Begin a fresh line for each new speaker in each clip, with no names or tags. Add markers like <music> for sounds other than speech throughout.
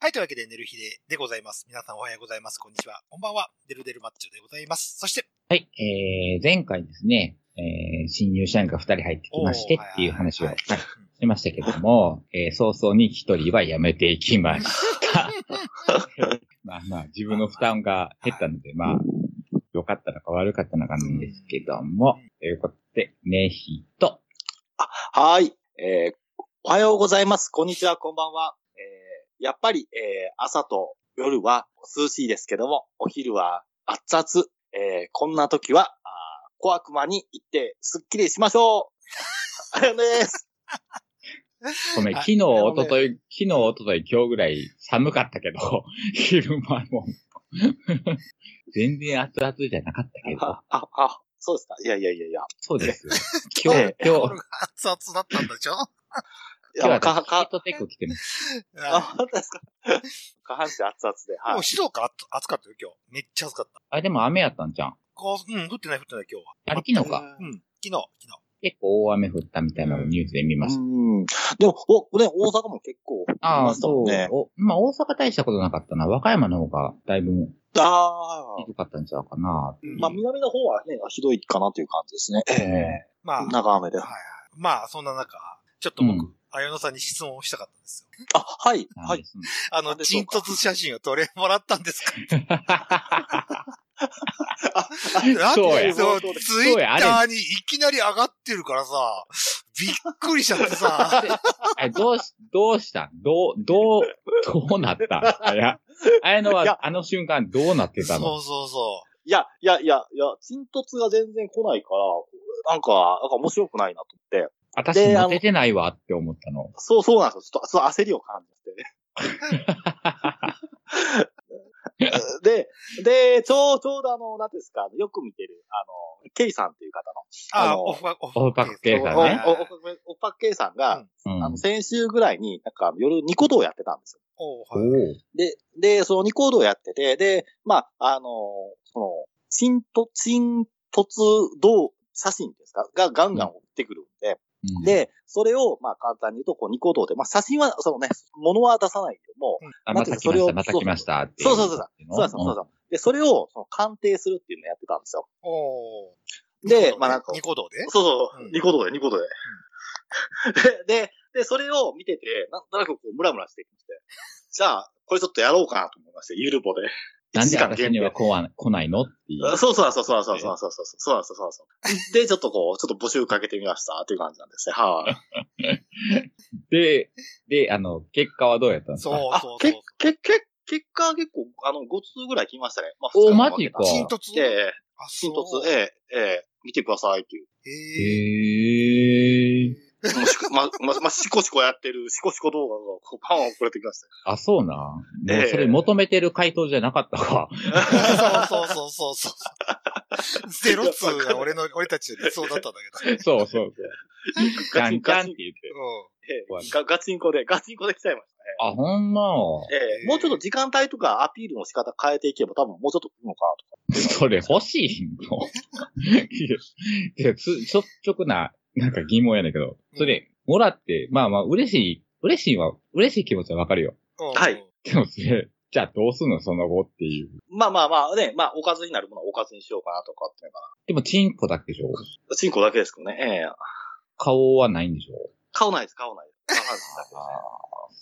はい、というわけで、寝る日ででございます。皆さんおはようございます。こんにちは。こんばんは。デルデルマッチョでございます。そして、
はい、えー、前回ですね、えー、新入社員が2人入ってきましてっていう話を、
おー
は
はい
い、
はい
しましたけども、えー、早々に1人は辞めていき
<laughs>
ました。まあまあ、自分の負担が減ったので、まあ、良かったのか悪かったのかなんですけども
うん、
ということで、ねひと、
はーい。えーおはようございます。こんにちは、こんばんは。えーやっぱり、えー朝と夜は涼しいですけども、お昼は熱々。えーこんな時は、あー小悪魔に行ってすっきりしましょう。あれです。
ごめん、
はい
昨日、おととい、昨日、おととい、今日ぐらい寒かったけど、 <laughs> 昼間
<laughs>
も、全然熱々じゃなかった
<laughs>
けど、
あ、あ、あ、そうですか。いやいやいやいや。
そうですよ。今日、今日
心、が熱々だったんでしょ
い
今
や、
日は
か、
ヒー
か、
トテック着てます。
あ、
<laughs>
あ
本当ですか。下半身熱々で。
も
は
う
い。
静岡あつ暑かったよ、今日。めっちゃ暑かった。
あ、でも雨やったんじゃん。
こう、うん、降ってない降ってない、今日は。
あれ昨日か。
うん、昨日、昨日。
結構大雨降ったみたいなのをニュースで見ました。
うん。でも、お、ね、大阪も結構降り
あ
ま
あ、
した
そ
もん
う。
ね。
おまあ大阪大したことなかったな。和歌山の方がだいぶ
ああ。
低かったんちゃうかな。
うん
まあ、南の方はね、ひどいかなという感じですね。
え
まあ、
長雨で。
はい
あ、
はい。まあ、そんな中、ちょっと僕、
うん
綾野さんに質問をしたかったんですよ。
はい、
なん
は
で
い。
すね
<laughs> あの、
あでしょ
沈
うか
突写真を撮れもらったんですか
そうや
そう、ツ
そ
イ
う
そうや
ッ
あ
ター
れ
にいきなり上がってるからさ、びっくりしちゃってさ、
あれどうし、どうしたどう、どう、どうなったあや、あやの
いや
は、あの瞬間どうなって
そ
たの
うそうそ
いや、いや、いや、いや、沈突が全然来ないから、なんか、なんか面白くないなと思って。
私
であ
モ
の
テてないわって思ったの。
そう、そうなんですよ。ちょっと、そう、焦りを感じて。 <laughs> で、で、ちょう、ちょうどあの、なんていうんですか、あのよく見てる、あの、ケイさんっていう方の、
う。あ
あ
あ、
の
オフパオ
オフパックケイさんね
おおおおっぱっけいさんが、
うん。
あの、先週ぐらいに、なんか、夜、ニコ動やってたんですよ。
おう
お
はい
ー
で、で、そのニコードをやってて、で、まあ、あの、その、新突、新突動写真ですかがガンガン追ってくるんで、
うん、
で、それを、まあ、簡単に言うと、こう、ニコードで、まあ、写真は、そのね、物は出さないけども、
あ、ま
なんてい
た
う
来ま
かそ
し
れ
た、
を
また来ましたってい。
そうそうそうそう。そうなんですよそうなんですよで、それを、その、鑑定するっていうのをやってたんですよ。
おう
で、まあ、なんか、
ニコ動で
そうそ
う
うそ
ん
う、ニコ動で、ニコ動で。で、 <laughs> で、で、それを見てて、なんとなくこう、ムラムラしてきて、じゃあ、これちょっとやろうかなと思いまして、ゆるぼで。
なん
1
で
時間
私
限
に
定
は来わ来ないのっていう。
そうそうそうそうそうそうそうそうそうそうそうそう。で、ちょっとこう、ちょっと募集かけてみましたっていう感じなんですね。はい。
で、
<laughs>
で、あの、結果はどうやったんです
そう
か
そうそう
け、け、け、結果結構、あの、5通ぐらい来ましたね。まあ、
お
二日
マジか
分
沈突
けたええ、
あ、
新
そう
突、ええ、ええ、見てくださいっていう。
へ
<laughs>
え。
へえ。
もうしま、ま、ま、シコシコやってる、シコシコ動画が、こう、パンを送れてきましたよ。
あ、そうな。も
え
う
え
それ求めてる回答じゃなかった
<laughs>
か。
そうそうそうそうそう。ゼロ通が俺の、俺たちの理想だったんだけど。
そうそうそう。じゃ
ガチ
ん
ン
じゃん
ガ
って
チン、
言って。
う
ええガガチンコで、ガチンコで来ちゃいましたね。
あ、ほんま。
ええ、もうちょっと時間帯とかアピールの仕方変えていけば多分もうちょっと来るのかなと。
それ欲しいのいや、いやつ率直な、なんか疑問やねんけど。それ、もらって、まあまあ、嬉しい、嬉しいは、嬉しい気持ちはわかるよ。
ん。うん
はい。
でもそれ、じゃあどうすんのその後っていう。
まあまあまあね、まあおかずになるものはおかずにしようかなとかっていうのが
でも、チンコだけでしょ
チンコだけですけどね。ええ
顔はないんでしょ
買わないです、買わないです。買わないです
ああ、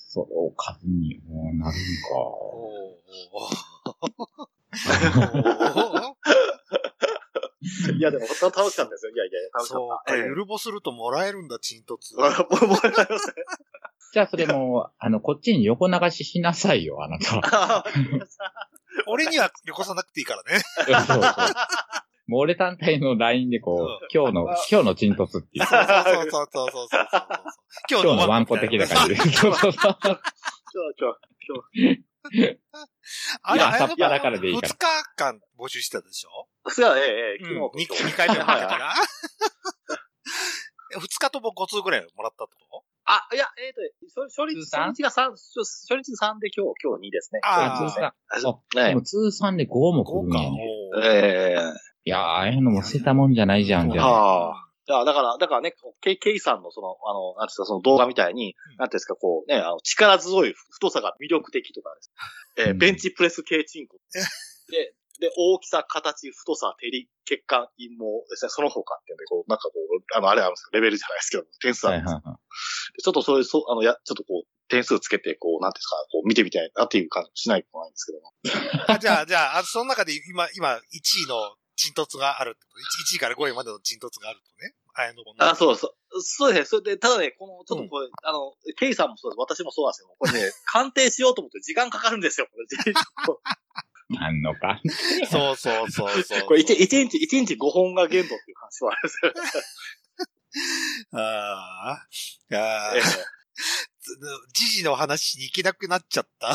そう、数にもなる
お
ん
ーおーおー
だけどいや、でも、た楽しかったですよ。いやいや、楽しか
そうか、
った。ええ
ゆるぼするともらえるんだ、沈突。
もうもうありますね
じゃあそれも、あの、こっちに横流ししなさいよ、あなた。 <laughs>
あ
俺にはよこさなくていいからね。
そうそう。もう俺単体の LINE でこう、今日の、今日のチントツっていう、
そうそうそうそうそうそうそうそう。今
今日のワンコ
みた
的
い
な感じで。そうそうそう。
今日
あれ、
いや
あれ
朝っぱらからでいいから
2日間募集してたでしょ
今日。 <laughs> そうやね、ええええ、
う
昨日
ん
と、
2, 回目もらったか
はいはい
<laughs> ら。2日とも5通ぐらいもらったってこ
あ、いや、えっと、初初日、
通算
初日が三、初初日が3で今日、今日2ですね。
あー
通算。
ね
でも通算で5も
と
来
?5
るん
か。
やね。
おー
ええ
いやー、ああいうのも捨てたもんじゃないじゃん、じゃあ。
はあだから、だから、だからね、こうケイケイさんのその、あの、なんていうんですか、その動画みたいに、
うん
なんていうんですか、こうね、あの力強い太さが魅力的とかです。えー
うん
ベンチプレス系チンコ。で、で、大きさ、形、太さ、照り、血管、陰毛ですね、その他っていうんで、こう、なんかこう、あの、あれあるんですよレベルじゃないですけど、点数あ
は
るん
い
ですよ
は
ちょっとそういう、そう、あの、や、ちょっとこう、点数つけて、こう、なんていうんですか、こう、見てみたいなっていう感じしないとないんですけども。
あじゃあ、じゃああ、その中で今、今、1位の沈突があるってこと。1, 1位から5位までの沈突があるってことね。あやのぼ。
あ、そううそう。そうですね。それで、ただね、この、ちょっとこれ、あの、ケイさんもそうです。私もそうなんですよ。こ
<laughs>
れね、鑑定しようと思って時間かかるんですよ。これ、
い。あんのか。
そうそうそうそう。
これ一一日、一日5本が限度っていう話はあるんですよ。
ああ。ああ
え。
つ時事の話に行けなくなっちゃった。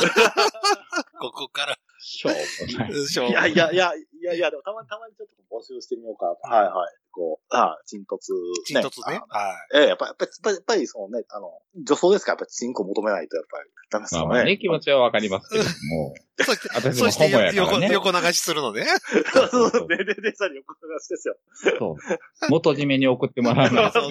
ここから。
しょうもない。
しょ
え
う
いやいやいや、いやいや、でもたまに、たまにちょっと募集してみようか。はいはい。こう、あ、沈突、
沈突ね。。は
ええ、やっぱり、やっぱり、やっぱりやっぱり、そのね、あの、女装ですから、やっぱり、チンコ求めないと、やっぱり、ダメです
まあ
よ
まあね、
ね。
気持ちはわかりますけれども、
い。そして、
私
そ
も
し
ホモ
て
やか
横
らね。
横流しするのね。
<laughs> そう
そ
そうう
そう
ね、で、で、さんに横流しですよ。
そう。元締めに送ってもらう
そ
の <laughs>
うそうそう。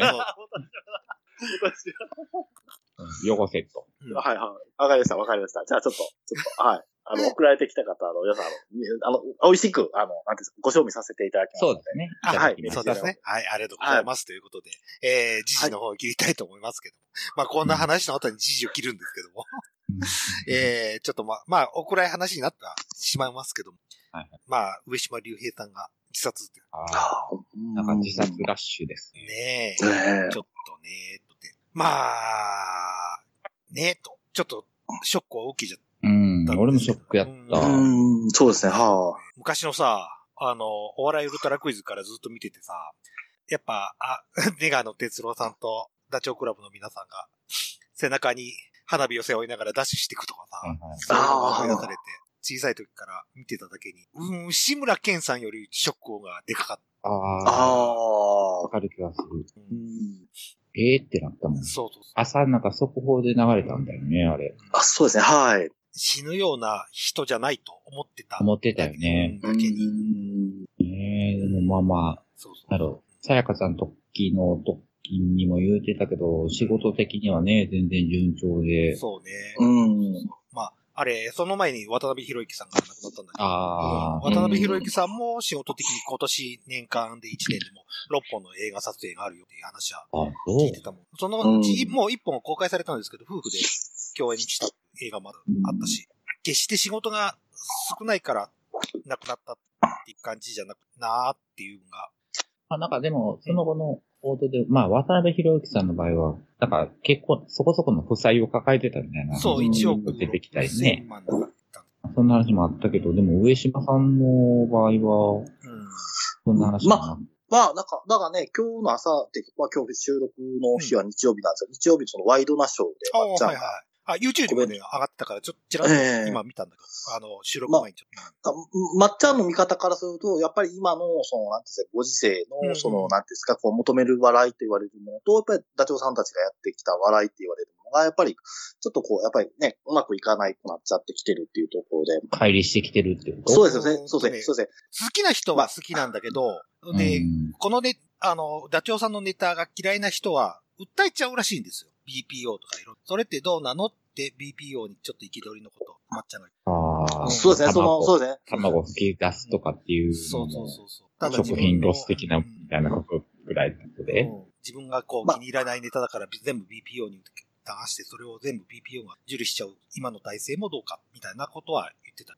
私
汚せと。
うん
は、はいはい。わかりました、わかりました。じゃあ、ちょっと、ちょっと、はい。あの、送られてきた方、あの、皆さん、あの、みあの美味しく、あの、なんていうんですか、ご賞味させていただきます。
そうですね。
あ
いただきま
はい
す
そうですね。はい、ありがとうございます。ということで、えー、時事の方を切りたいと思いますけども。まあ、こんな話の後に時事を切るんですけども。えー、ちょっとまあ、まあ、お暗い話になってはしまいますけども。
はい
まあ、上島竜兵さんが自殺って
あ
あー。
ーなんか自殺ラッシュですね。
ねえ。
ねえ
ちょっとね、とで。まあ、ねえと。ちょっと、ショックは大きいじゃっ
うん
た。
俺もショックやっ
う
た。
うん、そうですね、は
昔のさ、あの、お笑いウルトラクイズからずっと見ててさ、やっぱ、あ、 <laughs> ネガの哲郎さんとダチョウクラブの皆さんが、背中に花火を背負いながらダッシュしていくとかさ、
はいはい
そういうのが思い出されて、小さい時から見てただけに、うん、志村けんさんよりショックがでかかっ
あ。
ああ。
あ
わかる気がする。
た。
うん
ええってなったもん。
そうそうそう。
朝なんか速報で流れたんだよね、あれ。
あ、そうですね、はい。
死ぬような人じゃないと思ってた。
思ってたよね。
だけに。
ねえ、でもまあまあ、
そうそう。
なるほど。さやかさん時の時にも言うてたけど、仕事的にはね、全然順調で。
そうね。
うん。
まあ、あれ、その前に渡辺博之さんが亡くなったんだけど、
ああ、
渡辺博之さんも仕事的に今年年間で1年でも6本の映画撮影があるよっていう話は
あ、そ
聞
う
いて。たもん。そのうち、
うん
もう1本公開されたんですけど、夫婦で共演した映画もあったし、決して仕事が少ないから亡くなったっていう感じじゃなくなーっていうのが、
あなんかでも、その後の報道で、まあ、渡辺博之さんの場合は、なんか結構そこそこの負債を抱えてたみたいな。
そう、
ん
1億
出てきたりね
6000。万だった。
そんな話もあったけど、でも上島さんの場合は、
うん。
そんな話もなく
まあ、なんか、だからね、今日の朝って、まあ今日収録の日は日曜日なんですよ。日曜日そのワイドナショーで、
あ
まっちゃ
は
ん
い
が
はい。あ、YouTube もね、上がってたから、ちょっとちらっと
ええ
今見たんだけど、あの、収録前にちょっと。
あまっちゃんの見方からすると、やっぱり今の、その、なんていうんですか、ご時世
うんう
の、
ん
その、なんていうんですか、こう、求める笑いと言われるものと、やっぱり、ダチョウさんたちがやってきた笑いって言われるものが、やっぱり、ちょっとこう、やっぱりね、うまくいかないくなっちゃってきてるっていうところで。
乖離してきてるってこと
そう
う
ですよね、そうですね、そうですね。
好きな人は好きなんだけど、で、
ん
このね、あの、ダチョウさんのネタが嫌いな人は、訴えちゃうらしいんですよ。BPO とかいろいろ。それってどうなのって BPO にちょっと憤りのこと、まっちゃんが
ああ、
そうですね、その、そうですね。
卵吹き出すとかっていう
言
の
う。
も。
そうそうそうそう。
食品ロス的な、
う
み
ん
たいなことぐらいってこと
う
で。
ん自分がこう
ま
気に入らないネタだから全部 BPO に流して、それを全部 BPO が受理しちゃう今の体制もどうか、みたいなことは言ってた。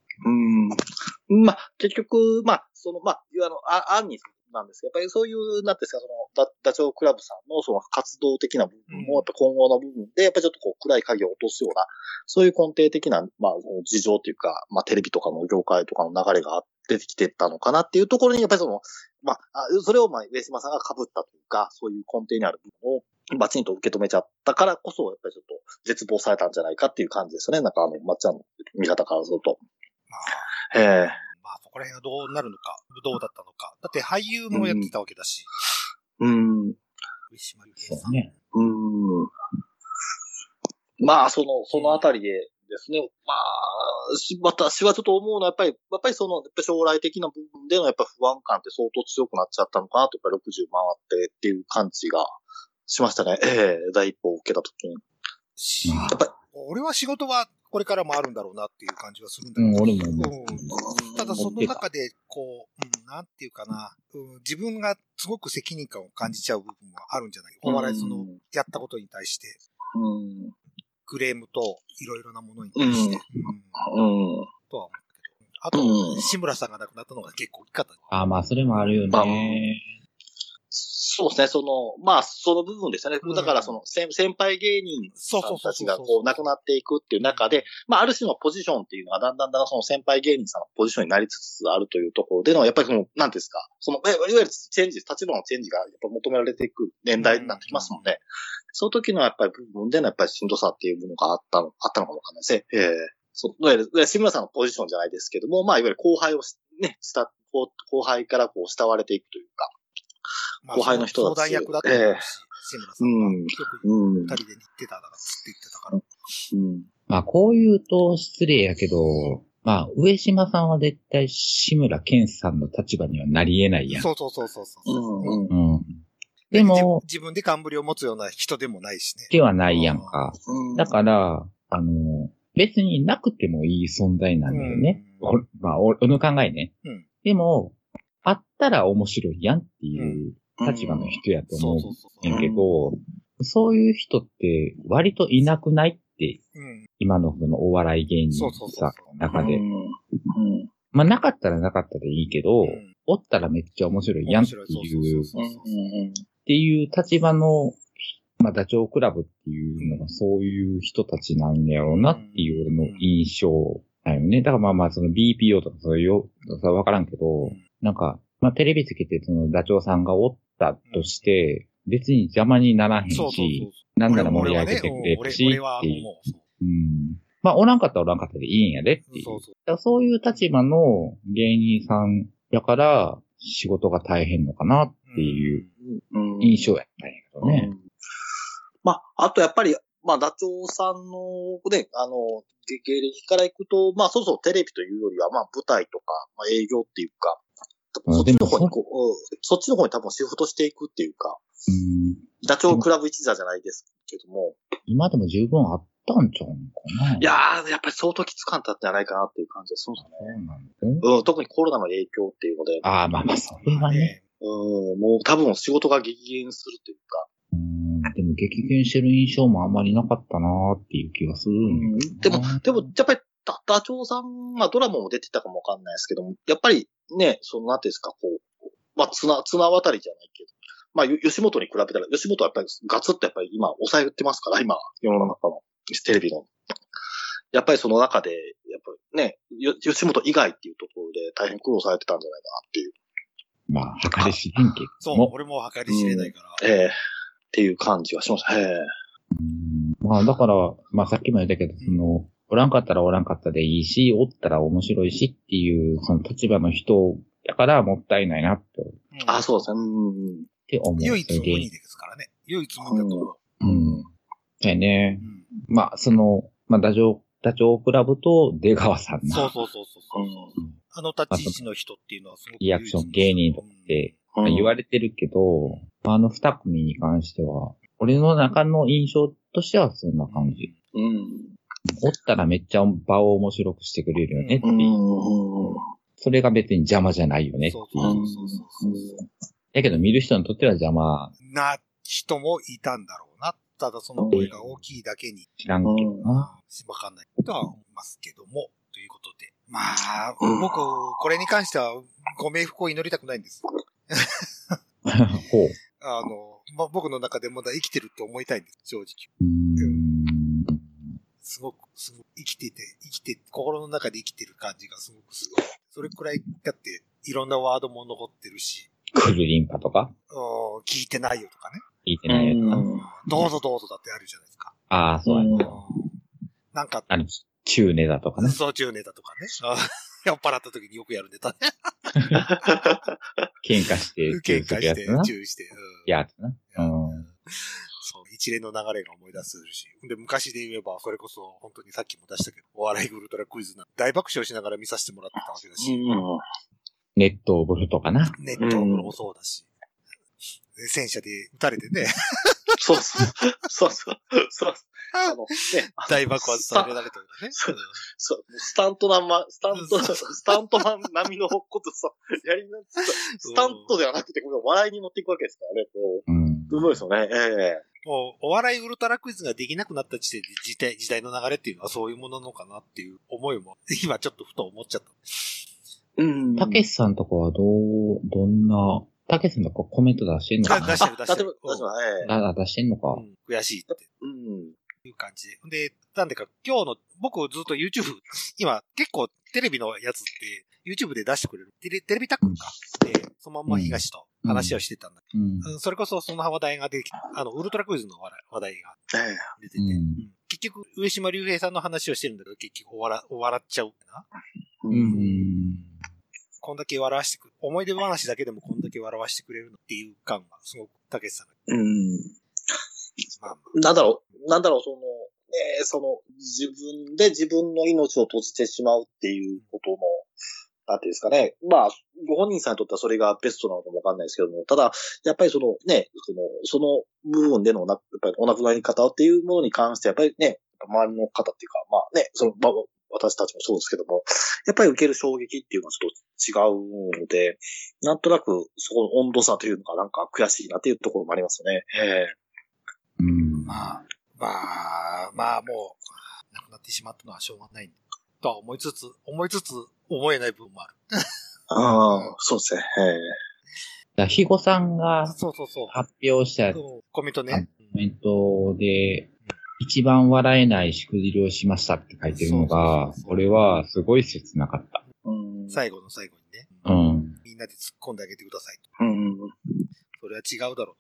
うん。まあ、結局、まあ、その、まあ、いわゆるあの、あ案になんですけど、やっぱりそういう、なんていうんですか、その、ダダチョウ倶楽部さんの、その、活動的な部分
うん
も、やっぱ今後の部分で、やっぱりちょっとこう、暗い影を落とすような、そういう根底的な、まあ、事情というか、まあ、テレビとかの業界とかの流れが出てきてたのかなっていうところに、やっぱりその、まあ、あそれを、まあ、上島さんが被ったというか、そういう根底にある部分を、バチンと受け止めちゃったからこそ、やっぱりちょっと絶望されたんじゃないかっていう感じですよね。なんかあの、まっちゃんの見方からすると。
まあ、
ええ
まあそこら辺がどうなるのか、どうだったのか。だって俳優もやってたわけだし、
うん。
上島竜兵
そ
さ。
うんね。
うん。まあ、その、そのあたりでですね、まあ、し私はちょっと思うのは、やっぱり、やっぱりその、やっぱ将来的な部分でのやっぱ不安感って相当強くなっちゃったのかなと、やっぱり60回ってっていう感じがしましたね。ええ第一歩を受けた時に。
し
まあ
俺は仕事はこれからもあるんだろうなっていう感じはするんだ
う
けど
ん、俺も思う。
うんただその中で、こう、うん、なんていうかな、うん、自分がすごく責任感を感じちゃう部分はあるんじゃないお笑いその、やったことに対して、
うん。
クレームといろいろなものに対して、うん、
うん。
とは思ったけど。あと、
うん
志村さんが亡くなったのが結構大きかった。
ああ、まあ、それもあるよ
まあ
ね。
そうですね、その、まあ、その部分ですよね
うん。
だから、その、先先輩芸人
そう
さ
そうんそうそ
たち
う
が、こう、亡くなっていくっていう中で、まあ、ある種のポジションっていうのが、だんだんだんだんその先輩芸人さんのポジションになりつつあるというところでの、やっぱりその、なんていうんですか、その、えいわゆるチェンジ、立場のチェンジが、やっぱ求められていく年代になってきますので、その時のやっぱり部分での、やっぱりしんどさっていうものがあったの、あったのかもわかんないですね。ええそう、いわゆるいわゆる志村さんのポジションじゃないですけども、まあ、いわゆる後輩をし、ね、した、後後輩からこう、慕われていくというか、
ま
後輩の人
相
だし
談役だったと思うし、志村さんが、
う
よ
ん
く
うん
二人で言ってただから、つって言ってたから。
うん。
まあ、こう言うと失礼やけど、まあ、上島さんは絶対志村けんさんの立場にはなり得ないやん。
そうそうそうそうそう。
うんうん。
うん。でも、
自分で冠を持つような人でもないしね。
ではないやんか。
うん
だから、あの、別になくてもいい存在なんだよね。
うん
おまあ、俺の考えね。
うん
でも、あったら面白いやんっていう立場の人やと
そう
思
そううそうう。
んやけど、そういう人って割といなくないって、
うん。
今のそのお笑い芸人
そ
の
うそうそう
さ
そう、
中
う
で。
んうん
まあ、なかったらなかったでいいけど、
うん
おったらめっちゃ面白いやんって
面白い
い、
そう
っ
うそうそうそう
うん
ていう立場の、まあ、ダチョウ倶楽部っていうのがそういう人たちなんやろうなっていう俺の印象だよね。だからまあまあ、その BPO とかそういう、さわからんけど、なんか、まあ、テレビつけてそのダチョウさんがおったとして、別に邪魔にならへん
そうそうそう
し、。なんなら盛り上げてくれ
俺
る
俺
し
俺は
っていう。
思う。そう
うん。まあ、おらんかったらおらんかったでいいんやでっていう。
そうそう。
だからそういう立場の芸人さんやから、仕事が大変のかなっていう
うんうん
印象やったんやけどね。
うんまあ、あとやっぱり、まあ、ダチョウさんの、ね、あの、げ芸歴からいくと、まあ、そろそろテレビというよりは、まあ、舞台とか、まあ、営業っていうか、
うん
そっちの
で
方
も
にこう、うんそっちの方に多分シフトしていくっていうか、
うん
ダチョウクラブ一座じゃないですけども、
今でも十分あったんちゃうんかな。
い、やー、やっぱり相当きつかったんじゃないかなっていう感じがするんですよね。
そうなんだね。
うん、特にコロナの影響っていうので、
ああ、まあまあ、それはね。
ね
うん、もう多分仕事が激減するというか、
うんでも激減してる印象もあんまりなかったなーっていう気がするんやけ
で
ど
も
な、
でも、やっぱり、ダダチョウさん、まあ、ドラマも出てたかもわかんないですけども、やっぱりね、その、なんていうんですか、こう、まあ、綱、綱渡りじゃないけど、まあ、よ吉本に比べたら、吉本はやっぱりガツッとやっぱり今、抑えてますから、今、世の中の、テレビの。やっぱりその中で、やっぱりね、よ吉本以外っていうところで大変苦労されてたんじゃないかなっていう、
まあ、計り知れんけ
そ
ど
う、
も。
俺も計り知れないから。
ええっていう感じはしました。ええ
まあ、だから、まあさっきも言ったけど、その、おらんかったらおらんかったでいいし、おったら面白いしっていう、その立場の人だからもったいないなって
うん
あ、そうですね。うん。
って思う。
唯一
そ
無
れ
二
で
ですからね。唯一無二だと思う。
うん。だよね
う。ん
まあ、その、まあ、ダチョウ、ダチョウクラブと出川さんな。
そうそうそうそうそうう。
ん
あの立ち位置の人っていうのはすごく
リアクション芸人とかって
うん
まあ言われてるけど、あの二組に関しては、俺の中の印象としてはそんな感じ。
うん。
おったらめっちゃ場を面白くしてくれるよねって
う
い
ん
う。
うん。
それが別に邪魔じゃないよねって
そう
い
そう
う。
そうそうそうそう。
だけど見る人にとっては邪魔
な人もいたんだろうな。ただその声が大きいだけに、
知らんけどな。
わかんないとは思いますけども、ということで。まあ、僕、これに関しては、ご冥福を祈りたくないんです。
ほう。
あの、まあ、僕の中でまだ生きてるって思いたいんです、正直。
うーん。
すごく、すごく生きてて、生きて、心の中で生きてる感じがすごくすごい。それくらい、だって、いろんなワードも残ってるし、
クルリンパとか
うん聞いてないよとかね。
聞いてないやつ
う
か。
ん
どうぞどうぞだってあるじゃないですか。
ああ、そうや
うん
な。
なんか、
あの、中ネだとかね。
嘘中ネタとかね。あ <laughs> 酔っ払った時によくやるネタね。
喧嘩して、
喧嘩して
やつな、。
注意して。うん
やつな。うん。
その一連の流れが思い出すし、で、昔で言えば、それこそ、本当にさっきも出したけど、お笑いウルトラクイズな、大爆笑しながら見させてもらってたわけだし、
うん。
ネットオブルとかな。
ネットもそうだし、で戦車で撃たれて
<laughs>
ね、
そうそう。そうそう。そうそう。あの、ね、あの
大爆発されられたんだね。
<laughs> そうそう、スタントマンま、スタント、スタントマン並みのことさ、やりなさスタントではなくて、これ笑いに持っていくわけですからね、こ
うん
う。。すごいですよね、ええ
もう、お笑いウルトラクイズができなくなった時点で時代、時代の流れっていうのはそういうものなのかなっていう思いも、今ちょっとふと思っちゃった。
うん
たけしさんとかはどう、どんな、たけしさんとかコメント出してんのか
あ
な
出してる、出してる。
あ例えば、例えばええ
あ、出してんのか。
うん悔しいって。
うん。
いう感じで。で、なんでか今日の、僕ずっと YouTube、今 <laughs> 結構テレビのやつって YouTube で出してくれる。テレテレビタックルか。で、そのまんま東と話をしてたんだけ
うん
ど、うんそれこそその話題が出てきあの、ウルトラクイズの話題話題が
ええ
出てて、
うん
うん結局上島竜兵さんの話をしてるんだけど、結局終わら終わらっちゃうな。
う
うん
ん。
こんだけ笑わしてく、思い出話だけでもこんだけ笑わしてくれるのっていう感が、すごく、たけしさんが、
うん。
まあま
なんだろう、なんだろう、その、ねえ、その、自分で自分の命を閉じてしまうっていうことの、なんていうんですかね。まあ、ご本人さんにとってはそれがベストなのかもわかんないですけども、ただ、やっぱりそのね、その、その部分でのおな、やっぱりお亡くなり方っていうものに関して、やっぱりね、周りの方っていうか、まあね、その、まあ、私たちもそうですけども、やっぱり受ける衝撃っていうのはちょっと違うので、なんとなくそこの温度差というのがなんか悔しいなっていうところもありますよね。ええ
うん。
あ、まあ、まあ、もう、亡くなってしまったのはしょうがない、とは思いつつ、思いつつ、思えない部分もある。
ああ、そうですね。
だひごさんが
そうそうそう。
発表したコ
そうコメント
あ
ね。
メントで、一番笑えないしくじりをしましたって書いてるの
そう
が
そうそう、そう
俺はすごい切なかった。
うん
最後の最後にね、
うん。
みんなで突っ込んであげてくださいと。
うん。
それは違うだろ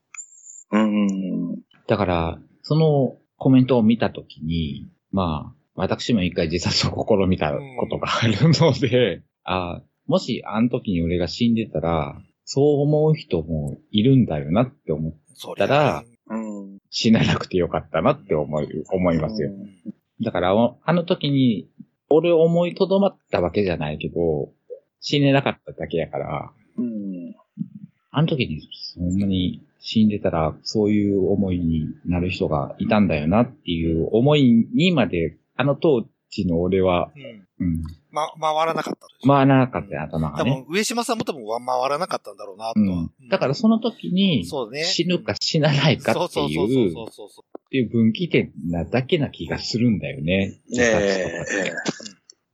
うん。
だから、そのコメントを見たときに、まあ、私も一回自殺を試みたことがあるので、あもしあの時に俺が死んでたら、そう思う人もいるんだよなって思う。
う。そ
ただ
うん。
死ななくてよかったなって思い、思いますよ。だから、ああの時に、俺を思いとどまったわけじゃないけど、死ねなかっただけやから、
うん。
あの時に、そんなに死んでたら、そういう思いになる人がいたんだよなっていう思いにまで、あの当時の俺は、
うん。
うん、
ま、回らなかったでしょ。
回らなかったよ頭が
多
ね。
分、上島さんも多分、回らなかったんだろうな、と
う
は。、
ん、だかららその時に、
そうね
死ぬか死なないかって
そう
い
そう
う、
そうそうそうそう。
っていう分岐点なだけな気がするんだよね。
ねえ。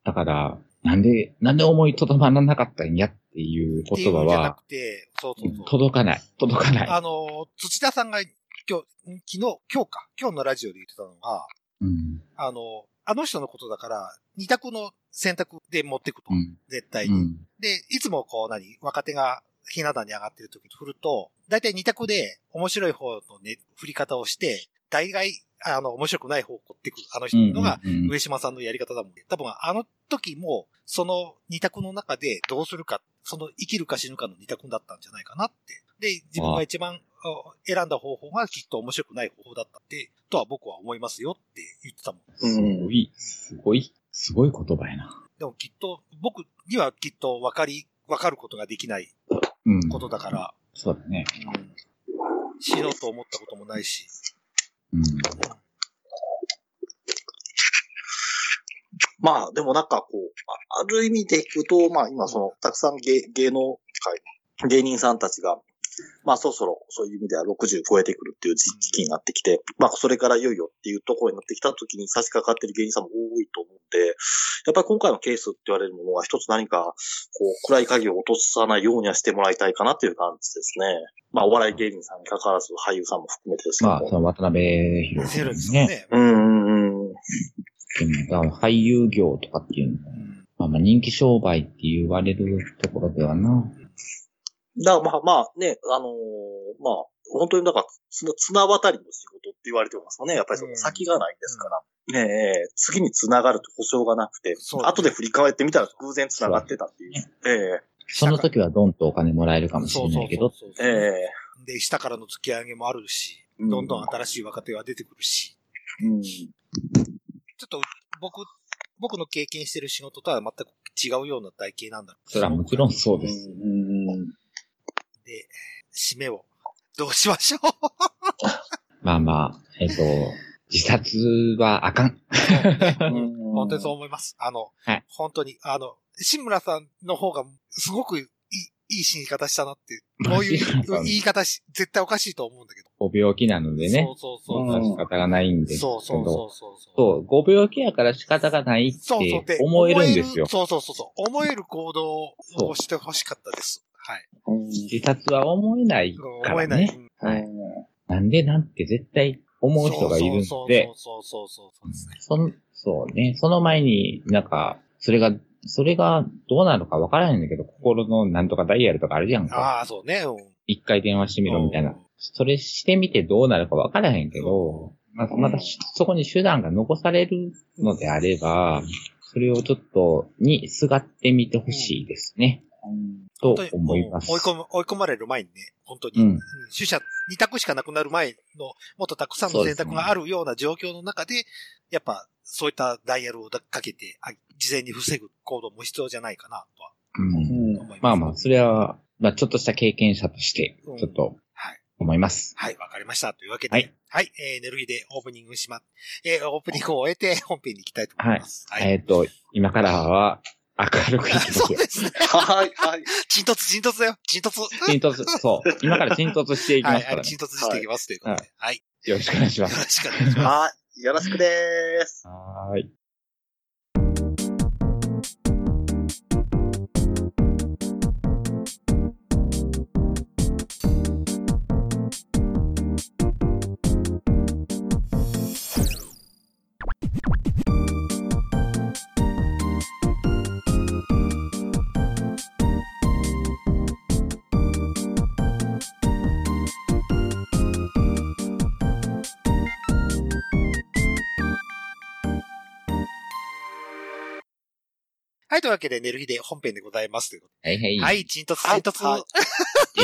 だから、なんで、なんで思いとどまらなかったんやっていう
ってい
言葉
うんじゃな
は
く、て、そうそうそう。
届かない。届かない。
あの、土田さんが今日、ん昨日、今日か、今日のラジオで言ってたのが、
うん。
あの、あの人のことだから、二択の選択で持っていくと、
うん。
絶対
う
に。
ん。
で、いつもこう何、若手がひな壇に上がってる時に振ると、大体二択で面白い方のね、振り方をして、大概、あの、面白くない方を持っていく、あの人のが、
うんうんうん
上島さんのやり方だもんね。多分あの時も、その二択の中でどうするか、その生きるか死ぬかの二択だったんじゃないかなって。で、自分が一番あ選んだ方法がきっと面白くない方法だったって、とは僕は思いますよって言ってたもん。
すごい、すごい、すごい言葉やな。
でもきっと、僕にはきっと分かり、分かることができない
うん。
ことだから、
そうだね。
うん、死のうと思ったこともないし、
うん。
まあ、でもなんかこう、あある意味でいくと、まあ今その、たくさん芸芸能界、芸人さんたちが、まあそろそろそういう意味では60超えてくるっていう時時期になってきて、まあそれからいよいよっていうところになってきた時に差し掛かってる芸人さんも多いと思うんで、やっぱり今回のケースって言われるものは一つ何か、こう、暗い影を落とさないようにはしてもらいたいかなっていう感じですね。まあお笑い芸人さんに関わらず俳優さんも含めてですけど
まあ、
も。
その渡辺博
ゼロです
さん
ね。
ね。
うんうんうん。
でも俳優業とかっていうの
う
も、
ん
まあまあ人気商売って言われるところではな。
だからまあまあね、あのーまあ、本当にだから、つ綱渡りの仕事って言われてますよね。やっぱりその先がないですから。ねええ、次に繋がると保証がなくて、
そう
後で振り返ってみたら偶然繋がってたっていう。え
その時はドンとお金もらえるかもしれないけど、
そうそうそう
え
そう
ええ
で、下からの突き上げもあるし、
う
どんどん新しい若手は出てくるし、
うん。
ちょっと僕、僕の経験してる仕事とは全く違うような体系なんだろう。
それはもちろんそうです。
うん。
で、締めをどうしましょう
まあまあ、えっ、と、自殺はあかん。
うん
本当にそう思います。あの、
はい
本当に、あの、志村さんの方がすごくいい、いい死に方したなって、こうい
志村さ
うん言い方し、絶対おかしいと思うんだけど。
ご病気なのでね
そ、うそう
う
そ
ん
う。
まあ仕方がないんですけ
そ
ど。
うそうそうそう。
そう、ご病気やから仕方がないっ
そうそう
て思えるんですよ。
そうそうそうそう。思える行動をしてほしかったです。はい。
自殺は思えないか
思え
ら
ない。
ね。はい。なんでなんて絶対思う人がいる
そ
の
うそう
で、
そうそうそうそうそうですね。
その、そうね。その前になんか、それが、それがどうなるかわからないんだけど、心のなんとかダイヤルとかあるじゃんか。
ああ、そうね。うん。
一回電話してみろみたい
う
な
ん。
それしてみてどうなるかわからへんけど、まあ、またしそこに手段が残されるのであれば、それをちょっと、にすがってみてほしいですね。
本
と
当に
思います
追い。込む、追い込まれる前にね、本当に、
うん
うん取捨、二択しかなくなる前の、もっとたくさんの選択があるような状況の中で、やっぱ、そういったダイヤルをかけて、あ事前に防ぐ行動も必要じゃないかな、とは
うん
うん
思います。
まあまあ、それは、まあちょっとした経験者として、ちょっと
はい、
思います。
はい、わかりました。というわけで、は
はいい、
えー、寝る日でオープニングしま、えー、オープニングを終えて本編に行きたいと思います。はい。
えっ、と、今からは明るくいき
<laughs>
ま
そ
す
う
よ
で。すね。
はい、はい。
<laughs> 沈突、沈突だよ。沈突。
沈突、そう。今から沈突していき
は
ま
い、
すか
は
ら、
い、
ね
沈突していきますということで。はい。
よろしくお願いしま
よ
す。
ろしくお願いしま
はい。よろしくです。
はーい。
す。はい、というわけで、寝る日で本編でございますというこ
はいは
と
い。
で。はい、沈突、
は
沈
い
突。
はい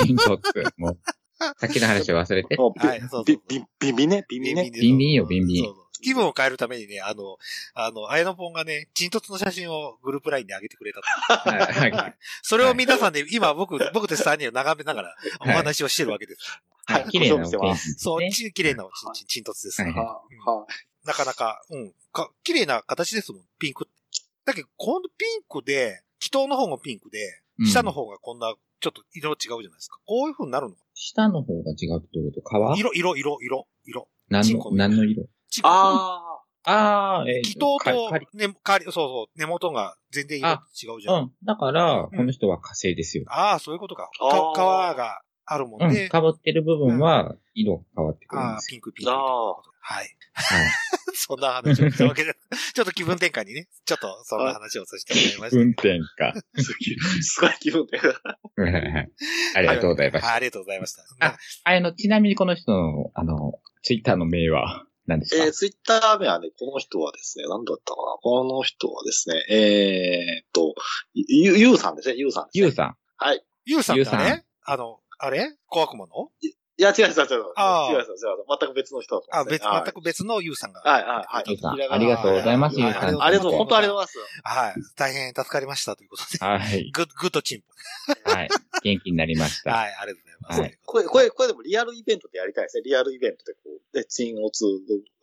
沈突。もう、さっきの話忘れて。
はいそうそう
ビビビビね、ビビね。
で
ビンビンよビンビン
そうそう気分を変えるためにね、あの、あの、あやのぽんがね、沈突の写真をグループラインで上げてくれたと。
は
<laughs>
い
はいそれを皆さんで、今僕、 <laughs> 僕と3人を眺めながらお話をしてるわけです。
はい。綺麗なお
ご勝負
天
し
気。
そう、
ね。
ち綺麗なちんちん、ちんとつです、
はい
はあはあ
なかなか、うん。か、綺麗な形ですもん、ピンクって。だけど、このピンクで、気頭の方もピンクで、
うん
下の方がこんな、ちょっと色違うじゃないですか。こういう風になるのか
下の方が違うってこと川
色、色、色、色、色。
何
人
の
口、
何の色
ち
あ
ああ、えー
気頭と
かかり、
ね、かり、そうそう、根元が全然色違うじゃ。
うんん。だから、この人は火星ですよ。
ああ、そういうことか。
あー
か皮があるも
うんん。
で、
かぶってる部分は、色変わってくるん
あ
で
あ、
す
ピ
よ。
ンクピンク。
あー
はい。
はい。
そんな話をしたわけで、ちょっと気分転換にね、ちょっとそんな話をさせてもらいましたけど。
運転か。
あ、すごい気分で。
はいはいはいありがとうございます。
はありがとうございました。
ああの、ちなみにこの人の、あの、ツイッターの名は何ですか、
えー、ツイッター名はね、この人はですね、何だったかなこの人はですね、えーっと、ゆ、ゆうさんですね、ゆうさんです
ゆ
ね、
うさん。
はい。
ゆうさん
ゆ
だ
うさ
ね
ん。
あの、あれ小悪魔の
いや、違う違う違う。違う違う違う
あー
違う。全く別の人だと
あ、
思うんで
別、
すね。はい
全く別のゆうさんが。
はいはいはい。
ゆうさん
ひらがな
ありがとうございます
ゆ
は
うさん
はいありがとう、
本
本
当
当
あ
あ
り
り
が
が
と
と
う
うございま
は
す。
い。大変助かりましたということで。
はい。
グッ、グッドチン
はい。元気になりまし
プ。
た。
はい、ありがとうございま
は
す。
これ、これ、これでもリアルイベントでやりたいですね。リアルイベントでこう、で、チンオツ、 <laughs>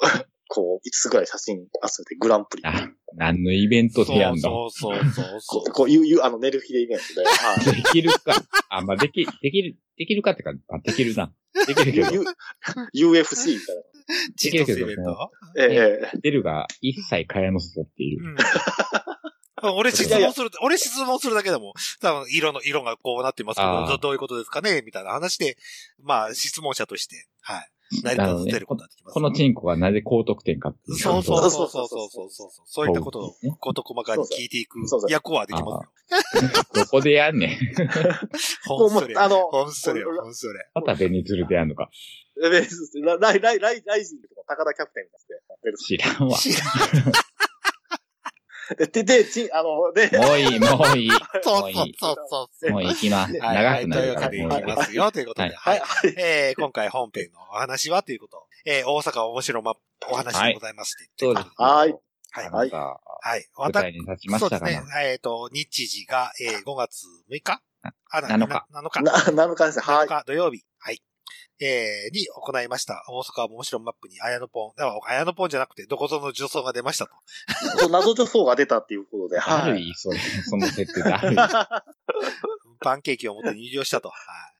こう、5つぐらい写真集めてグランプリ。
あ、何のイベントでやん
そ
の
うそうそうそう
こ
そう
う、こう、ゆう、ゆう、あの、寝る日でイベントで。はい。
できるか。あ、まあ、でき、できる、できるかってか、あできるな。できるけど、
U- UFC みたいな。
チントスイベント
えええ
出るが一切蚊帳の外っていうう。
ん。俺質問する、俺質問するだけでも、多分色の、色がこうなってますけ
あ
ど、
ー
どどういうことですかねみたいな話で、まあ、質問者として、はい。成り立たせることができます。
このチンコはなぜ高得点かっていう。
そうそうそうそうそうそうそう。そういったことを、こと細かに聞いていく役はできますよ。
どこでやんねん。
こ
ほ
うんも
そうれ。
あの、
ほんそれよ、
俺
ほんそれ。
またベニズルでやんのか。
ラライ、ラ
<laughs>
イ、ライ、ライジングとか高田キャプテンみたいなやつで。
知らんわ。
知らん
で、で、で、ち、あの、で、
もういい、もういい。
そうそうそうそうそう。
もう行きま
は
す。
い
長くなる
は
か
い
ら
という
もう
わけでいきますよ、ということで。はい。
はい。
えー今回本編のお話はということ。えー大阪面白マップお話でございまして。
そうですね。
はい
はい。
また、
はい。
舞
私
台に立ちましたか
そ
ら
うで。すね。えっ、と、日時が、えー5月6日
な
あ、
7日。
7日。
な、7日ですね。は
7
い。
日土曜日。はい。えーに行いました。大阪面白マップに、綾野ポン、あ綾野ポンじゃなくて、どこぞの女装が出ましたと。
そう謎女装が出たっていうことで、
あ
は
る
い。
い、それその設定だるい。は
パンケーキを持って入場したと。は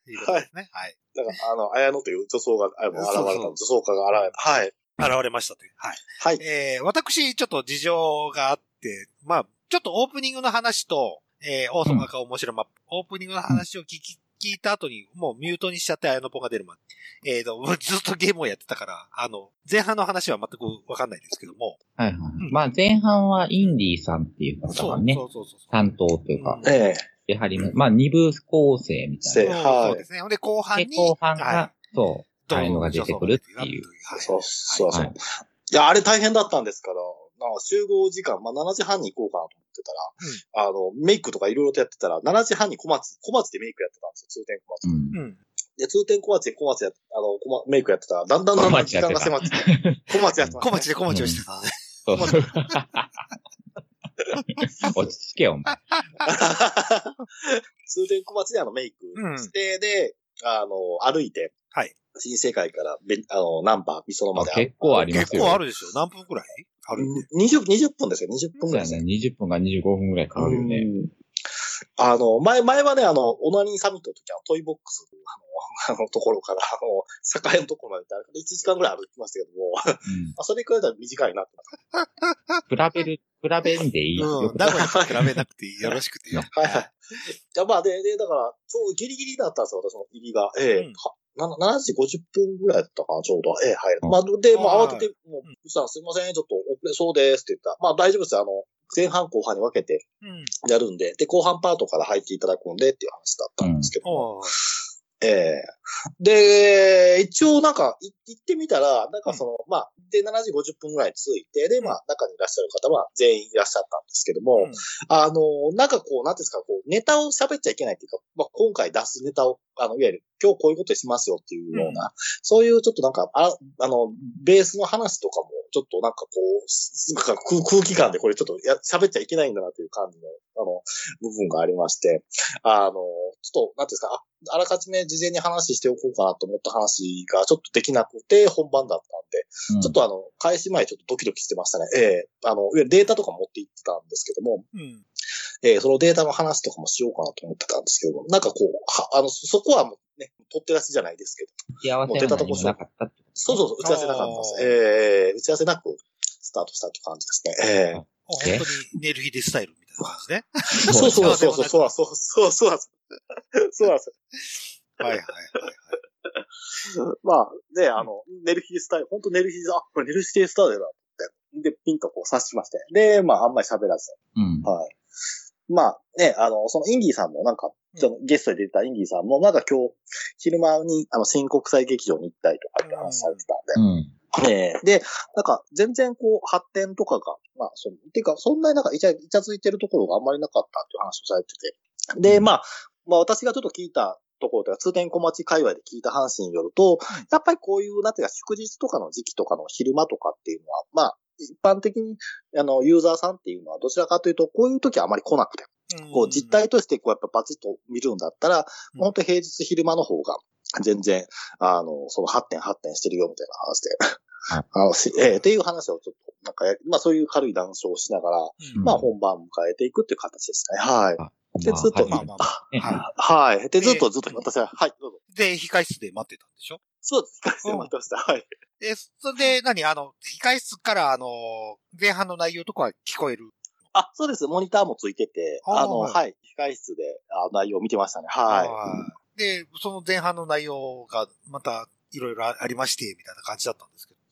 い。いうことですね。はい。
だから、あの、綾野という女装が、あの、
そう
現
そう
れた、女装家が現れた。はい。
現れましたという。はい。
はい。
えー私、ちょっと事情があって、まあ、ちょっとオープニングの話と、えー、大阪が面白いマップ、オープニングの話を聞き、聞いた後に、もうミュートにしちゃって、綾野ポンが出るまで。えーと、ずっとゲームをやってたから、あの、前半の話は全くわかんないですけども。
いはい。 <laughs> まあ前半はインディーさんっていう方
そ
が
う
ね
そ、うそうそう。
担当というか、
え
ええ。
やはり、まあ二部構成みたい
え
そう
はい
そうですね。ほんで、後半
な。で、
に、
後半
は
が、そう、
ど
ああいうの
う
が出てくるっていう。
はい
そうそうそう。
はいい、
や、あれ大変だったんですから、なんか集合時間、まあ、7時半に行こうかなと思ってたら、あの、メイクとかいろいろとやってたら、7時半に小松、小松でメイクやってたんですよ、通天小
う
松。
う
ん。
ん。
で、通天小松で小松や、あの、小松メイクやってたら、だんだんだんだん時間が迫って、
<laughs>
小松やってま
小
したね、
町で小町をしてたね。
そうそう。落ち着けよ、お前。
<laughs> 通天小松であの、メイクして、で、あの、歩いて、
はい
新世界からべ、あの、ナンバー、みそのまで
あ結構あります
結
よ
構あるでしょ何分くらいある
20、20分ですよ、20分
そう
ぐら
だ
いですね
ね。。20分か25分ぐらいかかるよね。
うんあの、前、前はね、あの、オナニーサミットの時はトイボックスの、あの、あのところから、あの、境のところまで行ってあれから1時間ぐらい歩きましたけども、
う
<laughs>
ん
あそれくらいだと短いなって
比べる、比べんでいい。
う
よ
ん。
く
名古屋と比べなくてよろしくてよ。
はいはい。いや、まあ、で、で、だから、ちょうどギリギリだったんですよ、私の入りが。ええ
うん
はな7時50分ぐらいだったかな、ちょうど。ええ、はい。
うん
まあ、で、もう
はい
慌てて、もう、そしたらすいません、ちょっと遅れそうですって言ったら、まあ、大丈夫ですよ、あの、前半後半に分けて
うん。
やるんで、で、後半パートから入っていただくんでっていう話だったんですけども、
おー
ええで、一応なんか、い行ってみたら、なんかその、まあ、で、7時50分ぐらいに着いて、で、まあ、中にいらっしゃる方は全員いらっしゃったんですけども、
うん
あの、なんかこう、なんていうんですか、こう、ネタを喋っちゃいけないっていうか、まあ、今回出すネタを、あの、いわゆる、今日こういうことしますよっていうような、そういうちょっとなんか、ああの、ベースの話とかも、ちょっとなんかこう、すなんか空空気感でこれちょっとや喋っちゃいけないんだなという感じの、あの、部分がありまして、あの、ちょっと、なんていうんですか、ああらかじめ事前に話しておこうかなと思った話がちょっとできなくて本番だったん
う
で、
ん
ちょっとあの、開始前ちょっとドキドキしてましたね。ええあの、いわゆるデータとか持って行ってたんですけども、
うん。
えーそのデータの話とかもしようかなと思ってたんですけども、なんかこう、はあの、そそこはもうね、取って出しじゃないですけど、
打ち合わせは何もなかったってこと。
そうそうそう、打ち合わせなかったです。
あー
ええ打ち合わせなくスタートしたって感じですね。ええ
本
え
当にネルヒデスタイルみたいな感じね。
そうそうそう
そ
そうう、そうそうそう、そうなんです。そうなんです。
はいはいはい
まあ、ね、あの、ネルヒースタイル、本当ネルヒース、あ、これネルヒースタイルだって。で、ピンとこう察しまして。で、まあ、あんまり喋らず。
うん。
はい。まあ、ね、あの、そのインディーさんもなんか、
うん
そのゲストで出てたインディーさんも、なんか今日、昼間に、あの、新国際劇場に行ったりとかって話されてたん
うん。
で、ええで、なんか、全然こう、発展とかが、まあ、その、てか、そんなになんか、イチャ、イチャついてるところがあんまりなかったっていう話をされてて。で、まあ、まあ、私がちょっと聞いたところでは、通天小町界隈で聞いた話によると、やっぱりこういう、なんていうか、祝日とかの時期とかの昼間とかっていうのは、まあ、一般的に、あの、ユーザーさんっていうのは、どちらかというと、こういう時はあまり来なくて、
はい。
<laughs> こう、実態として、こう、やっぱバチッと見るんだったら、
うん
本当平日昼間の方が、全然、あの、その発展発展してるよ、みたいな話で。 <laughs> あのしええっていう話をちょっと、なんかや、まあそういう軽い談笑をしながら、
うん、
まあ
うん
本番を迎えていくっていう形ですね。はい。で、
まあ
ずっと、
まあまあま
ね
は
<laughs> はい。で、ずっ
え
とずっと私は、はい、どうぞ。
いで、控室で待ってたんでしょ
そうです。控室で待ってました。はい。
え、それで、何あの、控室から、あの、前半の内容とかは聞こえる。
あ、そうです。モニターもついてて、
あー。
あの、はい。控室で、あ内容を見てましたね。はい
で、その前半の内容が、また、いろいろありまして、みたいな感じだったんですけど。
い。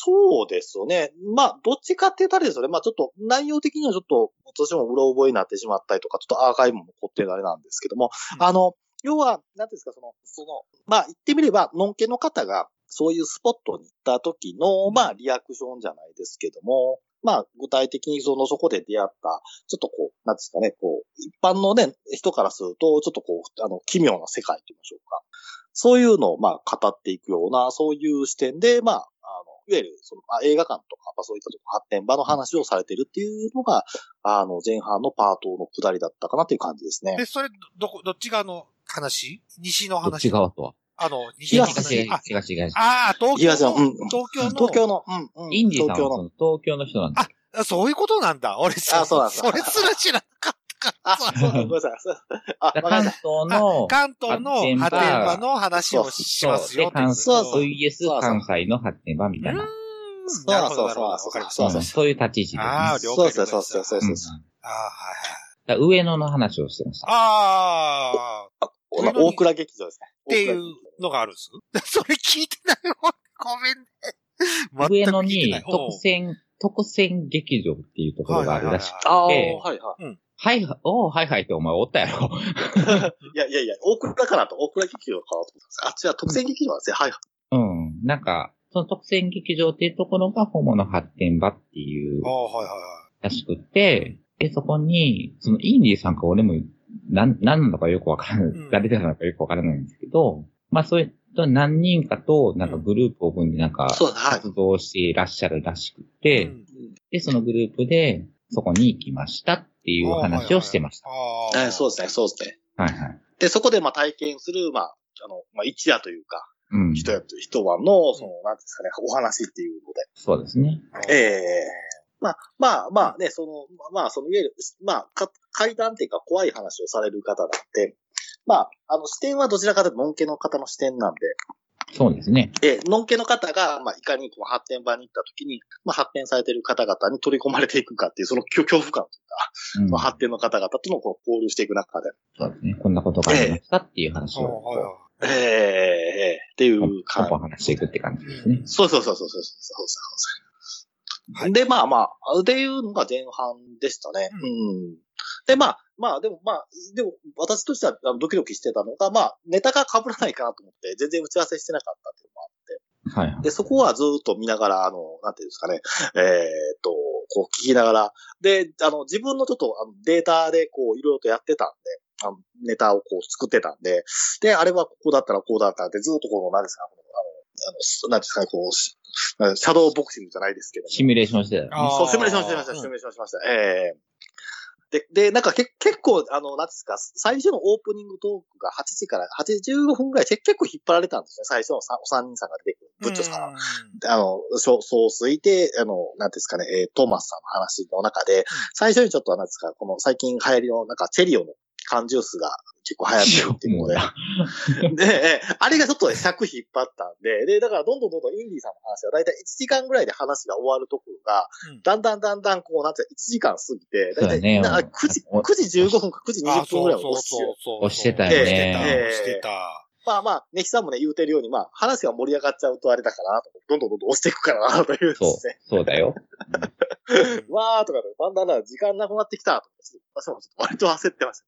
そうですよね。まあ、どっちかって言ったらですよね。まあ、ちょっと、内容的にはちょっと、私もうろ覚えになってしまったりとか、ちょっとアーカイブも残ってるあれなんですけども、
うん
あの、要は、なんていうんですか、その、その、まあ、言ってみれば、のんけの方が、そういうスポットに行った時の、まあ、リアクションじゃないですけども、まあ、具体的にその、そこで出会った、ちょっとこう、なんですかね、こう、一般のね、人からすると、ちょっとこう、あの、奇妙な世界と言いましょうか。そういうのを、まあ、語っていくような、そういう視点で、まあ、あの、いわゆる、その、あ映画館とか、まあ、そういったとこ、発展場の話をされてるっていうのが、あの、前半のパートの下りだったかなという感じですね。
で、それ、どこ、どっち側の話西の
どっ
話
ち側とは。
あの、西の
東
話。
東、
あ
東、東。
あー、東
東
京
の
の
う
東京
ん、
の、
東京の、うん、うん。
インディさ
東
ん
京
はそ
の。
の東京の人なんですよ
あそういうことなんだ。俺さ、
あそうなんです
それすら知らなかったから
あ、
さ
そう、ごめんなさい。あ、わ
だ
かり
か
ま
ら
し
関。
た
東の、
関東の
発
発展
展場
場の話をします
そう、
よ
で、
っ
関
ていう
そうそう
う
VS 関西の発展場みたいな。
ーん
そう
なる
そ
ほ
うそ
ど、
う
なるほど。わかりました。
そううん
そういう立ち位置で。
ああ、了
そう
解
で
了
す
解
ね
です。
そうですねそうです
う
ね
ん
ああ、はいはい。
だから上野の話をしてました。
ああ、っ
この大倉劇場ですね。
ていうのがあるんですそれ聞いてないよ。ごめんね。全く聞
上野
いてな
に
い
特選、特選劇場っていうところがあるらしくて、
ああー、
ええ
はいは
はいはい、おうはいはいってお前おったやろ。
い。いやいやいや、大倉からと、大倉劇場かなと思ってます。あ、違う、特選劇場なんですね。はいはい。
うん。なんか、その特選劇場っていうところがホモの発展場っていう
ああ、はいはいは
らしくって、で、そこに、そのインディーさんか俺も、なん、何なのかよくわからない、
うん
誰なのかよくわからないんですけど、まあそういう、何人かと、なんかグループを組んで、なんか、
そうですね、はい。
活動していらっしゃるらしく
い。
て、
うん
で、そのグループで、そこに行きましたっていうお話をしてました。
あ
え
あ。
ーそううですね、そうですね。
はいはい。
で、そこで、まあ、体験する、まあ、あの、まあ、一夜というか、
うん。
一夜という、一晩の、その、なんですかね、お話っていうので。
そうですね。
ええまあ、まあ、まあね、その、まあ、その、いわゆる、まあ、か階段っていうか怖い話をされる方なんで、まあ、あの、視点はどちらかというと、のんけの方の視点なんで、
そうですね。
えー、のんけの方が、まあ、いかにこう発展場に行った時に、まあ、発展されている方々に取り込まれていくかっていう、その恐恐怖感、
うん、
まあ、発展の方々とのこう交流していく中で、
そうですね。こんなことがありましたっていう話
ああ
を、
はいはい
えーえーっていう
ポンポン
感
話していくって感じ
う
ですね
ん。。
そうそうそうそうそうそうそうそう
はい
で、まあまあ、っていうのが前半でしたね。
う
うん。で、まあ、まあ、でもまあ、でも私としてはあのドキドキしてたのが、まあ、ネタが被らないかなと思って、全然打ち合わせしてなかったっていうのもあって、
はいはい。
で、そこはずーっと見ながら、あの、なんていうんですかね、えーっと、こう聞きながら、で、あの、自分のちょっとあのデータでこう、いろいろとやってたんで、あのネタをこう作ってたんで、で、あれはここだったらこうだったらって、ずーっとこの、なんですか、このあの、あのす、なんていうんですかね、こうし、なんシャドーボクシングじゃないですけども、
シミュレーションしてたよ
あ
ね。
そう、シミュレーションしてました、シミュレーションしました。ええで、で、なんかけ結構、あの、なんですか、最初のオープニングトークが8時から、85分ぐらい、結構引っ張られたんですね、最初のさお三人さんが出てくる、ブッチョさんが。あの、そう、そうすいて、あの、なんていうんですかね、えートーマスさんの話の中で、最初にちょっと、なんですか、この最近流行りの、なんか、チェリオの缶ジュースが結構流行ってるっていうので、で、えーあれがちょっとね尺引っ張ったんで、で、だからどんどんどんどんインディーさんの話が、だいたい1時間ぐらいで話が終わるところが、
うん
だんだんだんだんこう、なんていうの1時間過ぎて、だいた
そうだね
い、なんか9時、
うん
9時15分か9時
ああ、
20
そ
分ぐ
う
らい
そう
押し
そうそう。
押してた
よ
して
ね
た、押してた。
まあまあ、ネヒさんもね、言うてるように、まあ、話が盛り上がっちゃうとあれだからなと、どんどんどんどん押していくからなというです
そう
ね。、
そうだよ。
うん
わーとかで、だんだんだんだん時間なくなってきたとか、ちょっと私もちょっと割と焦ってまし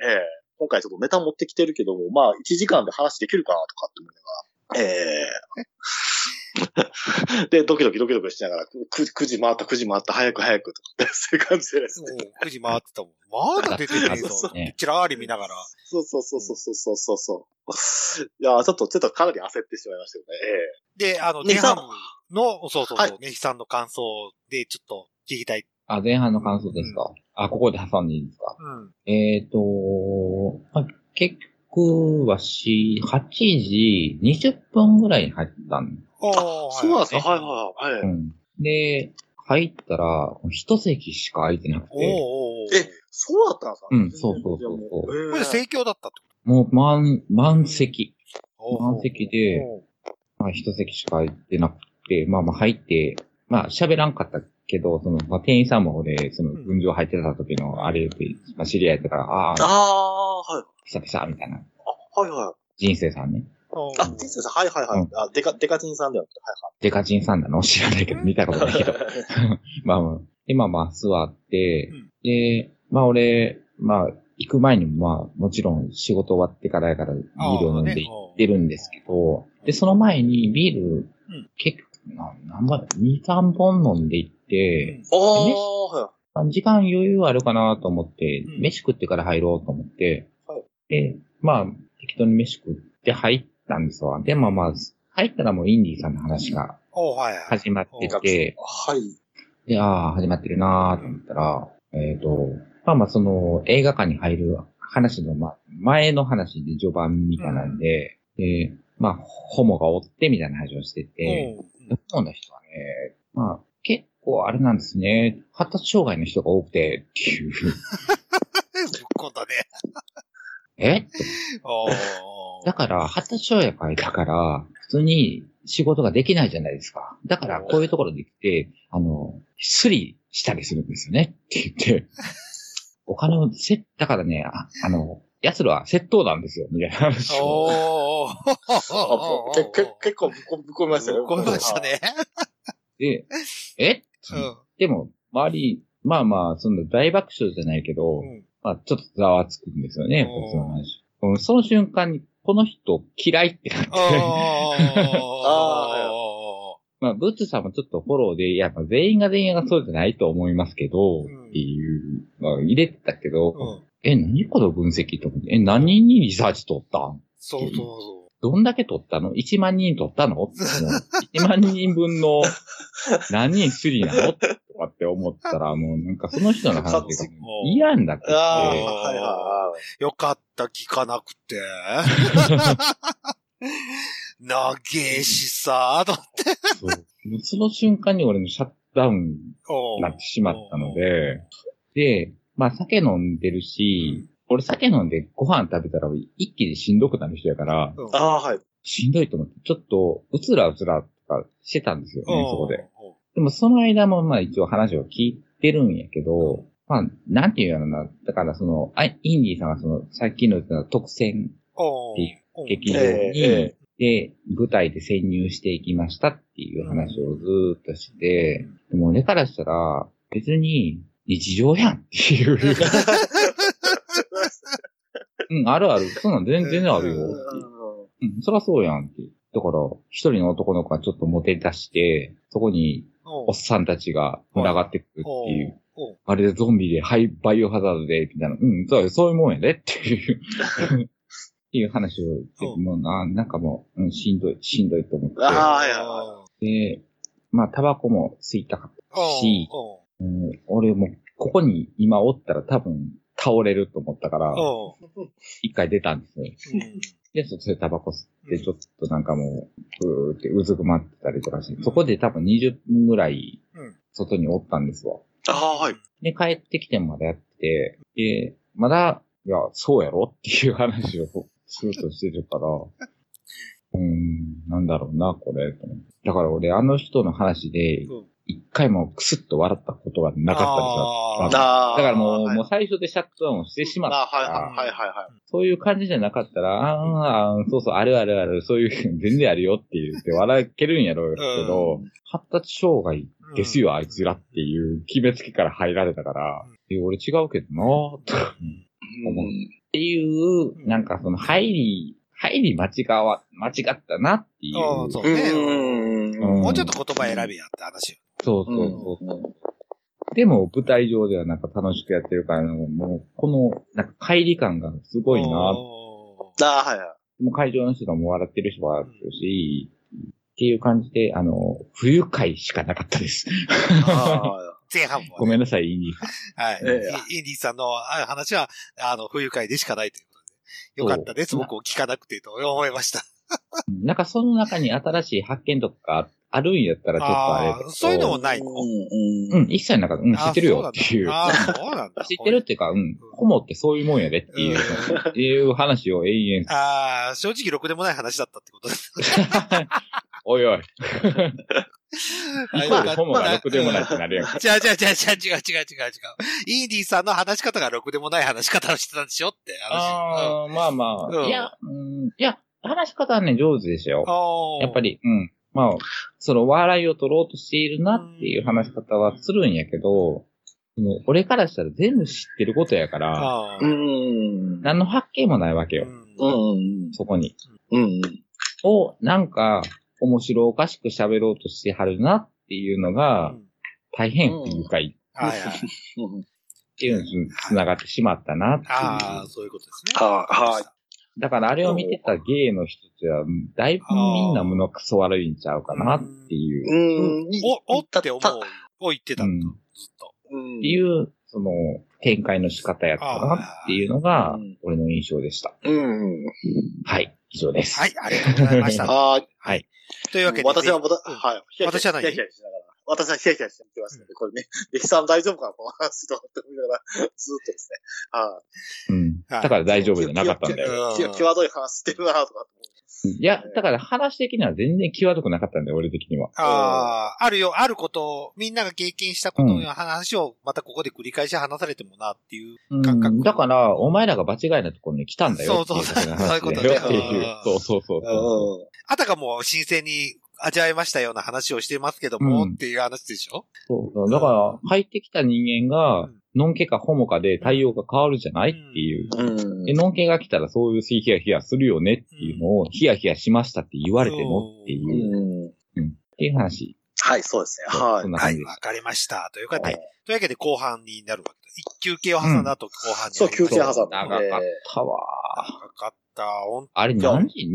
たね。ええ今回ちょっとネタ持ってきてるけども、まあ、1時間で話できるかなとかって思いながら、ええで、ドキドキドキドキしながら、9, 時回った、9時回った、早く早くとかって、そういう感じでです
そ
ね。
う、9時回ってたもん。まだ出てねえぞ
そう。ね
ちらーり見ながら。
そうそうそうそうそうそうそう。いやーちょっと、ちょっとかなり焦ってしまいましたよね。ええ
で、あの、
ね
ネハムの、そうそう
は
そ、
いう
ネヒさんの感想でちょっと聞きたい。
あ、前半の感想ですか。あ、ここで挟んでいいですか。
うん。
えっ、ー、と、まあ、結局はし、8時20分ぐらいに入ったん
お
そうなんですか、
ね
はいはいはい。
う
はい
ん。で、入ったら、一席しか空いてなく
おー
て、
おーおー
え、そうだったんですか
うんそうそうそうそう
これ盛況だったって
もう満、満席。
こと
満席で
おー
まあ、一席しか空いてなくて、まあまあ入って、まあ喋らんかったけど、その、まあ店員さんも俺、その、
うん
分譲入ってた時の、あれで、まあ知り合いだから、ああ、
ああー、はい。
久々、みたいな。
あはいはい。
人生さんね。
おー
あ、ティさん、はいはいはい。
うん
あ、デカ、デカチンさんだよ。
デカチンさんだの知らないけど、見たことないけど。まあまあ、で、まあまあ、座って、
うん
で、まあ俺、まあ、行く前にも、まあ、もちろん仕事終わってからやから、ビールを飲んで行ってるんですけど、で、その前にビール、
うん
結構、な何杯、2、3本飲んで行って、
おー、
時間余裕あるかなと思って、
うん
飯食ってから入ろうと思って、
はい
で、まあ、適当に飯食って入ったんですわ。で、まあまあ、入ったらもうインディーさんの話が
おはいはい。
始まってて、
はい。
で、ああ、始まってるなーと思ったら、えっ、と、まあまあ、その、映画館に入る話の、ま、前の話で序盤みたいなんで、で、まあ、ホモがおってみたいな話をしてて、
うん
日本の人はね、まあ、結構あれなんですね、発達障害の人が多くて、っていう。
ぶっこんだね。
え
おー
だから、発達障害だから、普通に仕事ができないじゃないですか。だから、こういうところで来て、あの、スリしたりするんですよね。って言って、お金をせ、だからね、ああの、奴らは窃盗なんですよ、みたいな話を。
お
あ
ー
けけ結構ぶっこぶっこみましたね。
ぶっこみましたね。
で、え
う
でも、周り、まあまあ、その大爆笑じゃないけど、
ん。
まあ、ちょっとざわつくんですよね、やっぱりその話。うんその瞬間に、この人嫌いってなって、
あ
まあ、ブッツさんもちょっとフォローで、やっぱ全員が全員がそうじゃないと思いますけど、
うん
っていう、まあ、入れてたけど、
ー。うん。
え、何この分析と思って、え、何人にリサーチ取ったん
そうそうそ
どんだけ取ったの ?1 万人取った
<laughs>
のもう ?1 万人分の何人スリなのとかって思っ
<laughs>
たら、もうなんかその人の話が嫌になってきて、
ああ、
えー
はいはいはい。
う。よかった、聞かなく
<laughs>
て。なげえしさ、と。
そうもうその瞬間に俺のシャットダウン
おー
なってしまったので、で、まあ酒飲んでるし、
うん
俺酒飲んでご飯食べたら一気にしんどくなる人やから、
うん
ああ、はい。
しんどいと思って、ちょっとうつらうつらとかしてたんですよね、そこで。。
おー
でもその間もまあ一応話を聞いてるんやけど、まあなんていうのな、だからその、あインディーさんがその、さっきの言った特選
お
ってい
ー
劇場に、
えええ
で、舞台で潜入していきましたっていう話をずーっとして、でも俺からしたら、別に日常やんって
<laughs>
いう。うん、あるある。そんなん全然あるよ。うん、そらそうやんって。だから、一人の男の子がちょっとモテ出して、そこに
お
おっさんたちが群がってくるっていう。
おー
まるでゾンビで、はい、バイオハザードで、みたいな。うん、そう、そういうもんやで、っていう。っていう話を言っ
う
て、もうな、なんかもう、うん、しんどい、しんどいと思って。
ああ
で、まあ、タバコも吸いたかったし、
お
うん、俺も、ここに今おったら多分、倒れると思ったから
ー、おー
一回出たんですよ。
うん
で、そっちでタバコ吸って、ちょっとなんかもう、ぐーってうずくまってたりとかして、そこで多分20分ぐらい
うん、
外におったんですわ。
ああ、はい。
で、帰ってきてもまだやってて、で、まだ、いや、そうやろっていう話をするとしてるから、うーん、なんだろうな、これ。と思ってだから俺、あの人の話で
うん、
一回もクスッと笑ったことがなかった
あ
り
ー
する。
ああ。
だからもう、
はい
もう最初でシャットダウンしてしまっ
あ
た
はい
から、
はいはいはい。
そういう感じじゃなかったら、あーあー、そうそう、あるあるある、そういう、全然あるよって言って笑けるんやろうけど、発達障害
うん
ですよ、あいつらっていう決めつけから入られたから、え俺違うけどなぁとかっていう、なんかその入り、入り間違わ、間違ったなっていう。
あーそう
う
ね。
ん。
もうちょっと言葉選べやって話よ。
そうそうそうそう。でも、舞台上ではなんか楽しくやってるから、もう、この、なんか帰り感がすごいなぁ
おー
ああ、はい。
もう会場の人がもう笑ってる人は笑ってるし、っていう感じで、あの、不愉快しかなかったです。 <laughs>
前半も。
ごめんなさい、インディーさん。
はい。
え
インディさんのあ話は、あの、不愉快でしかないということで。よかったです。
そう
僕を聞かなくてと思いました。
なんかその中に新しい発見とかあるんやったらちょっとあれだ
あ
け
あ、
ど。
そういうのもないの
う、。
うん
一切なんか、うん、知ってるよっていう。
あーそうなんだ。あーそうなんだ。
<laughs> 知ってるっていうか、うん、ホモってそういうもんやでっていう、っていう話を永遠、
ああ、正直ろくでもない話だったってことです。
おいおい、
は
イ
い
コ
よ
ー
かっ
ル
た
ホモがろくでもないってなるやんか。
違う違う違う違う違う違う違う。インディさんの話し方がろくでもない話し方をしてたんでしょって話。
ああ、まあま
う
あ。
ん
いや、うん、いや、話し方はね、上手でしたよ。
あ
やっぱ
り。
り、うん。まあ、その笑いを取ろうとしているなっていう話し方はするんやけど、その俺からしたら全部知ってることやから、
ああ。
ん。
何の発見もないわけよ、
うん
ん。
そこに。
うん。
を、なんか、面白おかしく喋ろうとしてはるなっていうのが、大変不愉快
はいはい。
うん
っていうのに繋がってしまったなっていう。
ああ、そういうことですね。。
はいはい
だからあれを見てた芸の人たちは、だいぶみんな胸くそ悪いんちゃうかなっていう。
うん。
お、おって
た
思う
た
を言ってた
うんん
だ
っ
ずっと。
うん
ていう、その、展開の仕方やったなっていうのが
あー、
俺の印象でした。
うん。
はい、以上です。
はい、ありがとうございました。
<laughs> ああ、
はい。というわけで、
私はまた、
うん
はい。ヒヤヒヤ
私は何
ヒヤヒヤしながら。私はヒヤヒヤして見てますので、これね、レヒさん大丈夫かなこの話と思って見ながら、ずっとですね。は
うん。
は
だ
い
から
い
大丈夫じゃなかったんだよ。
よ
きわきわ際どい話してるなとかって
いや、だから話的には全然際どくなかったんだよ、俺的には。
ああ、あるよ、あることを、みんなが経験したことの話を、またここで繰り返し話されてもなっていう。
うん
感覚
だから、お前らが場違いなところに来たんだよってい
そう
う
そう
話だよ
そういうことね
ってい
う
う
ん
そうそうそうそ
思う。
あたかも新鮮に味わいましたような話をしてますけども、
うん
っていう話でしょ
うそうそう。だから、入ってきた人間
う
が
ん、
ノンケかホモかで対応が変わるじゃないっていう。
うん
で、ノンケが来たらそういうヒヤヒヤするよねっていうのを、ヒヤヒヤしましたって言われてもっていう、
うん。
うんっていう話。
はい、そうですね。
そ
は
ん
い。
な
は
感
い、
じで
わ
し
かりました。というわけ
はい
で、というわけで後半になるわけだ。一休憩を挟んだ後、後半に
そう
入りま
休
した。
憩挟んだ
た。長かったわ。
長かった。ほん
あれ何時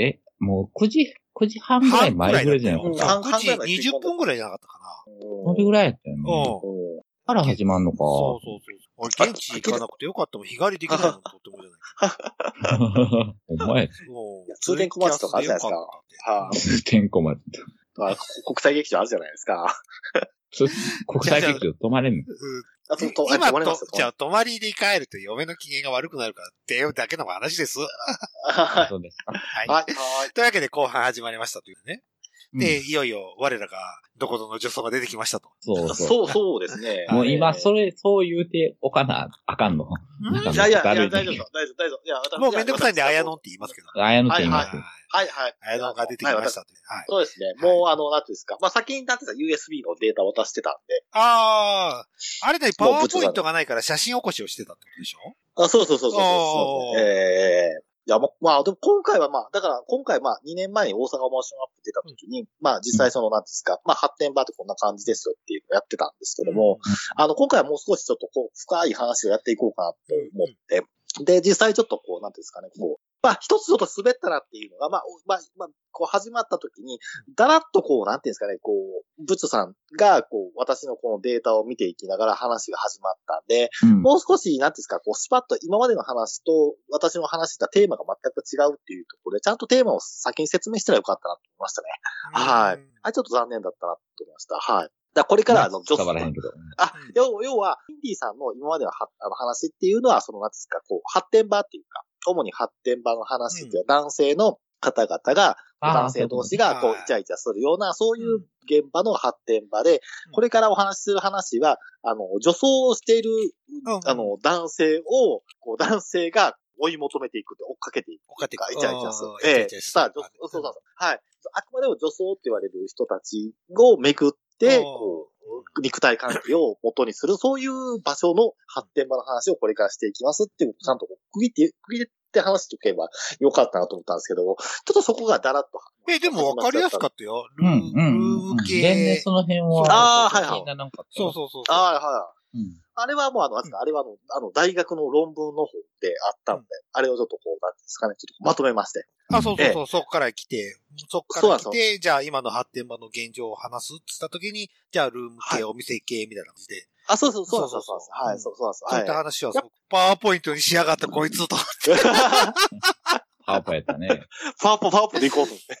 ?20? えもう9時、9時半ぐらい前ぐらいじゃなかっ
半くらいだっ
た
たよ。
9時20
半々ぐらい
分ぐらいじゃなかったか
それぐ
らい。
らいやったよね。
な。うん。
うん
から始まんのか。
そうそうそうそう。俺、現地行かなくてよかったもん。日帰りできないもん、とってもじゃない。
<laughs> お前、
も
いや通電小町とかあるじゃないですかはい。
てんこまで。
あ国際劇場あるじゃないですか。
つ国際劇場止まれんの
あと、と、あ
今
止まりま
と
すよ、
じゃあ、泊まりで帰ると嫁の機嫌が悪くなるからっていうだけの話です。
は
そうですか。
はい
い。。はい。
というわけで、後半始まりましたというね。
う
で、
ん
いよいよ、我らが、どこぞの女装が出てきましたと。
そうそ
そう、そうですね。
う。もう今、そ
れ。
れ、そう言うておかな、あかんの。なんか
いやいや、い
だ
や
る
大丈夫です、大丈夫、大丈夫。いや、私
もうめんどくさいんで、あやのん
は
って言いますけど。
あやのって言います
は。い、はい。
あやのんが出てきましたと。はい。
そうですね。もう、あの、なんていうんですか。まあ、先に、なんていうんですか、USB のデータ渡してたんで。
あー、あれだよ、パワーポイントがないから写真起こしをしてたってことでしょ
あ、そうそうそうそう
お
そ
ー
うええいや、ままあ、でも今回はまあ、だから今回まあ、2年前に大阪モーションアップ出た時に、まあ実際その、なんですか、まあ発展場ってこんな感じですよっていうのをやってたんですけども、あの、今回はもう少しちょっとこう、深い話をやっていこうかなと思って、で、実際ちょっとこう、なんていうんですかね、こう、まあ一つちょっと滑ったなっていうのが、まあ、おまあ、まあ、こう始まった時に、だらっとこう、なんていうんですかね、こう、ブッチョさんが、こう、私のこのデータを見ていきながら話が始まったんで、
うん
もう少し、なんていうんですか、こう、スパッと今までの話と私の話したテーマが全く違うっていうところで、ちゃんとテーマを先に説明したらよかったなと思いましたね。はいあれちょっと残念だったなと思いました。はい。だからこれから、あの、女
伝わらへん
性。
けど。
あ
うん、
要要は、インディーさんの今までのはあの話っていうのは、その、なんていうんですか、こう、発展場っていうか、主に発展場の話っていうか、男性の方々が、男性同士が、こ
は
う
い、
イチャイチャするような、そういう現場の発展場で、これからお話しする話は、あの、女装をしている
うん、
あの、男性を、こう、男性が追い求めていくって追っかけていく
追っかけ
と
ていく
か、イチャイチャする
うん。イチャ
え
イチ
え、
ャする
さあ、女そうそうそう。はい。あくまでも女装って言われる人たちをめくって、
うん
こう、肉体関係を元にする、そういう場所の発展場の話をこれからしていきますっていう、ちゃんとこう区切って、区切って話しておけばよかったなと思ったんですけど、ちょっとそこがだらっと。
え、でも分かりやすかったよ。ル
う
ー
ん、うん。
ル
うん
ー
全
系
然。その辺
そう
は、
あーはいはい
みんななんかった
そ
よ
うそうそう。
ああ、はい。
うん
あれはもうあの、ああれはあの、あの、大学の論文の方であったので、あれをちょっとこう、なんていうんですかね、ちょっとまとめまして。
あ、そうそうそう、そこから来て、そこから来て、じゃあ今の発展場の現状を話すって言った時に、じゃあルーム系、
はい
お店系みたいな感じで、
あ、そうそう、そうなんです
そう
よ
そう
そう
そう
な
うんそう
んですよはい、そうそうない
っ
ん
た
です
話
よ。
は、そうパワーポイントにしやがったこいつと。
はい。
パワーポやっ
<laughs>
たね。
パワーポパワーポでいこうと思っ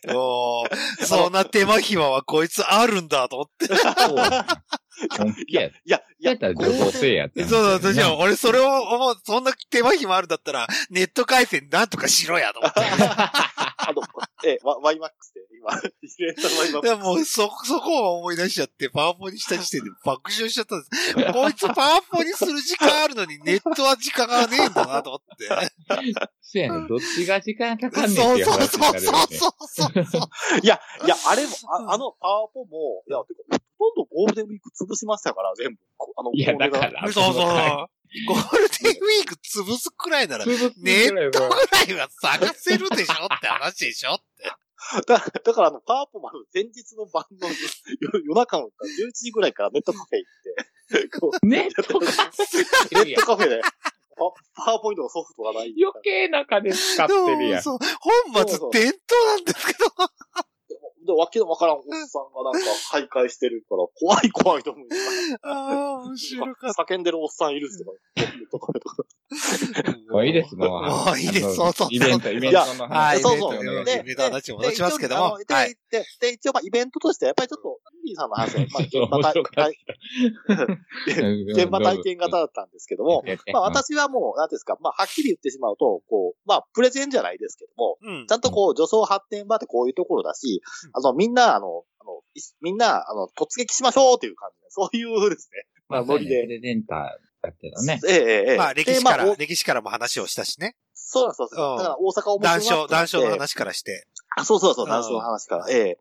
おー
て。
そんな手間暇はこいつあるんだと思って。
そう。本気やった。
いや、い
や
や、
ったら女高生やった。
そうそう、私は俺それを思う、そんな手間暇あるんだったら、ネット回線なんとかしろやと思って。
あの、え、ワワイマックスで、今、 <laughs> イベントのワイマックス。
でも、そ、そこを思い出しちゃって、パワポにした時点で爆笑しちゃったんです。こいつパワポにする時間あるのに、ネットは時間がねえんだなと思って。
そうやね。どっちが時間かか
そうん
ねんっていう
そう
話にな
そう
るよ
そう
ね。
そうそう。
いや、いや、 <laughs> あれも、ああの、パワーポも、いや、てか、ほとんどゴールデンウィーク潰しましたから、全部。こあの、
いや、
これ
だ
が
から。
そうそうそう。ゴールデンウィーク潰すくらいなら、ネ
潰す
ッ
ぐらい
ト
は
ぐらいは探せるでしょって話でしょって。
だだからあの、パワーポマの前日の晩の <laughs> 夜夜中の11時ぐらいからネットカフェ行って、こう
ネットカフェ
ネットカフェで、パパワーポイントのソフトがない。
余計な金使ってるやん。
そう、本末転倒なんですけど。
で、わけのわからんおっさんがなんか徘徊してるから、怖い怖いと思う。
ああ、面白かっ
叫んでるおっさんいるっすとか、ネットカフェとか。
た。
もういいです、もう。
もういいです、
あの
そうそうそう
イベント、イベントの
はい、
話。
そう
イ
そう
ベントの
で
話
で
イベントの話に戻しますけども。
で、
は
で
い。
でで一応まあイベントとして、やっぱりちょっと、アンディさんの話は、まあ、
ちょっと面白かっ
体現場体験型だったんですけども、まあ私はもう、なんていうんですか、まあはっきり言ってしまうと、こう、まあプレゼンじゃないですけども、
うん
ちゃんとこう、女装発展場ってこういうところだし、あの、みんな、あの、あのいみんな、あの、突撃しましょうっていう感じで、そういうですね。
まあ、
ノリで
プレゼンターだけど
<laughs>
ね。
ええええ。
まあ、歴史か
でま
ら、
あお
歴史からも話をしたしね。
そうなんですそうなんですだから大阪を
談笑、談笑の話からして。
あ、そうそうそう、
うん
談笑の話から。ええ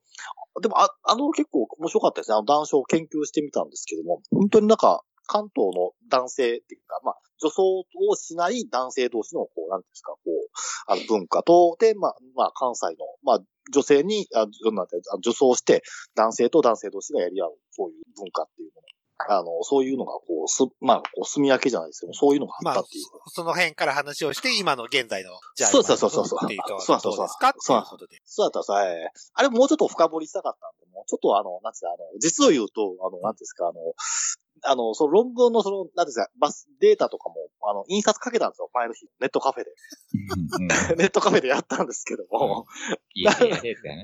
でも、あ、あの結構面白かったですね。あの談笑を研究してみたんですけども、本当になんか、関東の男性っていうか、まあ、女装をしない男性同士の、こう、なんていうんですか、こう、あの、文化と、で、まあ、まあ、関西の、まあ、女性に、あ、女なんて、あ女装して、男性と男性同士がやり合う、そういう文化っていうもの。あの、そういうのが、こう、す、まあ、こう、住み分けじゃないですけども、そういうのがあ
ま
った
あ
っていう。、
その辺から話をして、今の現在の、じゃあ、
そうそうそうそう
今のっていうとはどうですかっていうことで。
そうだったさ、ええあれもうちょっと深掘りしたかったんで、もうちょっとあの、なんていうか、あの、実を言うと、あの、なんていうんですか、あの、あの、その論文のその、なんていうんですか、バスデータとかも、あの、印刷かけたんですよ、前の日、ネットカフェで。 <laughs>
うんうん
ネットカフェでやったんですけども、
いやいやいやいやね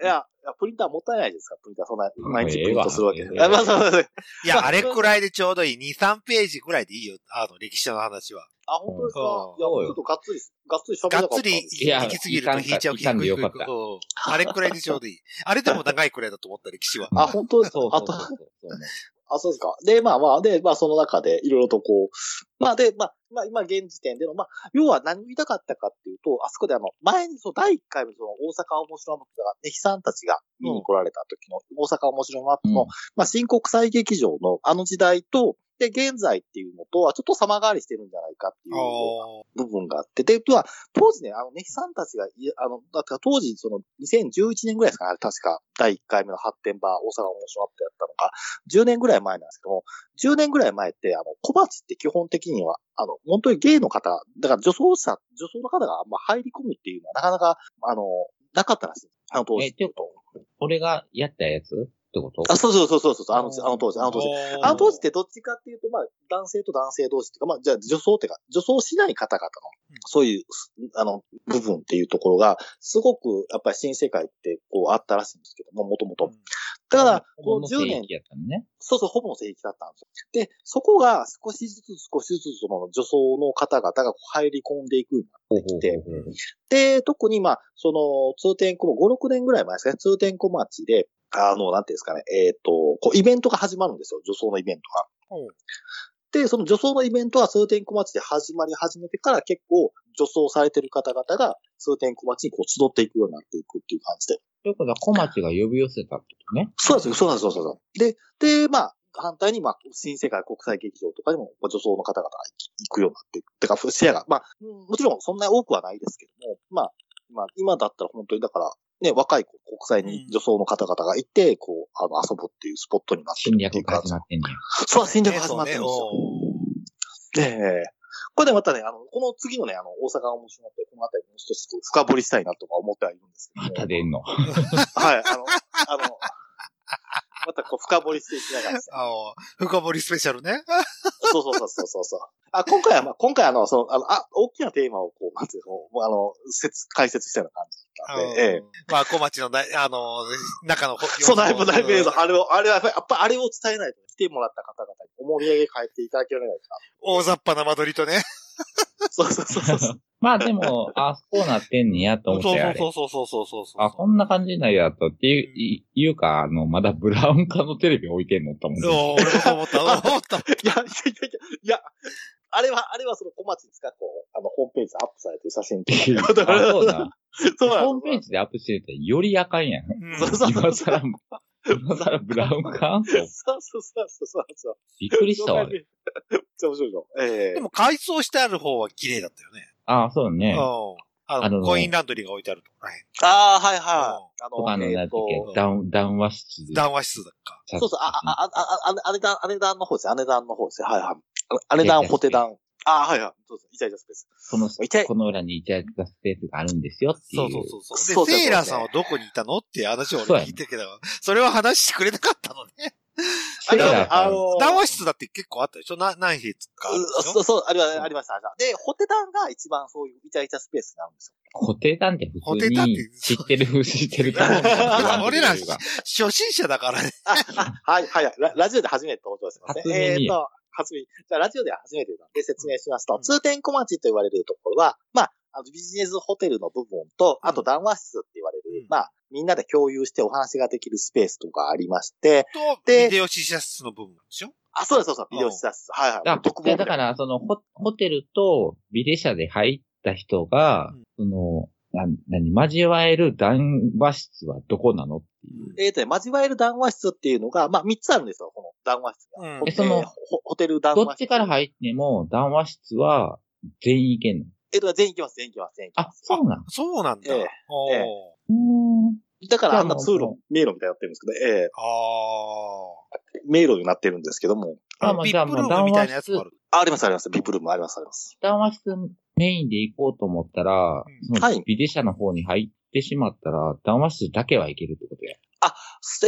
えいや、いやプリンターもったいないですか、プリンター、そんな、毎日
ええ
プリントするわけ。
ええわ
あまあ、そうそうそう
いや、あれくらいでちょうどいい。2、3ページくらいでいいよ。あの、歴史の話は。
あ、本当ですか、
うん
いや、ちょっとがっつり、がっつり喋
が
りた
っ
かったん
つ
で
り
すけ
いや
行きすぎると引いちゃう。
傷んでよかった
うんあれくらいでちょうどいい。あれでも長いくらいだと思った、歴史は。
ど。あ、本当ですか
そう
あ
そう
と
そうそう。
あ、そうですか。で、まあまあ、で、まあその中でいろいろとこう、まあで、まあ、まあ今現時点での、まあ、要は何を言いたかったかっていうと、あそこであの、前にその第1回のその大阪面白マップが、ネヒさんたちが見に来られた時の大阪面白マップの、
うん
まあ新国際劇場のあの時代と、で、現在っていうのとはちょっと様変わりしてるんじゃないかっていう
おー
部分があって、で、とは、当時ね、あの、ネヒさんたちがい、あの、だから当時、その、2011年ぐらいですかね、あれ確か、第1回目の発展場、大阪面白マップやったのが、10年ぐらい前なんですけども、10年ぐらい前って、あの、小鉢って基本的には、あの、本当にゲイの方、だから女装者、女装の方があんま入り込むっていうのは、なかなか、あの、なかったらしい。あの当
え、
時。
ちょっと、俺がやったやつってこと
あ、そうそうそうそうそう、あの、あの当時、あの当時。
おー
あの当時ってどっちかっていうと、まあ、男性と男性同士っていうか、まあ、じゃあ女装っていうか、女装しない方々の
うん、
そういう、あの、部分っていうところが、すごく、やっぱり新世界って、こう、あったらしいんですけども、もともと。だから、この10年、
やったのね。
そうそう、ほぼの正規だったんですよ。で、そこが少しずつ少しずつその女装の方々がこう入り込んでいくようになってきて、
ほうほうほう
で、特にまあ、その、通天小5、6年ぐらい前ですかね、通天小町で、あの、なんていうんですかね、えっ、と、こう、イベントが始まるんですよ、女装のイベントが。
おう
で、その女装のイベントは通天小町で始まり始めてから結構女装されてる方々が通天小町にこう集っていくようになっていくっていう感じで。
ということは、小町が呼び寄せたってことね。
そうですよ、そうなんですよ、そうなんですよ。で、で、まあ、反対に、まあ、新世界国際劇場とかにも、まあ、女装の方々が行くようになっていく。てか、シェアが、まあ、うんもちろんそんなに多くはないですけども、まあ、まあ、今だったら本当に、だから、ね、若い子国際に女装の方々がいて、こう、あの、遊ぶっていうスポットになって
侵
るっ
略
ていう
が
感
始
じ
ま。ってんね
そう、侵略
ね
が始まってるんですよ。
そうねおー
で、これでまたね、あの、この次のね、あの、大阪が面白くて、このあたりもう一つ深掘りしたいなとか思ってはいるんですけど
や。
も。
また出んの。
はい、あの、あの、またこう深掘りしていきながらですね
あの、深掘りスペシャルね。
そうそうそうそうそうそう。あ、今回は、まあ、今回はあの、その、あの、あ、大きなテーマをこう、なんていうの、あの、説、解説したような感じだったんで、ええ。
まあ、小町のな、あの、中の、
<laughs> そう、だいぶだいぶ映像、
うん
あれを、あれはやっぱり、やっぱりあれを伝えないと、来てもらった方々に思い上げ変えていただけられないか
大雑把な間取りとね。
な。そうそうそうそうそう。
まあでも、あ、そうなってんねやと
そ
思
う
って、あれ。
そうそうそうそうそうそう。
あ、こんな感じになるやとっていう、いいうか、あの、まだブラウン化のテレビ置いてんのと思って。
そう、俺もそう思った、俺も
<laughs>
思った。
いや、いやいやいや、いや、あれは、あれはその小町に使って、あの、ホームページでアップされてる写真と
あ、
か。
そうだ。
そうなん
ホームページでアップしてたらよりあかんやん。
うん
そうそう
今さら、今さらブラウン化
そうそうそうそうそうそう。
びっくりしたわ。あ
め
れ
っちゃ面白いの。ええ
でも、改装してある方は綺麗だったよね。
あ、そう
う
ね
ん。。あ
あ
の、
の
コインランドリーが置いてあるとこらへん。
ああ、はいはい。あ
とかの、
え
なんだ
ー
っ
と、
け、談談話室。
談話室だっか。
そう
そうそう、あ、あ、あ、あ、あ、あ姉団、姉団の方です。姉団の方です。はいはい。姉団、ホテ団。ああ、はいはい。そうそう、イチャイチャスペース。
この、
痛い
この裏にイチャイチャスペースがあるんですよっていう。
そうそうそうそう。で、
そうだよ
セイラーさんはどこにいたのっていう話を俺聞いてるけど、それは話してくれなかったのね。
セイラーさん
談話室だって結構あったでしょな何筆かあるで
う
しょ
そう、そう、ありまありました。で、ホテ団が一番そういうイチャイチャスペースになるんですよ。
固定なんて普通
固定なん
に
て
知ってる、知ってると思うけど。
俺ら
なんていうか
初心者だからね。
はいはいはい。ララジオで初めて登場します
初
ね。え
耳
ーと、初耳。じゃあ、ラジオでは初めてなんで説明しますと、通天小町と言われるところは、まあ、あのビジネスホテルの部分と、あと談話室って言われる、
うん
まあ、みんなで共有してお話ができるスペースとかありまして、
と、
で
ビデオ試写室の部分でしょ
あ、そうです、そうです、ビデオ室です。はいはい。
だ
独房みた
だ
いな
から、そのホ、ホテルとビレ社で入った人が、その、な、何、交わえる談話室はどこなの
えーとね、交わえる談話室っていうのが、まあ、3つあるんですよ、この談話室が。
うん
ホ
えその
えーホホテル談
ど
話室。
っちから入っても談話室は全員行けんの
えーと、全員行きます、全員行きます、全員行き
あ
ま、す。
そうなん
そうなんだ。
ええ
おー
ええ
うーん
だからあんな
じ
通
ゃあもう
路、迷路みたいになってるんですけど、え
ああ。
え迷路になってるんですけども。
あ
の
まあ
ビ
じ
ッ
ゃあ
プ
もう
ルームみたいなやつもある。
あ、あります、あります。ビップルームあります、あります。
談話室メインで行こうと思ったら、
うん
その
はい
ビレ社の方に入ってしまったら、談話室だけは行けるってことや。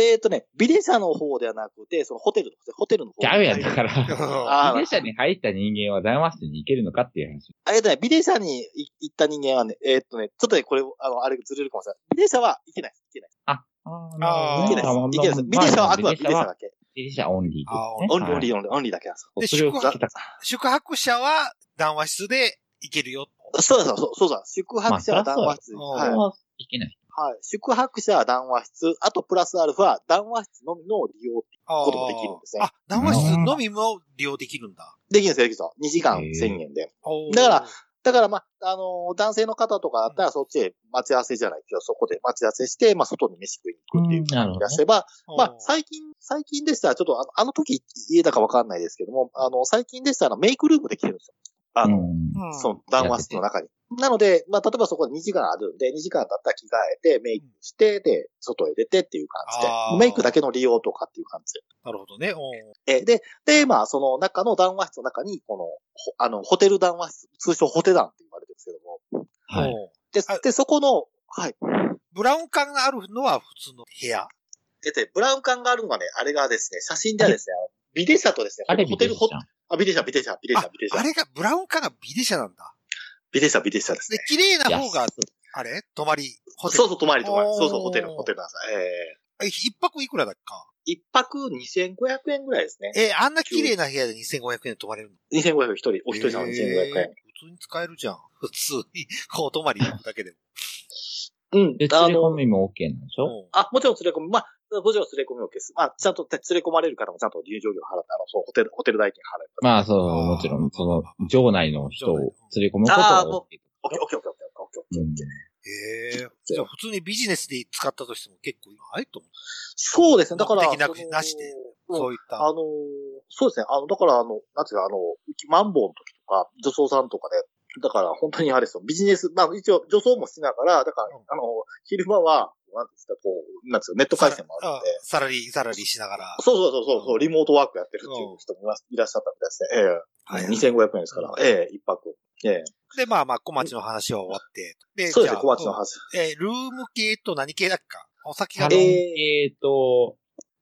えーとね、ビレ社の方ではなくて、そのホテルの方ですね、ホテルの方。
ダメやん、だか
あ
ら。
ー
ビレ社に入った人間は談話室に行けるのかっていう話。
あえーとね、ビレ社にい行った人間はね、えーとね、ちょっとね、これ、あの、あれずれるかもしれない。ビレ社は行けないです、行けない。
あ、
あー
あ
行けないです。行けないです。ビレ社はあくまでビレ社だけ。
ビレ社オンリー
あー
ですね。
オンリー、オ
ー。
ンリー、オンリーオンリーだけなんですよ。
そうそれを聞けたか
<laughs> 宿泊者は談話室で行けるよ。
そうそうそう、そうそう。宿泊者は談話室。
まあそりゃそうや
はい
ら。は行けない。
はい。宿泊者は談話室、あとプラスアルファ、談話室のみの利用。
あー
こともできるんですね
あ、談話室のみも利用できるんだ。
できるんですよ、できるんですよ。2時間
へー
1000円で。
おー
だから、だから、まあ、あのー男性の方とかだったら、そっちへ待ち合わせじゃないですよ。そこで待ち合わせして、まあ、外に飯食いに行くっていう
うんなるほど
方
ね
もいらっしゃれば、まあ、
おー
最近、最近でしたら、ちょっとあの、あの時言えたかわかんないですけども、あの、最近でしたら、メイクルームできてるんですよ。あの、
うん
うん
その談話室の中に。なので、まあ、例えばそこで2時間あるんで、2時間だったら着替えて、メイクして、で、外へ出てっていう感じで
あー、
メイクだけの利用とかっていう感じで。
なるほどね。おー
えーで、で、まあ、その中の談話室の中に、この、ほあの、ホテル談話室、通称ホテ団って言われてるんですけども、
はい。
おー
で
あ、
で、そこの、はい。
ブラウン管があるのは普通の部屋。
えっとねブラウン管があるのはね、あれがですね、写真ではですね、あのビデ社とです
あれ
ね、
ビ
ホ
レ
テ
社
ル
じ
ホ
ゃん。
あ、ビデ社、ビデ社、ビデ
あ
社、ビデ、
あ
社、
れが、ブラウン管がビデ社なんだ。
ビデ社、ビデ社です
で
ね。、
綺麗な方が、あれ泊まり、ホテル。
そうそう、泊まり泊まり。
おー
そうそう、ホテル、ホテルなんですよ。ええ
え一泊いくらだっか
一泊2500円ぐらいですね。
え、あんな綺麗な部屋で2500円で泊まれるの
2500円一人、お一人様2500円。。
普通に使えるじゃん。普通に、お泊まり行くだけでも。
うん
で、、
あ
連れ込
の、
みも OK なんでし
う
ょ
ん
あ、もちろん連れ込み、まあ、もちろん連れ込み OK です。まあ、ちゃんと連れ込まれる方もちゃんと入場料払って、あの、そう、ホテル、ホテル代金払う。
まあ、そう、もちろん、その、場内の人を連れ込むこと
あ
は
ー
OK。
もオッケー、オッケー、オッケー、オッケー、
う
オッケー、オッ
ん
ケー。
へえじゃあ普通にビジネスで使ったとしても結構いいないと思う。
そうですね。だから。
目的なく
その
なしで。
うん
そういった。
あのー、そうですね。あの、だから、あの、なんていうか、あの、マンボウの時とか、女装さんとかで、だから、本当にあれですよ。ビジネス、まあ、一応、女装もしながら、だから
うん、
あの、昼間は、なんですか、こう、なんですか、ネット回線もあるんで。
サラリー、サラリーしながら。
そうそうそうそう、リモートワークやってるっていう人もいますいらっしゃったみたい
はい
ですね。ええ。2500円ですから、ええ、一泊。え
で、まあまあ、小町の話は終わって。
え。
で、
そうです
じゃあ
ね、小町の話。
うんえールーム系と何系だっけかお酒
サ
が
ロン
ね、
系と、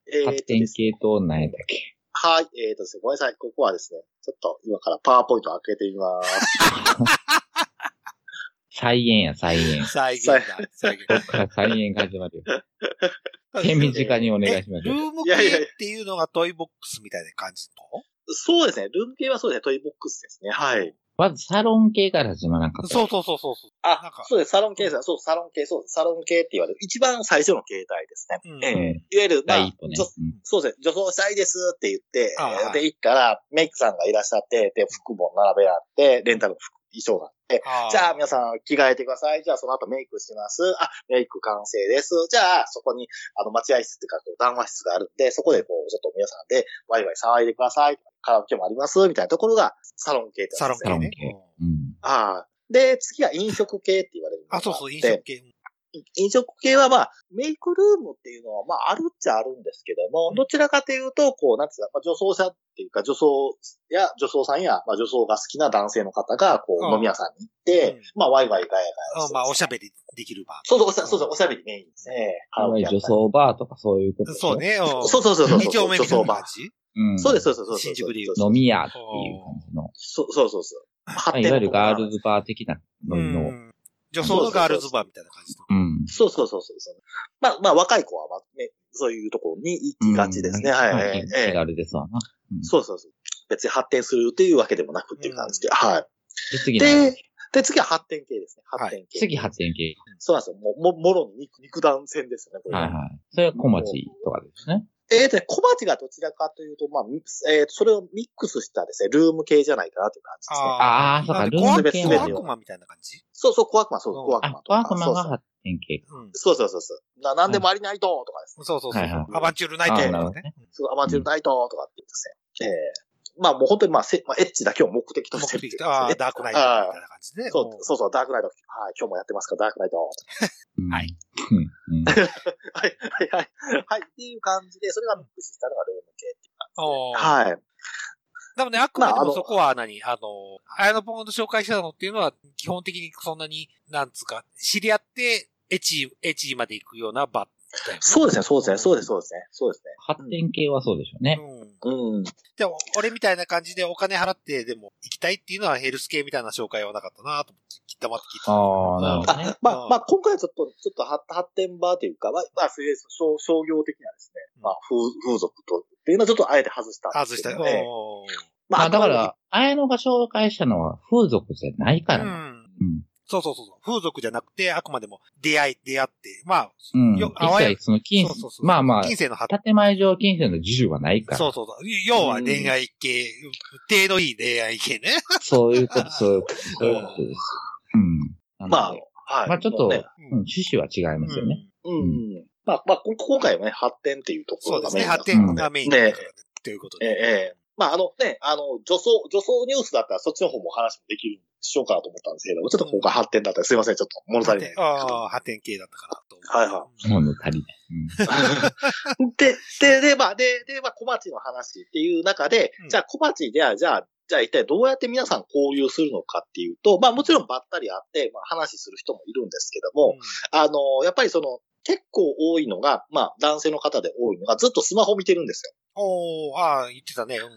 ええ
発展系と何やったっけ
はい、えーとですね、ごめんなさい、ここはですね、ちょっと今からパワーポイントを開けてみます。 <laughs>
再演や、
<laughs>
再演。
再現だ。再現。
<laughs> こっから再演が始まるよ。手短にお願いしま
え
す
ル
よ。
ーム
いやいやい
系
や
っていうのがトイボックスみたいな感じ
そうですね、ルーム系はそうですね、トイボックスですね、はい。
まずサロン系から始まらなか
の
った。
そうそうそうそうそう。
あ
なんか
そうです、サロン系です、そう、サロン系、そうです、サロン系って言われる、一番最初の形態ですね。
うん
え
う
え
ん。
いわゆる、まあ
第一歩ね。
女
うん
そうですね、女装したいですって言って、
あはい
で、行ったら、メイクさんがいらっしゃって、で、服も並べあって、レンタルの服、衣装があって、
あー
じゃあ皆さん着替えてください。じゃあその後メイクします。あ、メイク完成です。じゃあそこに、あの、待合室っていうか、こう談話室があるんで、そこでこう、ちょっと皆さんでワイワイ騒いでください。カラオケもあります。みたいなところがサロン系ってやつ
サロン
です
系
ね。
ね。
サロン系うん。
ああ。で、次が飲食系って言われるのが
あ、そう
っ
そう、
て
飲食系。
飲食系はまあ、メイクルームっていうのはまああるっちゃあるんですけども、どちらかというと、こう、なんつうか、まあ、女装者っていうか、女装や、女装さんや、まあ女装が好きな男性の方が、こ
うん
う、飲み屋さんに行って、
うん
まあワイワイガヤガヤ
あ
して
まあ、おしゃべりできる場。
そうそう、おしゃそうそう、おしゃべりメインですね。カラオケやったり
女装バーとかそういうことでしょ
そう。ね。うん
そうそうそうそう。
二丁目みたいな
バー
感じ
うん。
そうです、そうです、そうです。
新宿でいう
飲み屋っていう感じの。
そうそうそうそう。
まあいわゆるガー
ズ
ルズバー的な
う
のの。
ん。女装のガールズバーみたいな感じ。
うん。
そうそうそうそうそう。まあまあ若い子は、まあね、そういうところに行きがちですね。はい、はいはいえ
気
え
軽ですわな。うん
そうそうそう。別に発展するというわけでもなくっていう感じで。はい。
で、次
で
ね。、
で、次は発展系ですね。発展系。
次発展系。
そうなんですよ。もう、も、もろに肉、肉弾戦ですよね、これ。
はいはい。それは小町とかですね。
ええとね、小鉢がどちらかというと、まあ、ミえーそれをミックスしたですね、ルーム系じゃないかなという感じですね。
ああー、そう
な
か、
ん
ル
で
ー
小
ム
悪
ル
系
小
全て
なん
を
だ
悪魔みたいな感じ
そうそう、小悪魔、そうそう、小悪
あ、
魔と
ワ
か。
ークマンが発展系。
うん。
そうそうそうそうそう。な、なんでもありないととかですね。
そうそうそう。
はいはい
アバンチュールナイトと
あなるほ
かね
どね。
そう、アマチュアないととかって言ってですね。ええまあもう本当にまあ、せまあ、エッチだけを目的と
目
してるって
的
いう
と、ああ、
感じですね
ダークナイトみたいな感じね。
そううんそうそう、ダークナイト。はい、今日もやってますから、ダークナイト。
はい。うん。
はい、はい、はい。はい、っていう感じで、それがミックスしたのがルーム系っていう
おー
か。はい。
でもね、あくまで
まああ
も
の
そこは何、あ、の、綾野ポンの紹介してたのっていうのは、基本的にそんなに、なんつうか、知り合って、エチ、エチまで行くような場だよね。
そうですね、そうですね、そうです、そうですね。そうですね。
発展系はそうでしょうね。
うん。
うん。
でも、俺みたいな感じでお金払ってでも行きたいっていうのはヘルス系みたいな紹介はなかったなと思って、きったまって聞いてた。
ああ、なるほどね。
ま
う
あ、
ん
まあ、今回はちょっと、ちょっと発発展場というか、まあ、まあ、そういう商商業的なですね、まあ、風風俗と、っていうのはちょっとあえて外したん
あ、
で
そ
す
し
け
た
ど
ら、
ね。
おー
まあ、だか、
あ
ら、綾野が紹介したのは風俗じゃないか
う
らな。
ん。
うん。
そうそうそうそう。風俗じゃなくて、あくまでも出会い、出会って、まあ、
うん。
よ
一
あわゆ
切、その金
そうそう、そう
まあま
金
あ、
銭の発
建前上金銭の自由はないから。
そうそうそう。要は恋愛系、程度いい恋愛系ね。
そういうこと、そういうこと、そういうことです。うん。
ま
なので
あ、はい。
まあちょっと、
もう
う
ね
ん趣旨は違いますよね。
うんまあ、まあ、こ今回はね、発展っていうとこ
そ
ろ
うで
が
すね。
メインだ
発展
った
が
の
メインだ
で
からねということ
ええ、え
で。
え。まあ、あのね、あの、女装、女装ニュースだったらそっちの方もお話もできる、しようかなと思ったんですけども、ちょっと今回発展だったらすいません、ちょっと物足
発
りな
展
い。
ああ、発展系だったからと思う。
はい
も
は
の足りない。うん。
<laughs> で、で、で、まあ、で、で、まあ、小町の話っていう中で、
うん
じゃあ小町では、じゃあ、じゃあ一体どうやって皆さん交流するのかっていうと、まあもちろんばったり会って、まあ話する人もいるんですけど
う
も、
ん
あの、やっぱりその、結構多いのが、まあ男性の方で多いのが、ずっとスマホ見てるんですよ。
おー、ああ、言ってたね。うん。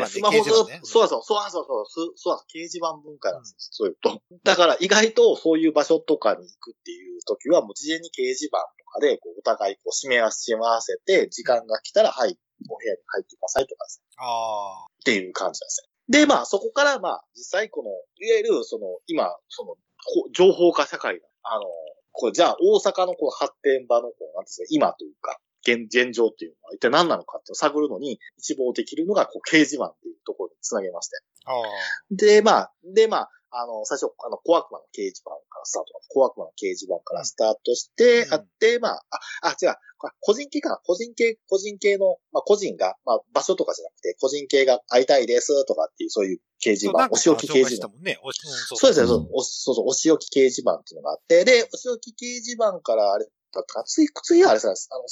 一
え
番ね
スマホず
掲
っ
示板ね
と、そうそう、そうそう、そうそう、そうそう、掲示板文化なんですよ、そういうと。 <laughs> だから意外とそういう場所とかに行くっていう時は、もう事前に掲示板とかで、こう、お互いこう、締め合わせて、時間が来たら、はい、お部屋に入ってくださいとかですね
ああ。
っていう感じなんですね。で、まあ、そこから、まあ、実際この、いわゆる、その、今、その、こう情報化社会が、あの、これ、じゃあ、大阪のこう発展場の、こう、なんですか、今というか、現、現状っていうのは一体何なのかっていうのを探るのに一望できるのが、こう、掲示板っていうところにつなげまして。
ああ。
で、まあ、で、まあ、あの、最初、あの、小悪魔の掲示板からスタート。小悪魔の掲示板からスタートして、
うん
あって、まあ、あ、あ、違う、あ個人系かな個人系、個人系の、まあ、個人が、まあ、場所とかじゃなくて、個人系が会いたいですとかっていう、そういう掲示
そう
板、お仕置き掲示
した
板。
もんね。おしうんそう
そうですね、
うん
そうおそうそう、お仕置き掲示板っていうのがあって、で、お仕置き掲示板からあれだったかな、つい、ついあれさ、あの、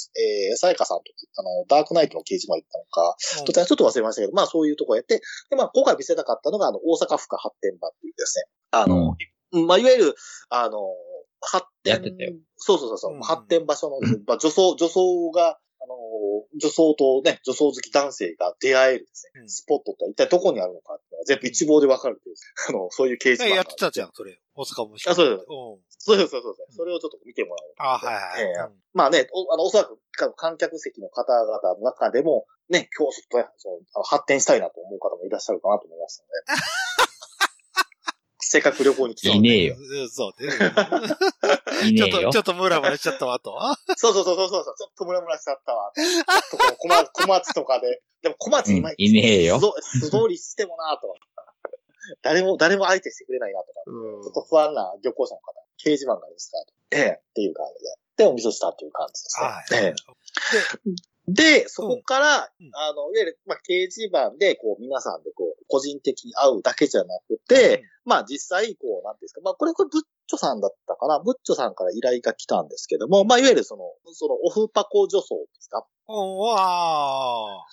えー、さやかさんと、あの、ダークナイトの掲示板行ったのか、
うん
途中ちょっと忘れましたけど、まあそういうとこやって、で、まあ今回見せたかったのが、あの、大阪府下発展場っていうですね、あの、まあいわゆる、あの、発展、
やってたよ
そうそうそうそう、
うん
発展場所の、まあ女装、女装が、あの、女装とね、女装好き男性が出会えるですね、
うん
スポットって一体どこにあるのかっていうのは全部一望でわかるっていう、あの、そういう掲示板
え
が。
やってたじゃん、それ。大阪も
あそうで
う
す
ん。
そうそうそうそう。それをちょっと見てもらおうと
ああ、はい
ええ
はい。うん
まあね、お、あの、おそらく観客席の方々の中でも、ね、今日ちょっとね、そのあの発展したいなと思う方もいらっしゃるかなと思いますの
<laughs>
で。せっかく旅行に来て
いねえよ。
うんそうね。
<laughs>
い
ち
ね
ょっ
えよ
と、ちょ。っとムラムラしちゃったわ、と。
そうそうそうそうそう、ちょっとムラムラしちゃったわ。ちょっとこう小松小松とかで、でも小松今、
うんいねえよ
素通素通りしてもなとか。誰も、誰も相手してくれないなとか。ちょっと不安な旅行者の方、掲示板があるんですかとええ、っていう感じで。で、お味噌したっていう感じですね。
はい。
ええ
で、
で、そこから、
うん
あの、いわゆる、まあ、掲示板で、こう、皆さんで、こう、個人的に会うだけじゃなくて、まあ、実際、こう、なんていうんですか、まあ、これ、これ、ブッチョさんだったかな、ブッチョさんから依頼が来たんですけども、まあ、いわゆるその、その、オフパコ女装ですか
おわ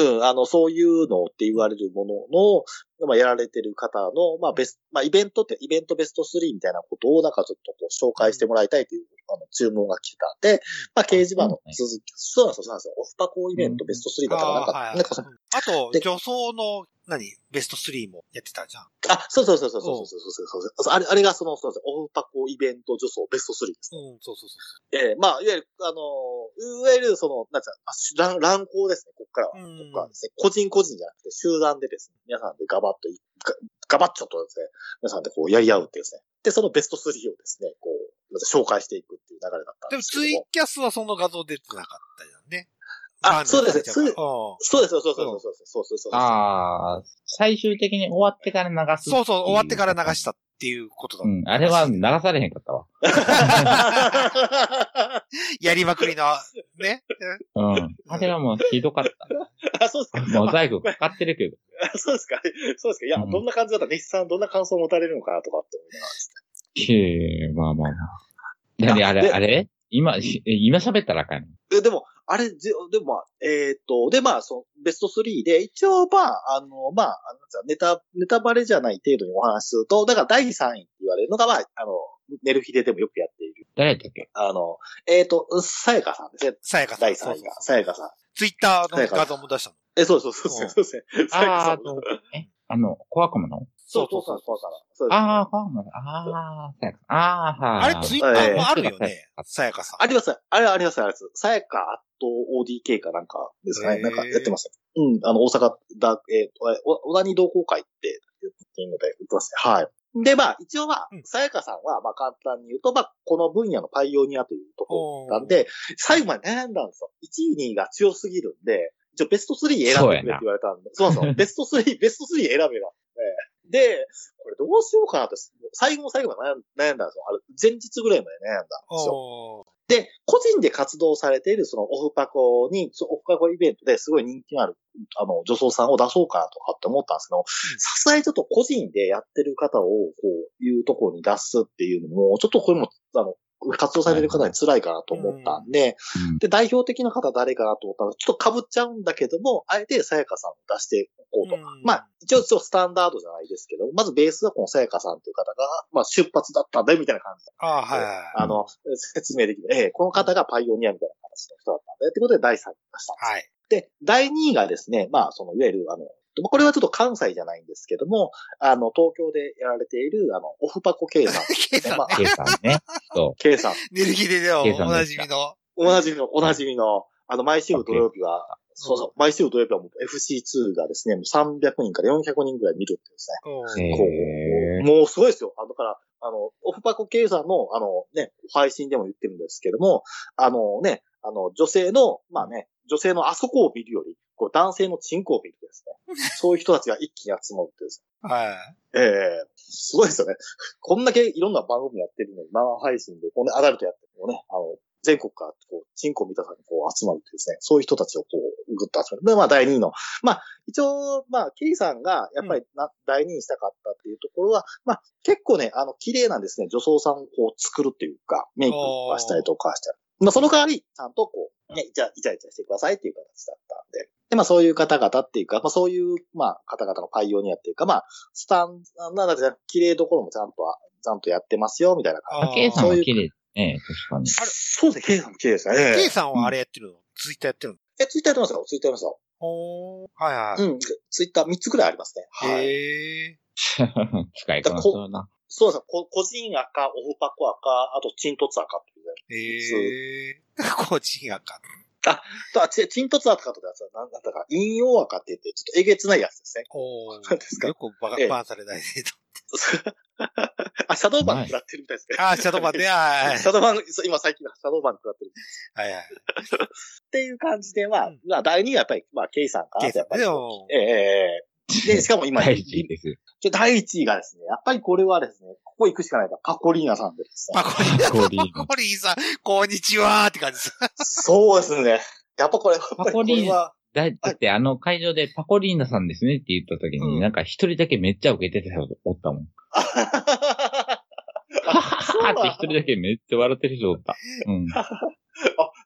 うん、あの、そういうのって言われるものの、まあ、やられてる方の、まあ、ベスまあ、イベントって、イベントベスト3みたいなことを、なんかちょっとこう、紹介してもらいたいという、あの、注文が来てたんで、まあ、掲示板の続き、そうなんですよ、そうなんですよ。オフパコイベントベスト3
ー
だったら、なんか、
あー
なんかその、
あと、
で
女装の、何ベスト3もやってたじゃん。
あ、そうそうそうそうそうそうそうそうそうあれ、あれがその、そうですオフパコイベント女装ベスト3ですね。
うん、そうそうそ
ええまあ、いわゆる、あの、いわゆる、その、なんつうの、乱乱行ですね、ここからは。
う。うん
僕はですね、個人個人じゃなくて、集団でですね、皆さんでガバッとい、ガガバッチョとですね、皆さんでこうやり合うっていうですね。で、そのベスト3をですね、こう、まず紹介していくっていう流れだったん
で
で
も、
すけど
ツ
も。
イキャスはその画像出てなかったじゃんね。
あそうです
バーナーされちゃうから
そうです、そうです、そうです、そうです、そうです。
ああ、最終的に終わってから流す。
うんそうそう、終わってから流したっていうことだ。
うん、あれは流されへんかったわ。
<laughs> やりまくりの、ね。
うん。あれはもうひどかった。
<laughs> あ、そうですか。
モザイクかかってるけど。
あそうですか。そうですか。いや、
うん
どんな感じだったネヒさん、どんな感想を持たれるのかなとかって思いながらですね。
へえ、まあまあまあ。何あれ、
で
あれ今、し今喋ったらあかん。
えでも、あれ、ぜでもまあ、えーっと、で、まあ、その、ベスト3で、一応、まあ、あの、まあ、あのネタ、ネタバレじゃない程度にお話しすると、だから第3位って言われるのが、まあ、あの、寝る日ででもよくやっている。
誰だっけ
あの、えーっと、さやかさんですね。
さやかさん。
第3位が。さやかさん。
ツイッターの画像も出したの。
え、そうそうそう <laughs> そうそうですね。さやか
あ
さ
あ
ん、も。
どうえあの、コアコムの
そうそうそう、そうかな。そうです
ああ、コアコムの。ああ、そうやああ、は
あ
い。
れ、ツイッターもあるよ
はい
ね。さやかさん。
あります。あれはあります、あります。さやかアット ODK かなんかですか
へ
ね。
ー
なんかやってます。うん、あの、大阪だ、えー、お、おなに同好会って言っていいので、言ってますね。はい。で、まあ、一応まあ
うん、
さやかさんは、まあ、簡単に言うと、まあ、この分野のパイオニアというとこ
おー
ろなんで、最後まで悩んだんですよ。1位、2位が強すぎるんで、一応ベスト3選んでくれって言われたんで、そうそ
<laughs>
うベスト3、ベスト3選べなんで。で、これどうしようかなって、最後の最後まで悩ん悩んだんですよ。あれ、前日ぐらいまで悩んだんですよ。
おー
で、個人で活動されているそのオフパコに、そのオフパコイベントですごい人気のある、あの、女装さんを出そうかなとかって思ったんですけど、さすがにちょっと個人でやってる方を、こう、いうところに出すっていうのも、ちょっとこれも、あの、活動されてる方に辛いかなと思ったんで、
うん
で、代表的な方誰かなと思ったら、ちょっと被っちゃうんだけども、あえてさやかさんを出していこうと。
うん
まあ、一応、一応スタンダードじゃないですけど、まずベースはこのさやかさんという方が、まあ、出発だったんだよ、みたいな感じで
ああ、はいはいはい。
あの、説明できる。ええ、この方がパイオニアみたいな形の人だったんで、ってことで第3位に出したんです。
はい。
で、第2位がですね、まあ、その、いわゆる、あの、これはちょっと関西じゃないんですけども、あの、東京でやられている、あの、オフパコ K さん。
ケイさん
ま
ね
あ。
ケイさんね。そ
K さん。
寝る日ででは
ケイさんでした
おなじみの。
おなじみの、おなじみの、あの、毎週土曜日は、そうそう、毎週土曜日はもう FC2 がですね、もう300人から400人ぐらい見るっていうですね。
お
う。
ー
へえ
こう、。もうすごいですよ。あの、だから、あの、オフパコ K さんの、あのね、配信でも言ってるんですけども、あのね、あの、女性の、まあね、女性のあそこを見るより、こう、男性のチンコを見るですね。そういう人たちが一気に集まるっていうですね。
はい。
ええすごいですよね。こんだけいろんな番組やってるのに、生配信で、こんなアダルトやってるのね、あの、全国から、こう、チンコ見たさんにこう集まるっていうですね、そういう人たちをこう、ぐっと集める。で、まあ、第2位の。まあ、一応、まあ、ケイさんが、やっぱりな、第2位にしたかったっていうところは、まあ、結構ね、あの、綺麗なんですね、女装さんをこう、作るっていうか、メイクをしたりとかしてまあ、その代わり、ちゃんとこう、ね、イチャイチャイチャしてくださいっていう形だったんで。で、まあ、そういう方々っていうか、まあ、そういう、まあ、方々のパイオニアっていうか、まあ、スタン、なんだか綺麗どころもちゃんとは、ちゃんとやってますよ、みたいな感
あー
ケイさん
そう
は
いう
綺麗ね。確かに
じ。。そうですね、K さんも綺麗ですね。
ケイさんはあれやってるのツイッターやってるの
え、ツイッターやってますよ、ツイッターやってま
おーはいはい
す。よ。うん、ツイッター3つぐらいありますね。はい。
へえ。
<laughs> 使いこなそうだな。
そうですね、こ個人赤、オフパコ赤、あと、チントツ赤っていう
へ
ね。
え。 <laughs> 個人赤。
あと、あチチントツ赤とかやつは、なんだったか、陰陽赤って言って、ちょっとえげつないやつですね。
おー
そうですか
よくバ
え
カ
え
バンされないでと。 <laughs>
あ、シャドーバン食らってるみたいですね。
ああ、シャドーバンね。はいはい
シャドーバン、そう今最近のシャドーバン食らってる。
はいはい。
っていう感じで、ま
う
あ
ん、
まあ、第2位はやっぱり、まあ、ケイさんか
ケ
な
イ
と。
さ
やっぱ
ん
り
ね。。おー
ええええ <laughs> ええで、しかも今、
大事です。
で第1位がですね、やっぱりこれはですね、ここ行くしかないから、パコリーナさんでですね。
パコリー <laughs>
パコリーナ
パコリーさん、こんにちはーって感じです。
そうですね。やっぱこれ、やっぱりこれは、
<laughs>
<laughs>
だだってあの会場でパコリーナさんですねって言った時に、
うん
なんか一人だけめっちゃ受けてた人おったもん。は
そう
は
な
は
の
って一人だけめっちゃ笑ってる人おった。うん。
あ、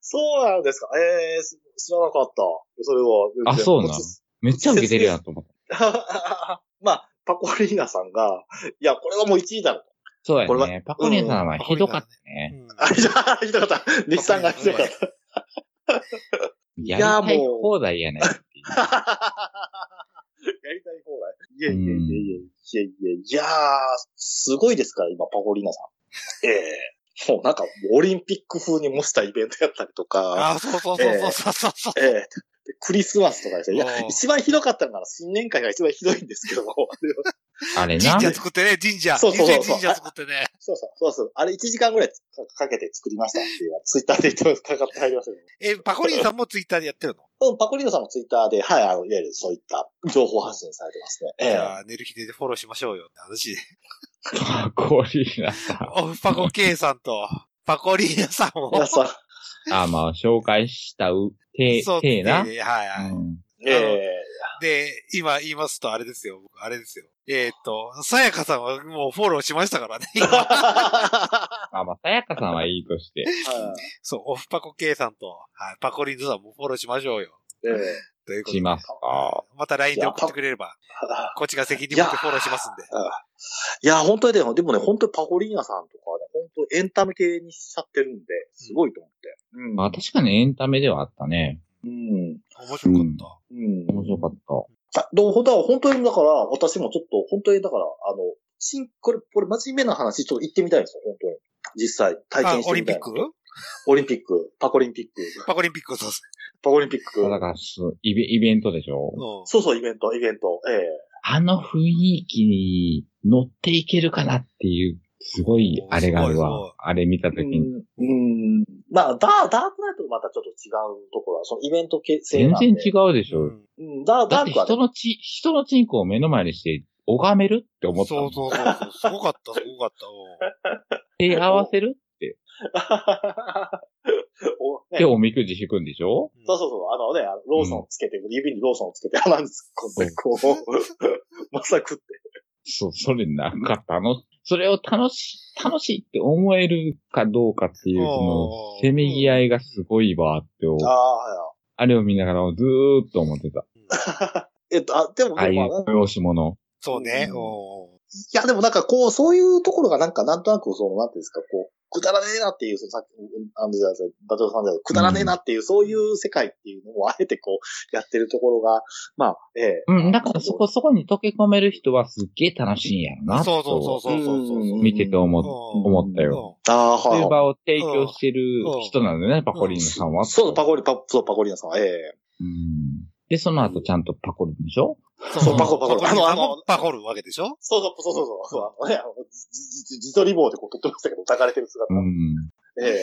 そうなんですか。ええ知らなかった。それは全然。
あそうなの
こっち
めっちゃ受けてるやんと思った。
<laughs> まあ、パコリーナさんが、いや、これはもう1位だろ。
そう
こ
や
れ
ね。パコリーナさんはひどかったね。
うん
あ、ひどかった。日産がひどかった。
や
ん
りたい
いやもう
放題やねんっていう。
やりたい放題。いえいえいえいえいえいえ。いやー、すごいですから、今、パコリーナさん。ええもうなんか、オリンピック風に模したイベントやったりとか、
あ、そうそうそうそうそうそう。
ええでクリスマスとかですね。いや
お、う
一番ひどかったのは新年会が一番ひどいんですけども。 <laughs>
あれな
神。社作ってね、神社。
そうそうそう
人生神社作ってね。
そうそう、そうそう。あれ1時間ぐらいかかけて作りましたっていう、ツイッターで言ってかかって入りましたけど。
え、パコリンさんもツイッターでやってるの
うん、パコリーノさんもツイッターで、はい、あの、いわゆるそういった情報発信されてますね。え
い
え
や、寝る日でフォローしましょうよって話で。
パコリーナさん。
おパコ K さんと、パコリーナさんを。
皆さん、
あ、まあ、紹介したう、て、
そう
てな。
ではいはい。
うん
ええ
で、今言いますとあれですよ、僕、あれですよ。えーっと、さやかさんはもうフォローしました
<laughs>
からね。今
あ、まあ、さやかさんはいいとして。
そう、オフパコ K さんと、はい、パコリンズさんもフォローしましょうよ。
ええ
ということで。
しますか。
また LINE で送ってくれれば、こっちが責任持ってフォローしますんで。
いや、本当にでも、でもね、本当にパコリーナさんとかね、本当エンタメ系にしちゃってるんで、すごいと思って。うん。
まあ、確かにエンタメではあったね。
うん。
面白かった。
うん。
面白かった。
あでも本当は、本当にだから、私もちょっと、本当にだから、あの、新、これ、これ真面目な話、ちょっと行ってみたいんですよ、本当に。実際、体験
あ、
して
オリン
みた
ピ
い
ッ
な。
ク
オリンピック、パコリンピック、
パコリンピックそうです。
パコリンピック。
だからすイベ、イベントでしょ、
うん。
そうそう、イベント、イベント。ええ
あの雰囲気に乗っていけるかなっていう、すごいあれがある
すごいすごい
わ。あれ見たときに。
うん。うんまあ、ダーダークナイトとまたちょっと違うところは、そのイベント系性
全
なんで。
然違うでしょ、
うん
うん、ダ
だ
ーダ
って
ークは
人
ね、
のち、人のチンコを目の前にして拝めるって思った
そ
もん。
うそうそうそう。すごかった、すごかった。うん
手合わせる
お
って
ね
おみくじ引くんでしょ
そうそうそう、あのね、あのローソンつけて、指にローソンつけて鼻に突っ込んで、こう、 <laughs> まさくって。
そう、それなんか楽し、それを楽し、楽しいって思えるかどうかっていう、
お
そ
ー
の、せめぎ合いがすごいわってを、
ああ、
あれを見ながらずーっと思ってた。
えっと、あ、でも、
ああい
で
う
もまあ
催し物。
そうね。
うん
お
いや、でもなんかこう、そういうところがなんか、なんとなく、その、なんていうんですか、こう、くだらねえなっていう、そのさっき、あの、じゃあ、ダチョウさんじゃないくだらねえなっていう、そういう世界っていうのをあえてこう、やってるところが、まあ、ええ。
うん、だからそこ、そこに溶け込める人はすっげえ楽しいんやろ
ー
な。
そうそうそう
と
そうそうそう。
見てて思っ
うん
思ったよ。
うん
ああ、
そういう
は
場を提供してる人なんだよね、パコリーナさんは。
い。そう、パコリ、パ、そう、パコリーナさんは、ええ。
うん。で、その後ちゃんとパコるんでしょ
そう、
パコパコ
あ
あ
の、
の
あ
あ
の
の、
パコるわけでしょ
そうそう、そうそう、そう、あのね、あの、じじじ自撮り棒でこう撮ってましたけど、抱かれてる姿
う。ん。
ええ。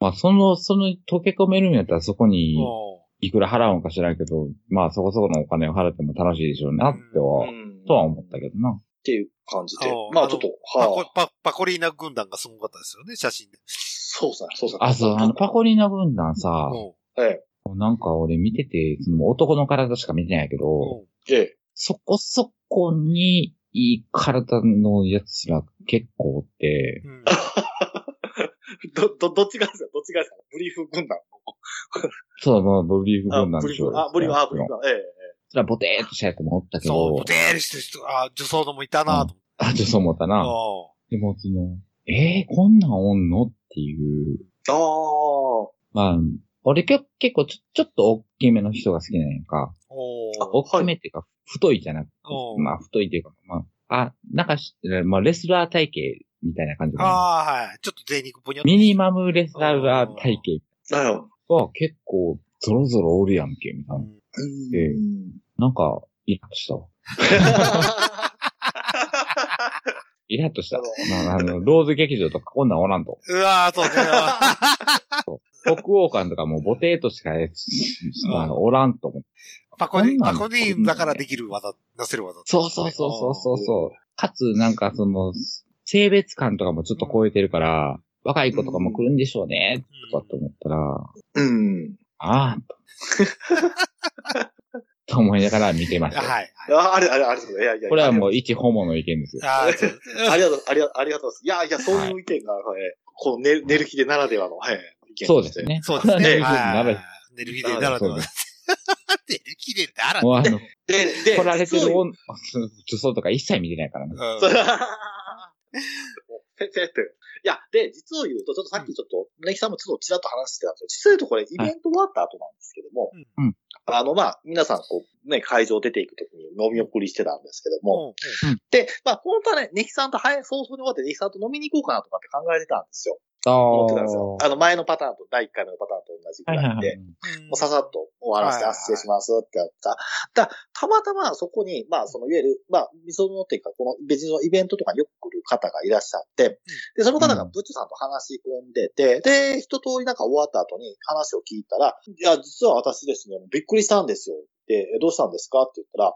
まあ、その、その、溶け込めるんやったらそこに、
うん
いくら払うんか知らんけど、まあそこそこのお金を払っても楽しいでしょうなっては、
ん
とは思ったけどな。
っていう感じで
うん。
まあ、ちょっと、
パ
は
コ
い。
パパコリーナ軍団がすごかったですよね、写真で。
そうですね、そうですね。
あ、そう、あの、パコリーナ軍団さ、
うん
ええ。
なんか俺見てて、その男の体しか見てないけど、
うん
ええ。
そこそこにいい体のやつら結構おって、
うん
ど、ど、どっちがですかどっちがですかブリーフ軍団。
そう、まあブリーフ
あ、
軍団
ブ
で
リ
し
ー
ょ
フ、あ、ブリーフ、あ、ブリー
そ
フ、ええええ。
らボテーっとしたやつもおったけ
そう、
ど
モ、テールしてる人、あ、女装のもいたなと
あ、ちょっと思ったな。
思
でもその、えー、こんなんおんのっていう、
ああ
まあ、俺結構ちょちょっと大きめの人が好きなんやんか。
って。おー
大きめっていうか、太いじゃなくて、
おー
まあ太いというか、まあ、あ、なんかし、まあレスラー体型みたいな感じかな。
ああ、はい。ちょっと贅肉ぽにょっと
ミニマムレスラー体
ー。だよ。
型は結構ゾロゾロおるやんけ、みたいうな。
ん
う
ええ
ん。
なんか、イラッとしたわ。イラッとした。まあ、あの、ローズ劇場とかこんなんおらんと。
うわー、
<laughs>
そうね。
北欧館とかもうボテーとしか、えあのおらんと思う。
パコリ
こん
ン、
な
パ
ん
コリンだからできる技、出せる技。
そうそうそうそうそうそう。かつ、なんかその、性別感とかもちょっと超えてるから、若い子とかも来るんでしょうね、とかって思ったら、
うん。
ああ、と思いながら見てま <laughs> した。
はい。
あ、あれ、あれ、あれ、いやいや。
これはも
う。
う一ホモの意見ですよ。
あーそう
ありがとう、ありがとう、ありがとうございます。いやいや、そういう意見が、はい、この寝、寝る日でならではの、はい、意見
そうです。ね。
そうですね。
ね
はいネルヒデならでは。<laughs> ネ
そうで
ルヒデならで
もう
は。
あの、
で、で、
来られて
そう
る女、女装とか一切見てないからね。 <laughs>
うん
そう先生って。いや、で、実を言うと、ちょっとさっきちょっと、ねきさんもちょっとちらっと話してたんですよ。実際言うとこれ、イベント終わった後なんですけども、
うんうん
あの、まあ、皆さん、こう、ね、会場出ていくときに飲み送りしてたんですけども、
うん
で、まあ、本当はね、ねきさんと早い、早々に終わってねきさんと飲みに行こうかなとかって考えてたんですよ。
あ
思ってたんですよ。
あ。
あの、前のパターンと、第1回目のパターンと同じぐ
はい
ら
はい
いで
は、い。
うん
もうささっと終わらせて、
はい
あ失礼しますってやった。だたまたまそこに、まあ、その、いわゆる、まあ、みそのっていうか、この別のイベントとかによく来る方がいらっしゃって、で、その方がブッチョさんと話し込んでて、で、一通りなんか終わった後に話を聞いたら、いや、実は私ですね、びっくりしたんですよ。で、えどうしたんですかって言ったら、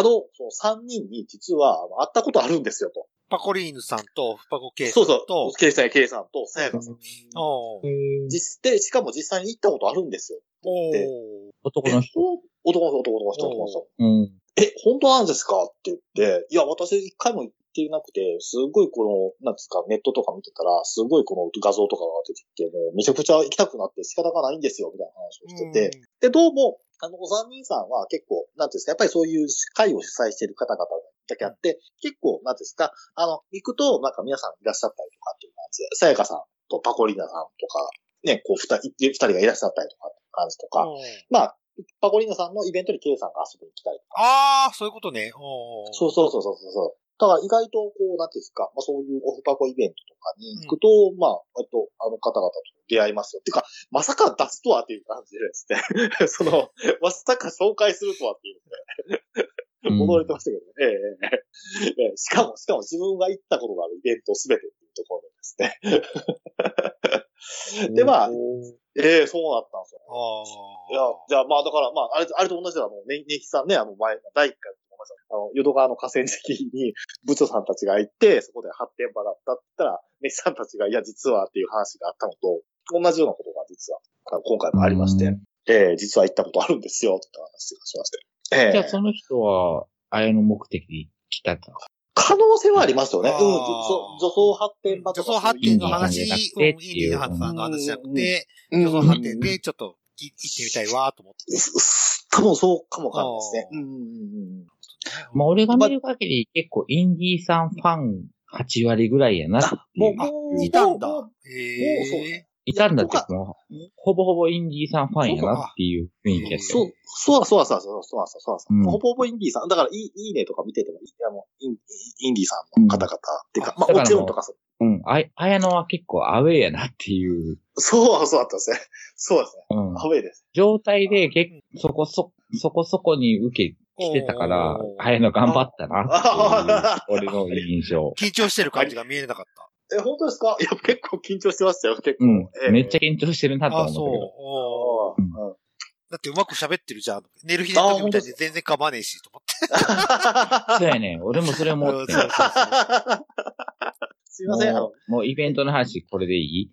あの、その三人に実はあの会ったことあるんですよ、と。
パコリーヌさんと、フパコケイさ
そ
ん
うそ
と
う。、ケイさんやケイさんと、さやかさん。
おー
実、で、しかも実際に行ったことあるんですよ。
お
で
ー
男の人。
男の人、男の人、男の人。
うん。
え、本当なんですかって言って、いや、私一回も行ってなくて、すごいこの、なんですか、ネットとか見てたら、すごいこの画像とかが出てきて、もうめちゃくちゃ行きたくなって仕方がないんですよ、みたいな話をしてて、で、どうも、あの、お三人さんは結構、なんていうんですか、やっぱりそういう会を主催している方々だけあって、結構、なんていうんですか、あの、行くと、なんか皆さんいらっしゃったりとかっていう感じで、さやかさんとパコリーナさんとか、ね、こう、二人、二人がいらっしゃったりとかって感じと
うん
か、
おー
まあ、パコリーナさんのイベントに K さんが遊びに来たりとか、
あー、そういうことね。おー
そうそうそうそうそう。だから意外と、こう、なんていうんですか、まあそういうオフパコイベントとかに行くと、まあ、割とあの方々と出会いますよ。てか、まさか出すとはっていう感じですね。 <laughs> その、まさか紹介するとはっていう
うん
驚いてましたけどね。ええええええしかも、しかも自分が行ったことがあるイベントすべてっていうところですね。で、まあ、ええそうだったんですよ。
あー
いや、じゃあまあだから、まあ、あれ、あれと同じだ、あの、ね、ねきさんね、あの、前、第一回と同じだあの、淀川の河川敷に、部長さんたちが行って、そこで発展場だったって言ったら、ねきさんたちが、いや、実はっていう話があったのと、同じようなことが実は、あの今回もありまして、。ええ実は行ったことあるんですよ、って話がしまして。ええ
じゃあその人は、あれの目的で来たと。
可能性はありますよね。うん、
あー
女女装発展場
女
とか。
装発展の
イン
話
ディーハンズじゃなく、
うん
て
イ
っ
ン
て
デ
いう
ィーハンズさんの話じゃなくて、女
うん、
装発展
うん
でちょっとい行ってみたいわーと思って。
す多分そうかもわかんないですね。
あー
うんうんうんうん。
まあ俺が見る限り結構インディーさんファン8割ぐらいやなってい
も
う
う、。
あ
もう
いたん
もう
だ。へ
いたんだって、もう、ほぼほぼインディーさんファンやなっていう雰囲気やった
そう、そうそうそうそう、そうそうそうそう、
うん
ほぼほぼインディーさん。だから、いい、いいねとか見てても、いあのインインディーさんの方々っていうか、
うん
まあ、
だからもう
もちろんとかそう。
うん。あ、あやのは結構アウェーやなっていう、
そう、そうだったんですね。そうですね。
うん。
アウェイです。
状態で、結そこそ、そこそこに受けしてたから
お、ー
あやの頑張ったなっていう、俺の印象。
ー緊張してる感じが見えなかった。
え、本当ですかいや、結構緊張してましたよ、結構。
うん
え。え
めっちゃ緊張してるなと
あ
思
ー、
ったけ
そう。
ど。
おー
あーうん
だってうまく喋ってるじゃん。寝る日の時みたいで全然構わねえし、と思って。
そうやねん。俺もそれ
<laughs>
思って
そ
ん。
うそうそう
すいません。あ
も
の
う、もうイベントの話、これでいい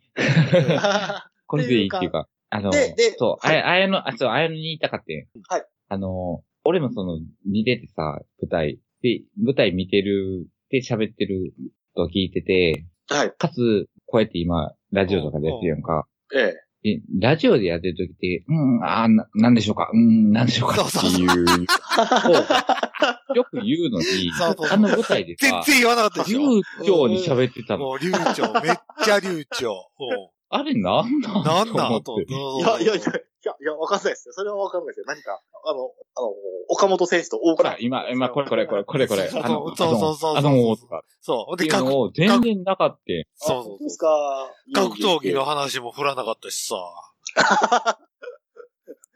これでいいっていうか、あの、
でで
そう、あや、あやの、あ、そう、あやのに言いたかって。
はい。
あの、俺もその、見ててさ、舞台。で、舞台見てる、で喋ってると聞いてて、
はい。
かつ、こうやって今、ラジオとかでやってるやんか。
ええ。
で、ラジオでやってる時って、うん、あーな、なんでしょうか、うん、なんでしょうか
そう
っ
そう
て
そ
いう、をよく言うのに
そうそう、
あの舞台で
全
さ、
然言わなかったでし
流
ょ。
暢に喋ってたの。
もう流暢、めっちゃ流暢。う
あれなんな
んな
ん
ん
と思
だ
って
と。
い
い
や、いや、いや、いや、いや、わかんないですよ。それはわかんないですよ。何か、あの、あの、岡本選手と大
ほ
倉
ら、今、今、これ、これ、これ、これ、これ、
そうそう
あの、
そうそうそう
あの、あのとかっ
そう。
て
で、
いう
格
のを全然なかった。
そうそ
あ本
う
当です
そ
か
う。格闘技の。話も振らなかったしさ。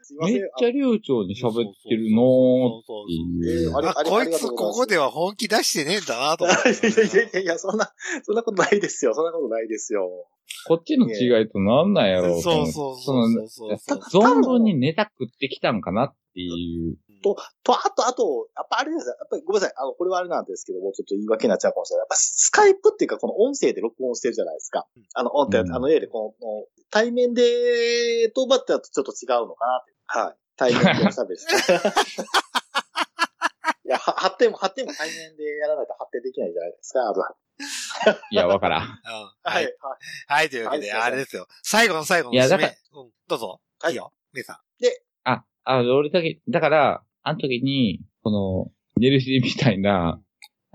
すいま
め
せ
っ
ん。
ちゃ流暢に喋ってるのーっ
そうそう
て
そう
い
え
う
ー。あり
あ、
り
こ
あ
い
りがと
つ
うござ
こ
います
こでは本気出してねえんだなと思っ
<laughs> い
て。
やいやいやいや、そんな、そんなことないですよ。そんなことないですよ。
こっちの違いとなんなんやろう
そ
と思っ
う
て
そう
そ
そう
の
そうそうそう。
存分にネタ食ってきたんかなっていう。
と、と、あと、あと、やっぱあれですよ。やっぱりごめんなさい。あの、これはあれなんですけども、ちょっと言い訳になっちゃうかもしれない。やっぱスカイプっていうか、この音声で録音してるじゃないですか
うん。
あの、音って、
うん
あの、いわゆるこの、対面で、とばってだとちょっと違うのかなって。はい。対面でおしゃべりして。いや、は発展も、発展も対面でやらないと発展できないじゃないですか、あとは。
いや、わからん。
うん
は、
はいい。
は
はい、というわけで、
はい
あれですよ。最後の最後の
いや
締
だか
め
ら。
うん。どうぞ。
はい
いいよ。姉さん。
あ、あ、俺だけ、だから、あの時に、この、寝るしみたいな、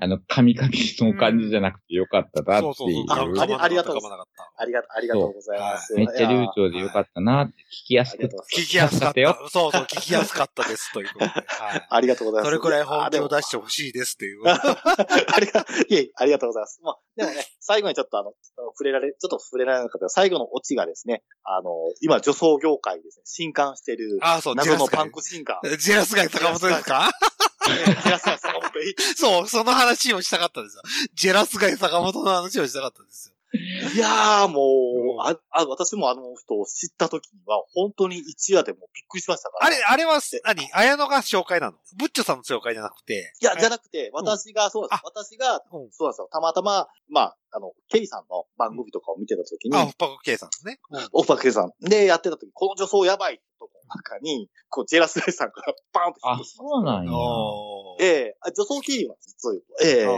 あの、カミカミの感じじゃなくてよかったなって
そうそう
い
そうう。。
あありありがとうご
噛
ざい
まなかった。
い。ありがとう、ありがとうございます。
めっちゃ流暢
い
でよかったなって、聞きや
やあ
す
りが
く
とうございます。
聞きやすかった。
よかっ
そうそう、聞きやすかったです。ということで。はい。
ありがとうございます。
それくらい本気を
し
出してほしいですっていう。
<laughs> ありが、いえ、ありがとうございます。まあ、でもね、最後にちょっとあの、触れられ、ちょっと触れられなかった最後のオチがですね、あの、今、女装業界ですね、新刊してる、
ああ、そう、ジェ
謎
ラ
の
ス
パ
ガ
ン
イ。
クシンガー。
ジェラスガイ坂本ですか
ジェラスガイ坂本い
そう、その話をしたかったんですよ。ジェラスガイ坂本の話をしたかったんですよ。
いやー、も
う
う、
ん
あ、あ私もあの人を知った時には、本当に一夜でもうびっくりしましたから。
あれ、あれは、何綾野が紹介なのブッチョさんの紹介じゃなくて。
いや、じゃ
な
なくて、私が、そうなんです。私が、
うん。
そうなんですよ。たまたま、まあ、あの、ケイさんの番組とかを見てた時に、
あ、ホッパコケイさんですね。うん。
オフパクケさんでやってた時、この女装やばいとこの中に、こう、ジェラスガイさんからバーンと
あ、
引っ越しました
そうなんや。
おー
ええあ女装キーは実を言うと。ええ
あー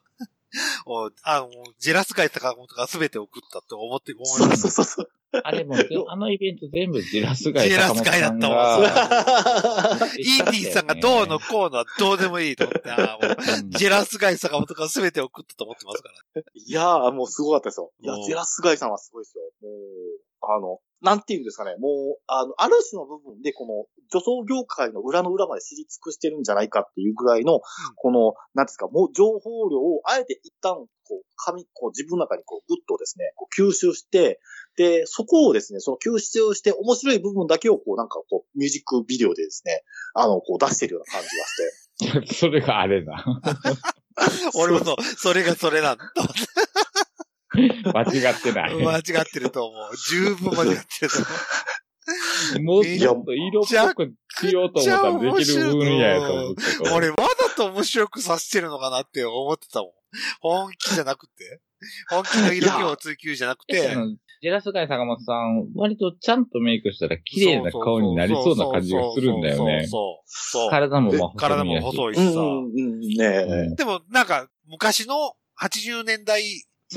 <laughs> おあの、ジェラスガイ坂本が全て送ったって思って、思い
そう
ま
<laughs> そう
す。
そうそう。
あ
<laughs>
れも、あのイベント全部ジェラス街
ジェラ
坂
ス
本
ガイだ
さ
っ
ん
た
が
わ。
<laughs>
<laughs>
持って
イ
きた
ン
んだよね。
ディーさんがどうのこうのはどうでもいいと思って、あーもう
うん
ジェラスガイ坂本が全て送ったと思ってますから。
いやー、もうすごかったですよ。いや、
うん
ジェラスガイさんはすごいですよ。もう、あの、なんていうんですかね、もう、あの、ある種の部分で、この、女装業界の裏の裏まで知り尽くしてるんじゃないかっていうぐらいの、この、なんていうんですか、もう情報量を、あえて一旦、こう、紙、こう、自分の中にこう、ぐっとですね、こう、吸収して、で、そこをですね、その吸収して、面白い部分だけを、こう、なんか、こう、ミュージックビデオでですね、あの、こう、出してるような感じがして。
それがあれだ。
<laughs> 俺もそう、それがそれなんだ。
間違っ
<laughs>
てない。
間違ってると思う。十分間違ってると思う。
もうちょっと色っぽくしようと思ったらできる分野やと思ったけど。
俺、わざと面白くさせてるのかなって思ってたもん。本気じゃなくて。本気の色気を追求じゃなく
<laughs>
て <laughs>
あ。のジェラス街坂本さん、割とちゃんとメイクしたら綺麗な顔になりそうな感じがするんだよね。
そうそうそうそう。そう
体もまあ細身や
体
し
も細い
うん
しさ。、
うん、ね
でも、なんか、昔の80年代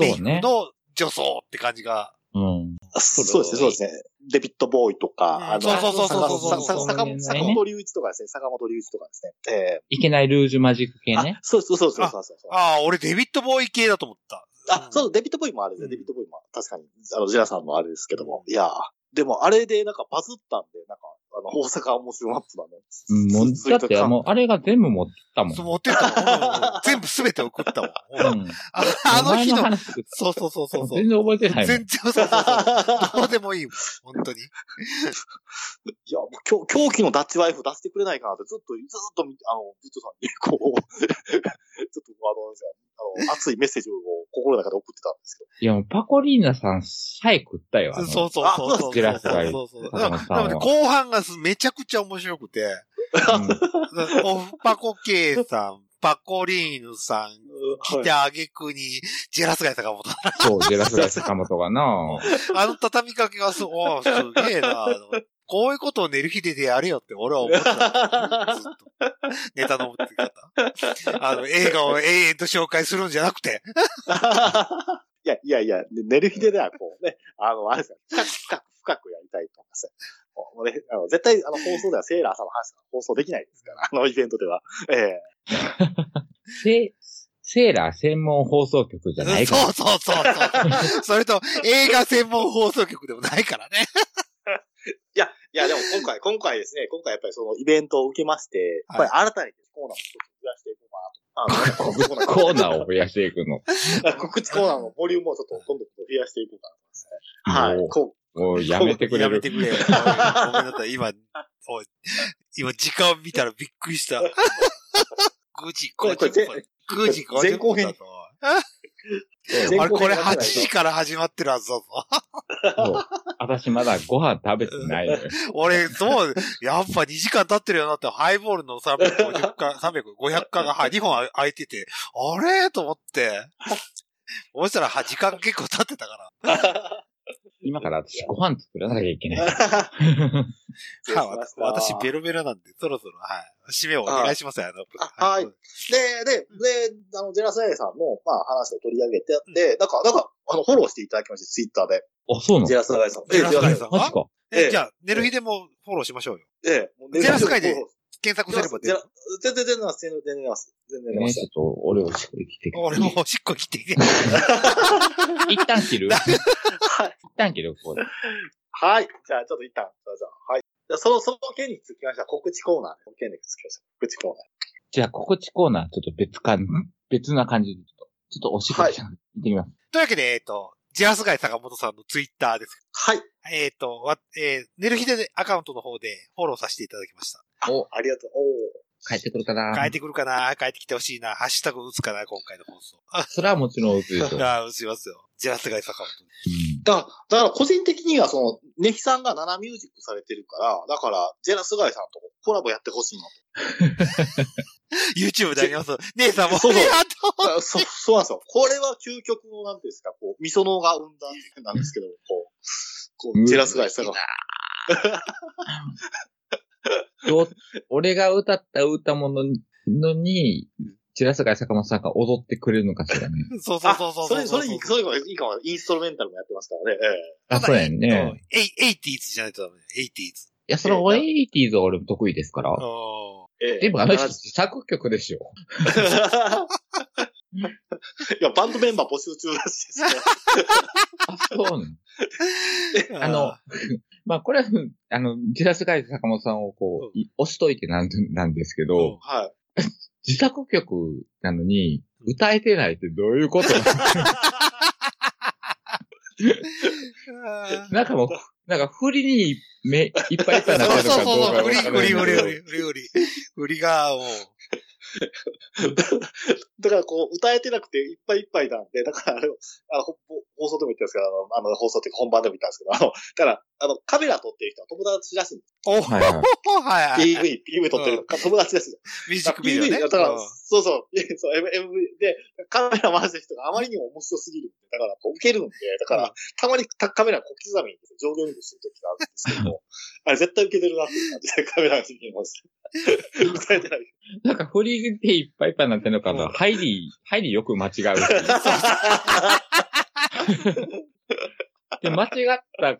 メイクの女装って感じが。
うん。
そうですね、そうですね。デビットボーイと
うん
か、あの、
そうそうそうそうそう
さささ坂本坂本龍一とかですね、坂本龍一とかですね。え
いけないルージュマジック系
えあ
ね。
そうそうそうそうそうそうそう。
ああ、俺デビットボーイ系だと思った。
あ
う、ん
そう、デビットボーイもあれですね、
うん
デビットボーイも確かに、あの、ジェラさんもあれですけども。いやーでもあれでなんかバズったんで、なんか、あの、大阪面白マップだね。
うんもう
ツイ
だ
ー
っ
ト
て、
感
もう、あれが全部持ってったもん。
そう持ってったもんうん。全部すべて送ったもん。
<laughs> うん。
ああの日
お
の、
前話とか
そうそうそうそうそう。
全然覚えてないもん。
全然、そうそうそう。どうでもいいもん。本当に。
<laughs> いや、もう狂狂気のダッチワイフ出してくれないかなって、ずっと、ずっと、あの、部長さんに、こう、ちょっと、あのあの、熱いメッセージを心の中で送ってたんですけど。
いや、もうパコリーナさんさえ食ったよ。あ
そうそ
の
うそう
あ
そうそう。
ジェラスガイ
そうそうそう
坂本さん
なの
は
で、後半がすめちゃくちゃ面白くて、
うん
オフパコケイさん、パコリーヌさん、来てあげくに、ジェラスガイ坂本。
そう、ジェラスガイ坂本が <laughs> な
あの畳みかけがす、おーすげえなこういうことを寝る日ででやれよって俺は思ってた。ずっと。ネタの持ってき方。あの、映画を永遠と紹介するんじゃなく
<laughs>
て、
いや、いやいや、で寝る日ででは、こうね、あの、あれですよ、深く深く深くやりたいと思います。もうね、あの絶対、あの、放送ではセーラーさんの話が放送できないですから、あのイベントでは。ええ
セ、セーラー専門放送局じゃないから。
そうそうそうそう。それと、映画専門放送局でもないからね。
いや、いや、でも今回、今回ですね、今回やっぱりそのイベントを受けまして、やっぱり新たにコーナーを一つ増やしていこ
<laughs>
うかなと。あの
コーナーを増やしていくの。
告知コーナーのボリュームをちょっとどんどん増やしていこうかなと思いますね。はい。
もう
こ
もうやめてくれ
やめ
る
て。くれよ。ごめんなさい、今、おい今、時間見たらびっくりした。9時
<laughs> これこれ
50分。9時50分だと。
う、
あれ、これ8時
間。
から始まってるはずだぞ。
そう私まだご飯食べてないのよ。
俺、そう、やっぱ2時間経ってるよなって、ハイボールの350巻、300、500巻 <laughs> がはい2本あ空いてて、あれと思って。そしたらは時間結構経ってたから。
今から私ご飯作らなきゃいけない。
失礼しました
<laughs> はい私、ベロベロなんで、そろそろ、はい。締めをお願いしますよ、あの、
あはいで、で、で、あの、ジェラスエイさんも、まあ、話を取り上げて、で、なんか、なんか、あの、フォローしていただきまして、ツイッターで。
あ、そうな
ジェ
の
ラスガイさん。
ジェラスガイ
イ
さんは
マジか。
え
ええ
じゃあ、寝る日でもフォローしましょうよ。
ええ、もう
ジェラスガイで
フォロー
検索すれば出
ジェ
る
ラ。全然出ます。全然出ます。全然出ま
ね、ち
す
ょっと、俺をしっくり来て。
俺もうおしっこ切ってきて。
一旦切る
はい
一旦切るこれ。
はい。じゃあ、ちょっと一旦、じゃあじゃあはい。じゃあその、その件につきましては、告知コーナーで、その件につきましては、告知コーナー。
じゃあ、心地コーナー、ちょっと別感、別な感じで、ちょっと、ちょっとおしっこ来た。行ってきます。
<laughs> というわけで、えっと、ジェラスガイ坂本さんのツイッターです。
はい。
えっと、わえー寝る日でアカウントの方でフォローさせていただきました。
お、
ありがとう。お
帰ってくるかな
帰ってくるかな帰ってきてほしいな。ハッシュタグ打つかな今回の放送。あ、
それはもちろん打つでし
<laughs>
ょ。うん。
あ打ちますよ。ジェラスガイ坂本。
ーだから、だから個人的には、その、ネヒさんがナナミュージックされてるから、だから、ジェラスガイさんとコラボやってほしいの。
YouTube であります。姉さんも、
そうそう
ありがとう <laughs>
あそ、そうなんですよ。これは究極の、なんていうんですか、こう、ミソノが生んだ、なんですけど、こう、こう、ジェラスガイさんが。
よ俺が歌った歌ものに、のに、チラスガイ坂本さんが踊ってくれるのかしらね。
そうそう
あ
そうそう。
それ、それ、それがいいかも。インストルメンタルもやってますからね。ええ
あ、そうやん
うん
ね。
エイ、エイティーズじゃないとダメだよ。エイティーズ。
いや、そのオエイティーズは俺も得意ですから。
う
ええ
でもあの人、
70
自作曲で
<laughs>
しょ。
いや、バンドメンバー募集中らしいですね。
あ、そうね。
ん
あの、まあ、これは、あの、ジラスガイズ坂本さんをこう、い押しといてなんなんですけど、
うん
はい。
自作曲なのに、歌えてないってどういうこと <laughs>
あー
なんかもう、なんか振りにめいっぱいいっぱいになって
そう
るの
そうそう。
かどうかわ
売り、
からな
売
い
り、
けど
売り、売り、売り、売り。売りが、もう。 <laughs>
だからこう、歌えてなくていっぱいいっぱいなんで、だからあの、あの、ほ放送でも言ったんですけど、あの、あの放送っていうか本番でも言ったんですけど、あの、だから、あの、カメラ撮ってる人は友達らしいんです。
お
はいはい
おはいはい。
PV、PV 撮ってる友達らしいんです。
ミュージックビデオね。
だから
うん、
そう <laughs> そう、そう、M- MV で、カメラ回してる人があまりにも面白すぎるんで、だから、こう、受けるんで、だか
うん
ら、たまにたカメラ小刻みに上下運動するときがあるんです
<laughs>
けど、あれ絶対受けてるなっていう感じで、カメラに見えます。歌えてない。
なんか振りでいっぱいいっぱいになってるのか
う
な。
ん
入り、入りよく間違
<laughs>
う。で、間違った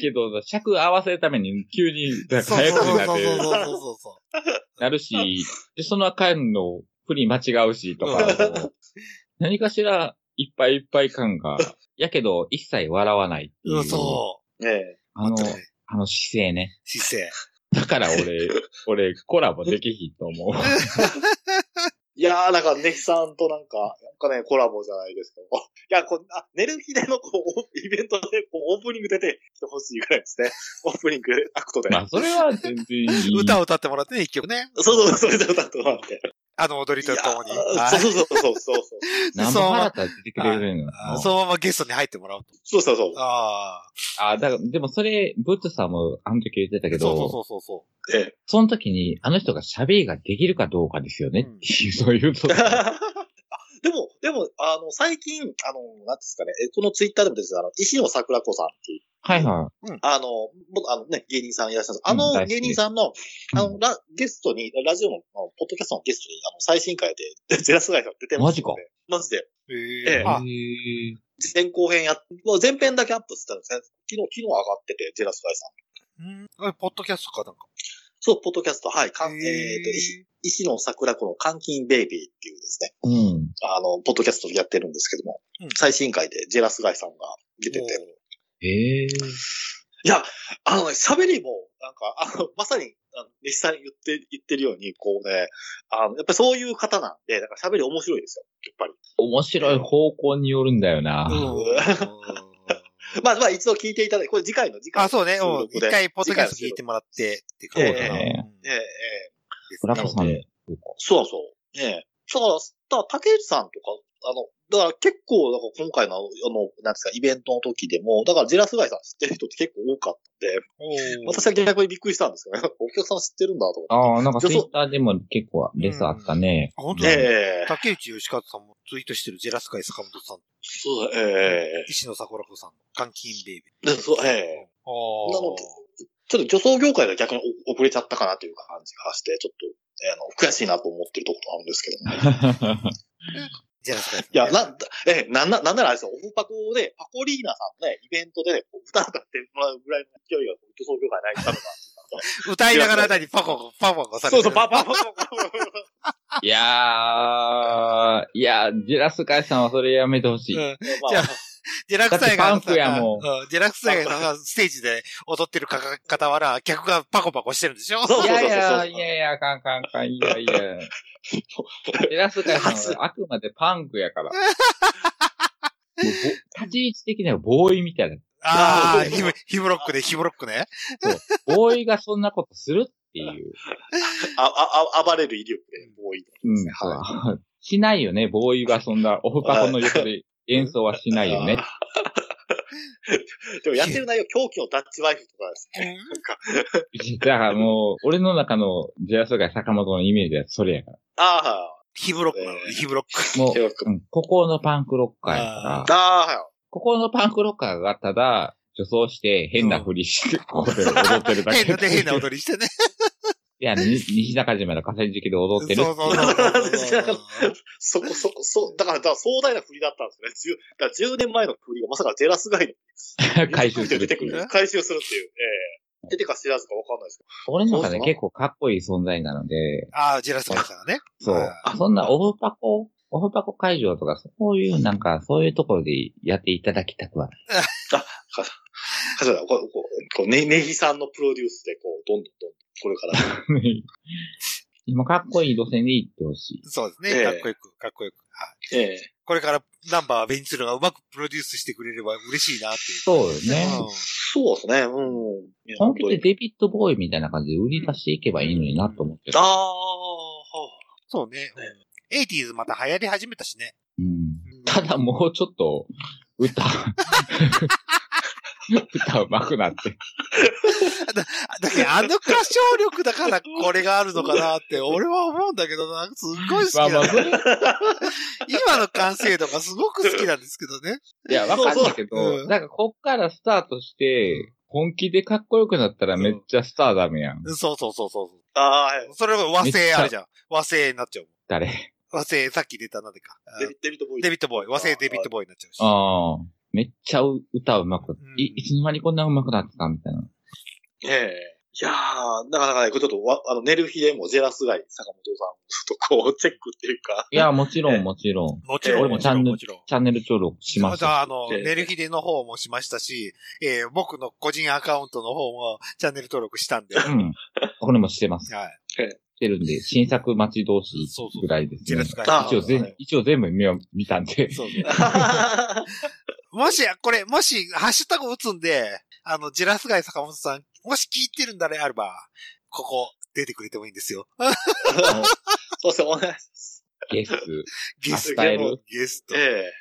けど、尺合わせるために急になんか
そう
早
そう
く
そう
なっ
そう
て、
そうそうそ
なるし、で、その間の振り間違うしとか、こう何かしらいっぱいいっぱい感が、やけど一切笑わないって
う。
いうう。
ん、そ
ねえ。
う。
あの、
全くね
あの姿勢ね。
姿勢。
だから
<laughs>
俺、俺、コラボできひんと思う。
いやー、なんか、ネヒさんとなんか、なんかね、コラボじゃないですけど。い <laughs> や、こんな、寝る日での、こう、イベントで、こう、オープニング出てきてほしいぐらいですね。オープニング、アクトで。
まあ、それは全然いい。
歌を歌ってもらってね、一曲ね。
そうそう、それで歌ってもらって。
あの踊りとともに。
いやー
はい
そうそうそうそうそう。
なんぼ払ったら出てくれるの
あーそのままゲストに入ってもらうと。
そうそうそう。
ああ。
あ、だから、でもそれ、ブッツさんもあの時言ってたけど、
そ
そう
そうそうそ
ええ。 <laughs>
の時にあの人が喋りができるかどうかですよね、
うん
っていう、 <laughs> そういう
<laughs>
こと。
あでも、でも、あの、最近、あの、なんですかね、えこのツイッターでもですね、あの、石野桜子さんっていう、
はいは
あの、僕、あのね、芸人さんいらっしゃるんですあ
うん大
の
好き
芸人さん
い。
の、あの、ラ、ゲストに、ラジオの、あのポッドキャストのゲストに、あの、最新回で、ジェラスガイさん出てますので。マジで。
う。へ
え
え
え
あ、
へー
前後編やっ、もう前編だけアップしてたんですね。昨日、昨日上がってて、ジェラスガイさん。
うんあれポッドキャストかなんか。
そう、ポッドキャスト、はい、かんえ
へ
ーと、石
え
石野桜子の監禁ベイビーっていうですね、
うん。
あの、ポッドキャストやってるんですけども、
うん
最新回でジェラスガイさんが出てて、
へえ。
いや、あのね、喋りも、なんか、あの、まさに、あの、西さん言って、言ってるように、こうね、あの、やっぱりそういう方なんで、だから喋り面白いですよ、やっぱり。
面白い方向によるんだよな。
<laughs>
うん
まあ、まあ、一度聞いていただいて、これ次回の次回
あ、
の収
そうね。うん
録で。
一回、ポッドキャスト聞いてもらって、って感じかな。
ええ
うん
ええ、ええ。
ブラコさん。
そうそう。ええ。だから、だから竹内さんとか、あの、だから結構、だから今回の、あの、なんですか、イベントの時でも、だからジェラスガイさん知ってる人って結構多かったんで、
おー
私は逆にびっくりしたんですよね。 <laughs> お客さん知ってるんだと思って。
ああ、なんか
じゃあ
ツイ
そう
ッターでも結構レスあったね。
あ、本当だ。
ええ
竹内義和さんもツイートしてるジェラスカイ坂本さん、
そうだ、ええ
石野桜子さんの監禁ベイビ
でそう、
ー。
ええ
あ
なのでちょっと女装業界では逆にお遅れちゃったかなという感じがして、ちょっと、えーあの、悔しいなと思ってるところなんですけど、ね。
ジェラスカイさんね
いや、な、えーなんな、なんならあれですよ、オフパコで、パコリーナさんのね、イベントでね、こう歌歌ってもらうぐらいの勢いが女装業界ないから
歌いながら何パコパコパコされてる
そ <laughs> うそう、パパパパパ
いやー、いや、ジェラスカイさんはそれやめてほしい。
うん
パ。
じゃあジェラクサイが
だってパンクやもん
うんジェラクサイがさステージで踊ってるかか傍ら、客がパコパコしてるんでしょ
そう
い
そう
や
そ
い
う
や、い
そう
やいや、カンカンカン、いやいや。ジェラスカイさんはあくまでパンクやから。もうぼ立ち位置的にはボーイみたいな。
ああ、
そう
ヒム、ヒムロックで、ヒムロックね。
ボーイがそんなことするっていう。
あ、あ、あ、暴れる威力で、多い。
うん、そうしないよね、ボーイがそんなオフパコの横で演奏はしないよね。
<laughs> でもやってる内容、狂気のダッチワイフとかですね。なんか、
だからもう、俺の中のジェラスカイ坂本のイメージはそれやから。
あ
ヒムロックなのね、
えー
ヒムロック。
も
あ、
う、
狂気。
うん、ここのパンクロッカーやから
あ。
ああ、
ここのパンクロッカーがただ、女装して変なふりして、ここで踊ってるだけ。
<laughs> 変な、変ない踊りしてね。
や、に西中島の河川敷で踊ってる。
そうそうそうそう。
<laughs>
そこ、そこ、そう、だから、だから壮大な振りだったんですよね。10, だから10年前の振りがまさかジェラスガイの
回収する
出
って
て
い
く
う
る。回収するっていう。ええ出てか知らずかわかんないです
俺の中
そう
で
そう
結構かっこいい存在なので、
ああ、ジェラスカイさんがね。
そう。そんなオフパコ、オフパコ会場とか、そういうなんか、そういうところでやっていただきたくはない。 <laughs>
けど。はじめこう、こう、こうね、ネギさんのプロデュースで、こう、どんどんどんどん、これから。
今、かっこいい路線で行ってほしい。
そうですね。
ええ
かっこよく、かっこよく。はい
ええ
これからナンバーはベンチルがうまくプロデュースしてくれれば嬉しいなっていう。
そうよね。
うん
そうですね、うん。いや
本気でデビッドボーイみたいな感じで売り出していけばいいのになと思ってる
あ。あ、
そうね。エイティーズまた流行り始めたしね。
うんただもうちょっと、歌、
<laughs>
歌うまくなって。
あだけどあの歌唱力だからこれがあるのかな
<laughs>
って、俺は思うんだけどな、すっごい好き
まあ
な
ま
の
あ、それ
今の完成度がすごく好きなんですけどね。
いや、わかんないけ
そうそうう
ど、
ん
なんかこっからスタートして、本気でかっこよくなったらめっちゃスターダメやん。
そうそうそうそうそ。
ああ、はいう
それは和製あるじゃん。和製になっちゃうも
誰
ん。和製、さっき出たなんでか。あ
デビデビットボーイ。
デビットボーイ。和製デビットボーイになっちゃうし。
ああ。めっちゃう歌うまく、い、
うん
いつの間にこんなうまくなってたみたいな。
ええいやー、なかなかね、これちょっとわ、あの、寝る日でもジェラスガイ、坂本さん、ちょっとこう、チェックっていうか、
いや、もちろ
ええ
ん、もちろん。
もちろん、
俺
も
も
ち
チャ
ろ
ン
ん、
ネル
もちろん。
チャンネル登録しま
ま
した。
た、あの、
ええ
寝る日での方もしましたし、えー僕の個人アカウントの方もチャンネル登録したんで。は
うん。これもしてます。
い。
してるんで、新作待ち同士
そうそう
ぐらいです
ジェ
ね
ラ。スカイ
あ
一応
は
全
い、
一応全部見よ見たんで。 <laughs>
そうそう。もし、これ、もし、ハッシュタグ打つんで、あの、ジェラスガイ坂本さん、もし聞いてるんだね、あれば、ここ、出てくれてもいいんですよ。
そうですね、お願いします。
ゲス、
ゲスト。
扱える
ゲスト。
<laughs> え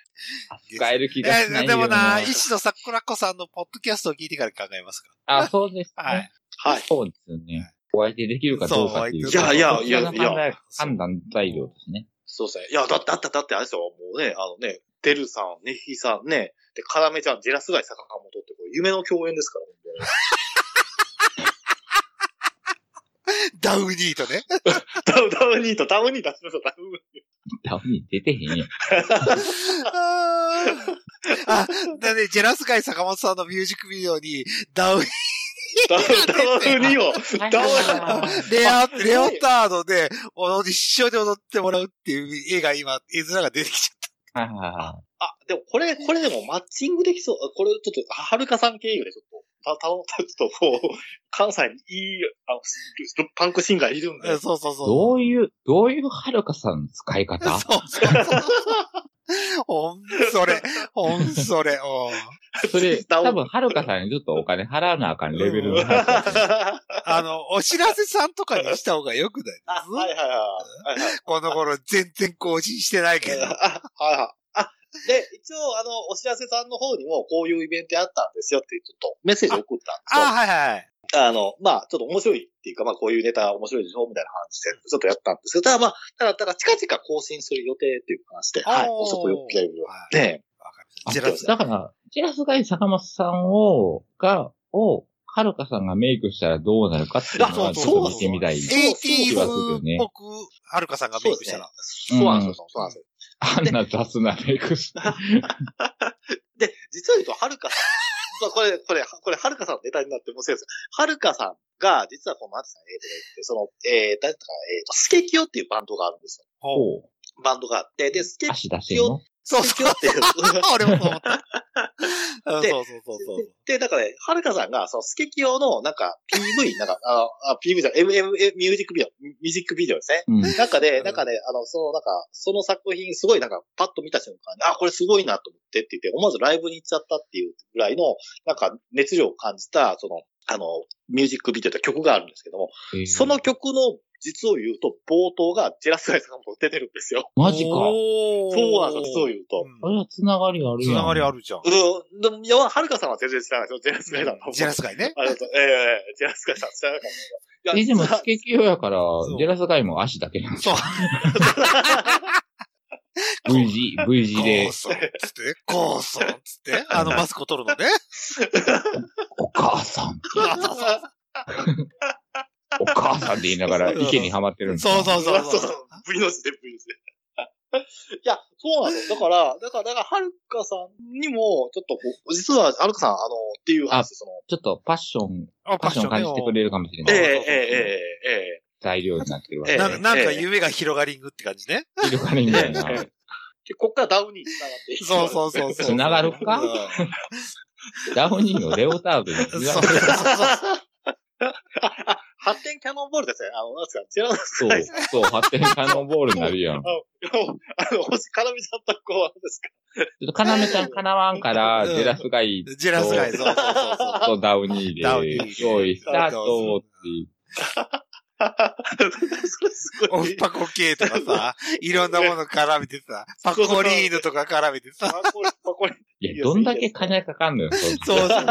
扱える気がしな
え
いよ。
でもな、石野桜子さんのポッドキャストを聞いてから考えますか。
あ、そうですね。
はい。
はい
そうですよね。お相手できるかどうかっていう。
そうお相手い
やいや
こちらの判断判断材料ですね。
そうですね。いや、だって、だって、だって、あれですよ、もうね、あのね、デルさん、ネヒさんね、で、カラメちゃん、ジェラスガイ、坂本って、こう、夢の共演ですから、
ダウニーとね。
ダウ、ダウニート、ダウニート出しましょう、ダウニー
ダウに出てへんやん。
あーあ、だね、ジェラスガイ坂本さんのミュージックビデオに、ダウニー、
ト。ダウニーを、ダウニー
レア、レオタードで、お一緒に踊ってもらうっていう絵が今、絵面が出てきちゃっ
はいはいは
あ、でもこれ、これでもマッチングできそう。これちょっと、はるかさん経由でちょっと、た、た、たちょっとこう、関西にいい、あの、パンクシンガーいるんで。
た。そうそう
い。
そう。
どういう、どういうはるかさんの使い
<laughs>
方
そうそうそう。ほん、それ。ほん、それ。おう
それ、
<laughs> ダウ
多分はるかさんにちょっとお金払わなあかんレベルの話だと思う
あの、お知らせさんとかにした方がよくない
あ、はいはいはい。はいはい <laughs>
この頃全然更新してないけど。
あ、はいはい。あ、で、一応、あの、お知らせさんの方にも、こういうイベントやったんですよって、ちょっとメッセージを送ったんですよ。
はいはい。
あの、まあ、ちょっと面白いっていうか、まあ、こういうネタ面白いでしょみたいな話で、ちょっとやったんですけど、ただまあ、ただ、ただ、近々更新する予定っていう話で、はい、
おー
そこよくやるよ
は。い
ね
わかり
あ
ました。ジェラス
だから、ジェラスガイ坂本さんを、が、を、はるかさんがメイクしたらどうなるかっていうの
あ
は、ち
そう
ょ
そう
っと見てみたい。
そう
80
そうそう
風っぽく、はるかさんがメイクしたら。
そうなんですよ、そうなんですよ。
あんな雑なメイクして。
で、実は言うと、はるかさん、 <laughs> まあこれ、これ、これ、はるかさんのネタになって面白いです。はるかさんが、実はこの、なんていうんですかねえっと、その、えー、誰だったかな、えっ、と、スケキヨっていうバンドがあるんですよ。
ほう
バンドがあって、で、スケ
足出してんの
そう
ス
そ
ケ
う
キ。ヨっていう、
俺もそう思
<laughs>
った。うん
で
そうそうそうそう。
<laughs> で、だからね、はるかさんが、その、スケキヨの、なんか、PV、なんか、あ、あ PV じゃない、MM、ミュージックビデオ、ミミュージックビデオですね。
うん。
なんか
う
で、
ん
なんかね、あの、その、なんか、その作品、すごい、なんか、パッと見た瞬間に、あ、これすごいなと思ってって言って、思わずライブに行っちゃったっていうぐらいの、なんか、熱量を感じた、その、あの、ミュージックビデオという曲があるんですけども、
えー
その曲の実を言うと、冒頭がジェラスガイさんも出てるんですよ。
マジか。
そうなんですよ、そう言うと。
あれは繋がりある
つ
やん。
ながりあるじゃん。
うん、でも、いや、はるかさんは全然知らないですよ、ジェラスガイさんの。
ジェラスガイね。
ありがとう。ええええ、ジェラスカさん、知らなかった。い
え、でも、
実は
スケキヨやから
う、
ジェラスガイも足だけなんです
そう
よ。。V 字、V 字で
ゴー、ソンっつって、ゴーソンっつ
<laughs>
って、あのマスクを取るのね。
お母さん、
そう
お母さんって言いながら池にはまってるんですよ
そうそう
そ
そ
うそう
うそう。
そう。V の字で V の字で。いや、そうなの。だから、だから、だから、はるかさんにも、ちょっとこう、実は、はるかさん、あの、っていう話で、その、
ちょっとパッション、
あ
パッション感じてくれるかもしれ
あ
な
ええ
い
そうそう
えええ
材料になってるわけ
ええ
な
で
んかなんか夢が広がりんぐって感じね。。
広がりみたいな。
ええで、こっからダウニーに繋がっていく
そうそうそうそう。
繋がるか
うん
ダウニーのレオタードに
そう
繋
そ
が
う
る。
ああ <laughs> 発展キャノンボールですね。あの、なんですか、ジェラス
そう、そう、発展可能ボールになるやん。ち
あの、星からみさんとこう、なんですか。
ょっと要ちゃんかなわんから、
うん
ジェラスガイ
ジェラスガイ、そうそうそうそう。
<laughs> とダウニ
ダウ
ー
ニー
で、
で
用意スタートっていう。
<laughs> それすご
オ
い
フ。パコ系とかさ、いろんなもの絡めてさ、パコリーヌとか絡めてさ、
あこれこれ
いや、どんだけ金かかんのよ、
そうそう
の
そう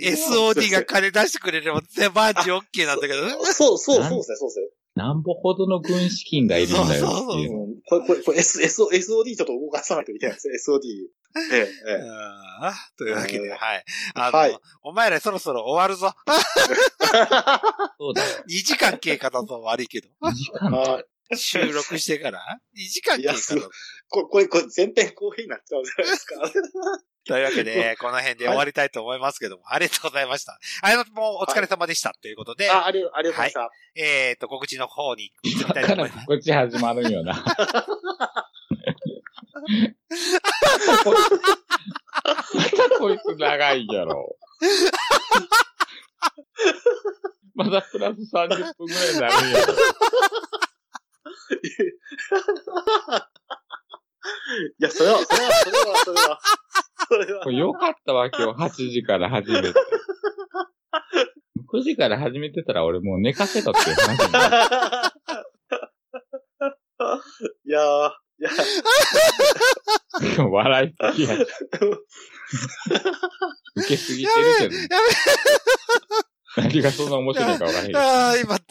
SOD が金出してくれれば全部アンチ OK なんだけどね。
そうそう、
なん
そうですね、そうですね。
なんぼほどの軍資金がいるんだよっていう。
うんこれ、これ、これ、S、S、SOD ちょっと動かさないといけないですね、SOD。ええ、ええ。
あーというわけで、
えー
はい。あの、
はい
お前らそろそろ終わるぞ。
そうだよ。
2時間経過だぞ、悪いけど。
2時間だ
あ
収録してから。2時間経過
いやす
だ
ご
ぞ。
これ、これ、これ、全編後編になっちゃうじゃないですか。
というわけで、この辺で終わりたいと思いますけども、ありがとうございました。あの、もうお疲れ様でした。ということで、
<laughs> あ、ありがとうありがとうございました。
えっ、と、告知の方に移りたいと
か
思い
ら
ます。
こっち始まるんよな。またこいつ長い
<laughs>
やろ。まだプラス30分ぐらいになるんやろ。
いや、それは、それは、それは、それは、それは <laughs>
こ、れよかったわ、今日8時から始めて。9時から始めてたら俺もう寝かせたっていう話になる。
いやー、いや、
今日笑いすぎや。受けすぎてるけど。何がそんな面白いかわからへんけど。
ああ、今、ど、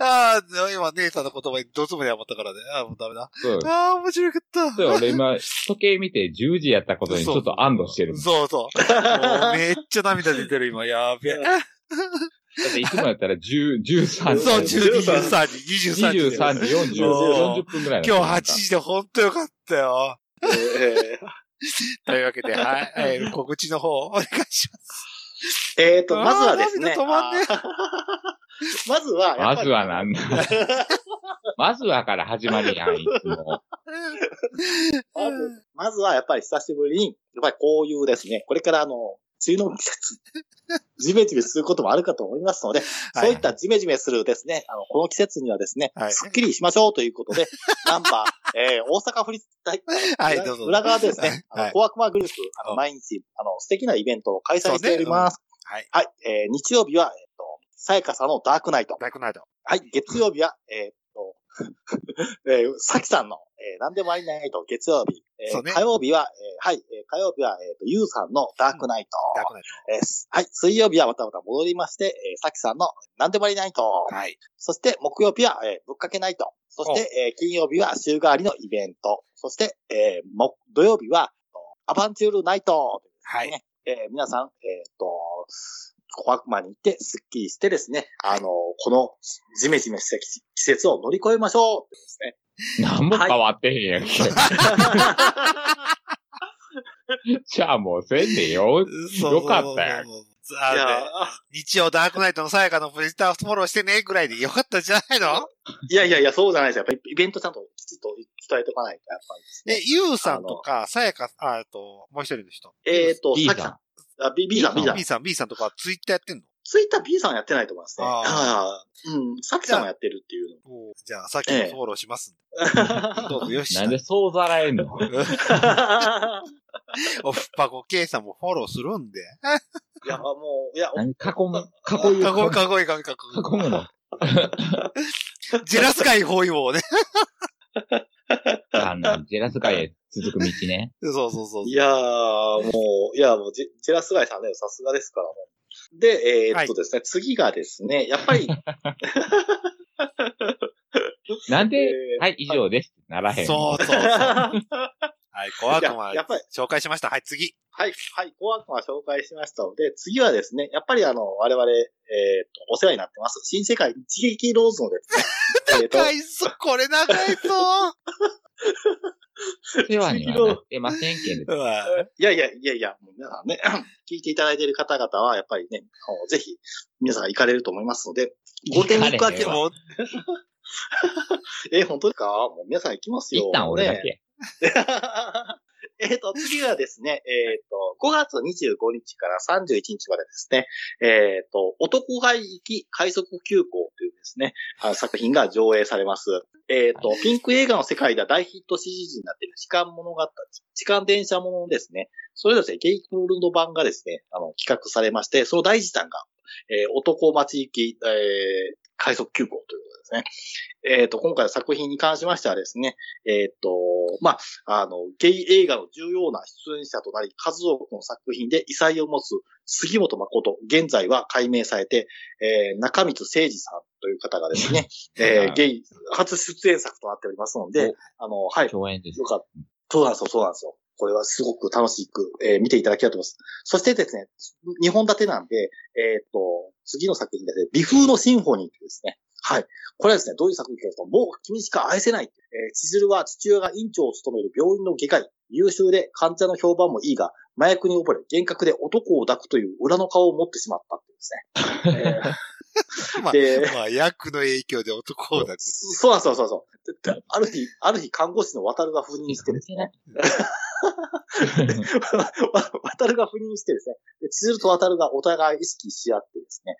ああ、今、姉さんの言葉にどつもに余ったからね。ああ、もうダメだ。
そう
ああ、面白かった。
そう、俺今、時計見て10時やったことにちょっと安堵してるもん。だ
そうそう。もうめっちゃ涙出てる、今。やべえ。
っていつもやったら10、13時。
そう、12
10
時、
23
23時、23時。
23時40
おー
40分ぐらいだ
今日8時で本当よかったよ。
え
というわけで、はい。えー告知の方、お願いします。
ー、えーと、まずはです
あ
ね
ー涙。止まんね
あー <laughs> まずは、やっ
ま
ぱ
ず
り
はなんだ。まずはから始まるやん、いつも。
まず、まずはやっぱり久しぶりに、やっぱりこういうですね、これからあの、梅雨の季節、
<laughs>
ジメジメすることもあるかと思いますので、
はい
そういったジメジメするですね、あの、この季節にはですね、
はい
すっきりしましょうということで、ナンバ
<laughs>
ー、えー、大阪府立大
はい
裏
どうぞ
裏側でですね、あ
は
の、
い
小悪魔グループ、あ
うん
の、毎日、あの、素敵なイベントを開催しておりま
そう
す。
ね
はい。えー、日曜日は、えっ、と、さやかさんのダークナイト。
ダークナイト。
はい。月曜日は、えーっと、 <laughs> えー、さきさんの、えー、何でもありないと月曜日、えー
そうね
火曜日は、えーはい、えー火曜日は、えっ、と、ゆうさんのダークナイト。
ダークナイ
えーすはい、水曜日はまたまた戻りまして、えーさきさんの何でもありないと。
ト。はい。
そして、木曜日は、えーぶっかけないと。そして、えー金曜日は週替わりのイベント。そして、えー木土曜日は、アバンチュールナイト。
はい。
えー皆さん、えっ、と、小悪魔に行って、スッキリしてですね、あの、この、ジメジメした季季節を乗り越えましょうってですね。
何も変わってへんやんけ。じゃあもうせんでよ。よかったやん。
そうそうそうあのね日曜ダークナイトのさやかのプレジターをフォローしてね、ぐらいでよかったんじゃないの
いやいやいや、そうじゃないですよ。やっぱりイベントちゃんときちっと伝えておかないと、やっぱりですね。
で、ゆうさんとか、さやか、あえっと、もう一人の人。
えっ、と、
B
さきさん。あ、B, B さん、B さん
B。さん、B さんとかツイッターやってんの
ツイッター B さんはやってないと思いますね。
あー
ああ。うん。さきさんはやってるっていう
じゃあ、さっきもフォローしますんで。どうぞよし。
なんでそうざらえんの
の。
オフパコ K さんもフォローするんで。
<laughs> いや、もう、いや、
何囲む囲い
かこい
を
かこいかこいかこ
囲むの
い。ジェラスカイ包囲網ね。
あの、ジェラス界へ続く道ね。
そうそうそう。
いやー、もう、いや、もうジェ、ジェラスガイさんね、さすがですから、もう。で、えーっとですね、次がですね、やっ <laughs> ぱり、
なんで、
えー
はい、以上です。ならへん。
そうそうそう。はい、小悪魔
いややっぱり、
紹介しました。はい、次。
はい、はい、コアクマ紹介しましたので、次はですね、やっぱりあの、我々、えーっと、お世話になってます、新世界一撃ローズの
<laughs>
ですね、えーっと、
いそう、これ長い
<laughs>
そう。
う。世話にはなってませんけど。
うわ
いやいやいやいや、もう皆さんね、 <laughs> 聞いていただいている方々は、やっぱりね、あのぜひ、皆さん行かれると思いますので、ご点に行くわけ
で
は、
も、
えー、本当ですかもう皆さん行きますよ。
一旦俺だ
ね
け。
<laughs> えっと、次はですね、えっ、と、5月25日から31日までですね、えっ、と、男が行き快速急行というですね、あの作品が上映されます。えっ、と、ピンク映画の世界では大ヒットシリーズになっている痴漢物語、痴漢電車ものですね、それぞれゲイクールド版がですね、あの、企画されまして、その第一弾が、えー男町行き、えー快速急行ということですね。えっ、と、今回の作品に関しましてはですね、えっ、と、まあ、あの、ゲイ映画の重要な出演者となり、数多くの作品で異彩を持つ杉本誠、現在は解明されて、えー中光誠二さんという方がですね、えーゲイ、初出演作となっておりますので、あの、はい、
共演です
よ。かった。そうなんですよ、そうなんですよ。これはすごく楽しく、えー見ていただきたいと思います。そしてですね、2本立てなんで、えーっと、次の作品ですね、微風のシンフォニーというですね。はい。これはですね、どういう作品かというと、もう君しか愛せない。えー、千鶴は父親が院長を務める病院の外科医。優秀で患者の評判もいいが、麻薬に溺れ、幻覚で男を抱くという裏の顔を持ってしまったっていうですね。えー
まあ
で、
まあ、役の影響で男を抱く。
そうそうそうそう。である日、ある日看護師の渡るが <laughs> 赴任してですね、わ渡るが赴任してですね、で千鶴と渡るがお互い意識し合ってですね、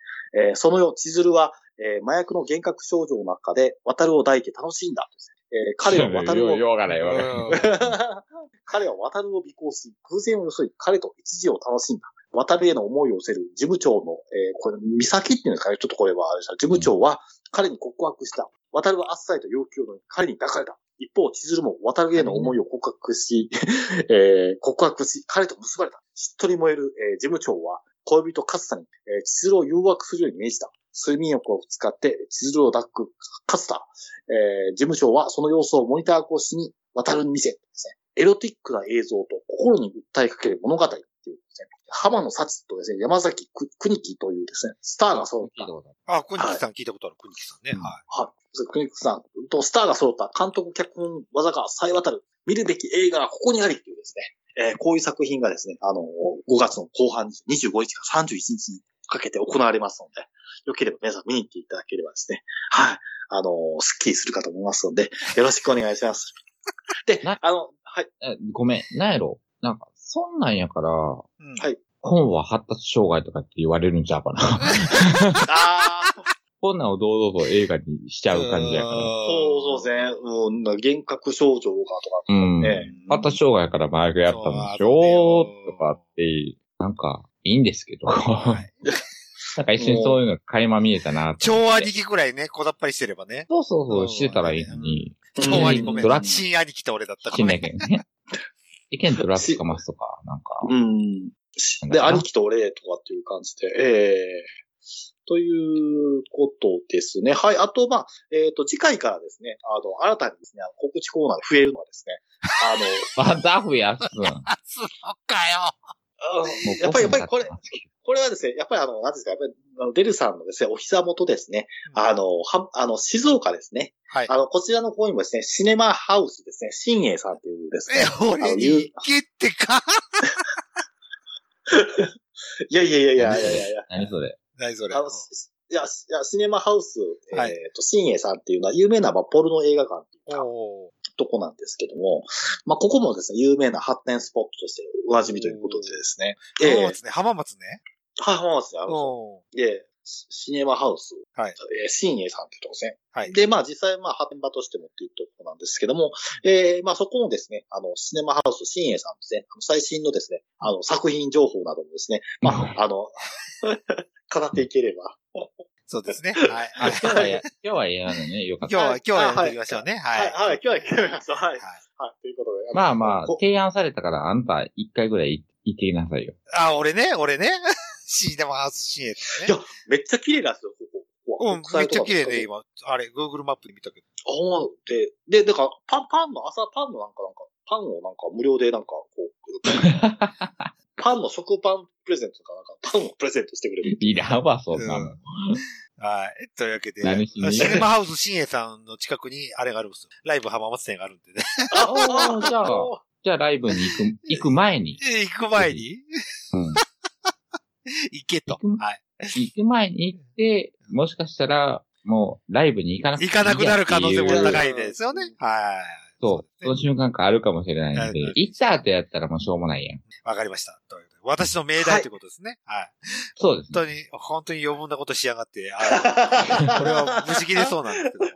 えーその夜、千鶴は、えー麻薬の幻覚症状の中で渡るを抱いて楽しんだんですね、えー彼は渡るを
よう、ようがないようがない
<laughs> 彼は渡るを尾行し、偶然を装い、彼と一時を楽しんだ。渡るへの思いを寄せる事務長の、えーこれ、美咲っていうんですかね、ちょっとこれはあれですね、事務長は彼に告白した。渡るはあっさりと要求の彼に抱かれた。一方、千鶴も渡るへの思いを告白し、 <laughs> えー告白し、彼と結ばれた。しっとり燃える、えー事務長は、恋人カッサに、えー千鶴を誘惑するように命じた。睡眠欲を使って、千鶴を抱くカッサ。えー事務所はその様子をモニター越しに渡るに見せ、ですね、エロティックな映像と心に訴えかける物語っていうですね、浜野幸とですね、山崎く国木というですね、スターが揃った、
あ、くにきさん聞いたことある、くにきさんね。は
はい、国木さんとスターが揃った監督脚本技が冴え渡る、見るべき映画がここにありっていうですね、えーこういう作品がですね、あの、5月の後半25日から31日にかけて行われますので、よければ皆さん見に行っていただければですね、はい、あの、スッキリするかと思いますので、よろしくお願いします。で、
な
あの、はい、
えごめん、なんやろなんか、そんなんやから、
い。うん
はい
本は発達障害とかって言われるんちゃうか
<laughs>
な。
ああ、
<laughs> こんなんを堂々と映画にしちゃう感じやから。
そうそうですね。うん、幻覚症状がとか。
うん。
ね
発達障害から麻薬やったんでしょとかって、なんか、いいんですけど。
はい
<laughs> なんか一瞬そういうの垣間見えたなと思って
超兄貴くらいね、こだっぱりしてればね。
そうそうそう、してたらいいのに。
うん
超兄貴、ごめ
ドラッ
ん。新兄貴と俺だった。
死
ご
ん
め <laughs>
だ
ん。
け
<laughs>
どね。意見とラップかマスとか、なんか。
うん。で、兄貴と俺とかっていう感じで、ええということですね。はい。あと、まあ、えっ、と、次回からですね、あの、新たにですね、あの告知コーナーで増えるのはです
<laughs>
ね、あの、
また増やすん。もう
あ、そうかよ。
うんやっぱり、やっぱりこれ、これはですね、やっぱりあの、なんていうんですか、やっぱりあのデルさんのですね、お膝元ですね、あの、は、あの、静岡ですね。
はい
あの、こちらの方にもですね、シネマハウスですね、新栄さんっていうですね。
え、俺に行けってか。
いやいやいやいやいやいやいや。
何それ。
何それ。
あの、
う
しいや、しいやシネマハウス、えっ、
はい
と、新栄さんっていうのは有名な、まあ、ポルノ映画館っていうんか
おー
とこなんですけども、まあ、ここもですね、有名な発展スポットとしてお馴染みということでですね。え
浜
え
松ね、浜松ね。
はい、浜松ね、あの
おー
で、シシネマハウス、
はい
えー新栄さんっていうとこですね。
はい
で、まあ実際、まあ発展場としてもっていうところなんですけども、えーまあそこもですね、あの、シネマハウス、新栄さんですね、あの最新のですね、あの、作品情報などもですね、ま <laughs> あ、あの、語っていければ。
そうです
<laughs>
ね。はい。
あ、
はい
今日はや、今日はやらないね。よかっ
今
た。
日は、今日はやっていきましょうね。はい。
はい、今日は決めました。はい。
はい
はい、ということで。
まあまあ
こ、
提案されたから、あんた一回ぐらい行ってきなさいよ。
あ、俺ね、俺ね。 <laughs> シーダマハウスシーエッ
い
トね。
や、めっちゃ綺麗なんですよ、ここ。ここは
うん、めっちゃ綺麗で、。
国際とか
今。あれ、Google マップで見たけど。
あ、ほんまで、で、だから、パン、パンの、朝パンのなんか、なんか、パンをなんか無料でなんか、こ
<laughs>
う、パンの食パンプレゼントとか、なんか、パンをプレゼントしてくれる。
いらんわ、そんな
う
の
ん。はい。というわけで、
何しに
シネマハウス新栄さんの近くに、あれがあるんですよ。ライブ浜松店があるんでね。 <laughs>
あーじゃあ
<laughs> あ
じゃあライブに行く、行く前に。
え行く前に、
うん。
<laughs> 行けと。
行く
はい。
行く前に行って、もしかしたら、もうライブに行かなくてい
行
いや
か
ってい
なくな
う
る可能性も
い
高いですよね。はい。
そう。その瞬間があるかもしれない
は
ので
いはい、
行った後やったらもうしょうもないやん。
わかりました。ということで私の命題ということですね。はい。
そうですね。
本当に、本当に余分なことしやがって、あのこれは無事切れそうなんですけども。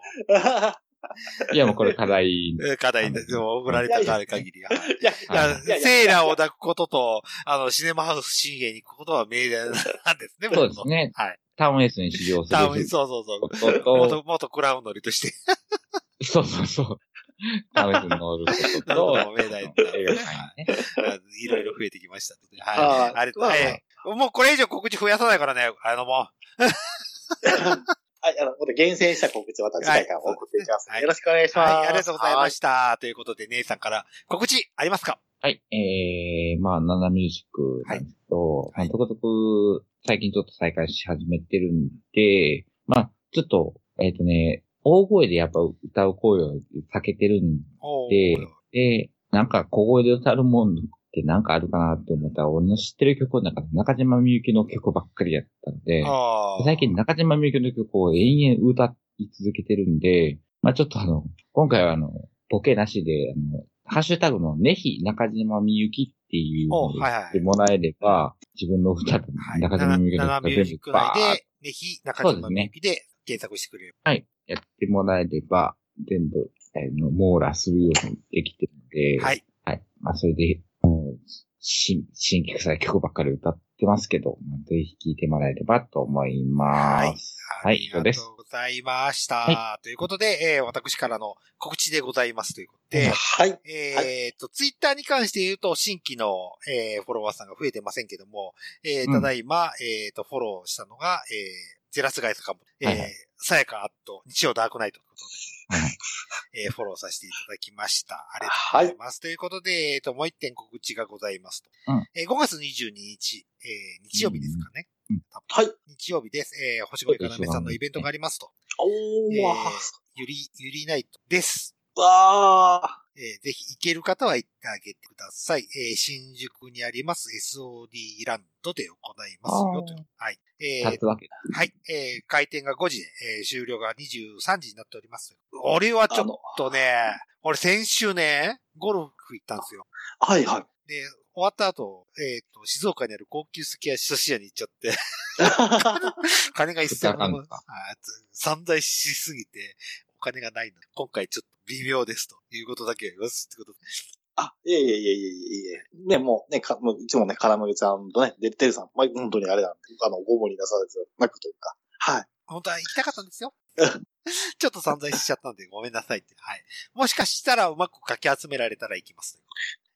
いや、もうこれ課題。
えー課題で、でも送られたか限りは。はい
いや、
いや
いやいや
セーラーを抱くことと、あの、シネマハウス深夜に行くことは命令なんですね、
そうですね。
はい。
タウンエースに修行する。
多分、そうそうそう。
ことと、
元、元クラウン乗りとして、
そうそうそう。タウンエースに乗ること
なるほ
と
ど、命題
映画館にね。
いろいろ増えてきましたので。
は
はいい。あれ、
まあまあ
えーもうこれ以上告知増やさないからね、あのも
はい、あの、また厳選した告知はまた次回から送っていきます。
はい
よろしくお願いし
う。
ます。
はい、ありがとうございました。ということで、姉さんから告知ありますか
はい、えー、まあ、ナナミュージックなんですけど、
はいはい
まあとことく、最近ちょっと再開し始めてるんで、まあ、ちょっと、えっ、とね、大声でやっぱ歌う声を避けてるん
おー
で、で、なんか小声で歌うもんってなんかあるかなって思ったら、俺の知ってる曲の中で中島みゆきの曲ばっかりやったので、
あー
最近中島みゆきの曲を延々歌い続けてるんで、まあちょっとあの、今回はあの、ボケなしで、あの、ハッシュタグのねひ中島みゆきっていうのを
お
言
はいはいはい
ってもらえれば、自分の歌と
はい。
中島みゆきの
ナナ
歌
ミュージ
全
ッ
部
ク
バ
内
ーッ
で、ね、非中島みゆきで検索してくれる。
やってもらえれば、全部、えーの網羅するようにできてるので、
はい。
はい。まあ、それで、もう、新、新曲さ曲ばっかり歌ってますけど、まあぜひ聴いてもらえればと思います。
あ
はい
り、
そう
が
です
と。うございました。
は
ということで、えー私からの告知でございますということで、
はい。
えっと、ツイッターに関して言うと、新規の、えーフォロワーさんが増えてませんけども、えー
うん
ただいま、えっと、フォローしたのが、えーゼラスガイ坂本、えー
はいはい
さやかアット、日曜ダークナイトということ
はいはい
で、 <laughs> えーフォローさせていただきました。ありがとうございます。ということで、えっ、と、もう一点告知がございますと。
うん
えー5月22日、えー日曜日ですかね。
うん
多分
はい。
日曜日です。えー星越かなめさんのイベントがありますと。
おー、
えー
わ
ゆり、ゆりナイトです。
ーわ
えーぜひ行ける方は行ってあげてください。えー新宿にあります SOD ランドで行いますよという。はい。えー
立つわけだ。
はい。えー開店が5時で、えー終了が23時になっております。俺はちょっとね、俺先週ね、ゴルフ行ったんですよ。
ーはい、はい。
で、終わった後、えっ、と、静岡にある高級すき家寿司屋に行っちゃって、金が一
ちょっ
千
とあか
万
ん
も
のか、
あつ散財しすぎて、お金がないので、今回ちょっと微妙ですということだけは言わせてください。
あ、いえいえいえいえいえいえ。ね、もうね、かもううちもね、金森さんとね、デルテルさん、まあ、本当にあれなんで、あの、ご無理なされずなくというか、はい。
本当は行きたかったんです
<laughs>
よ。ちょっと散々しちゃったんでごめんなさいって。はい。もしかしたらうまくかき集められたら行きます。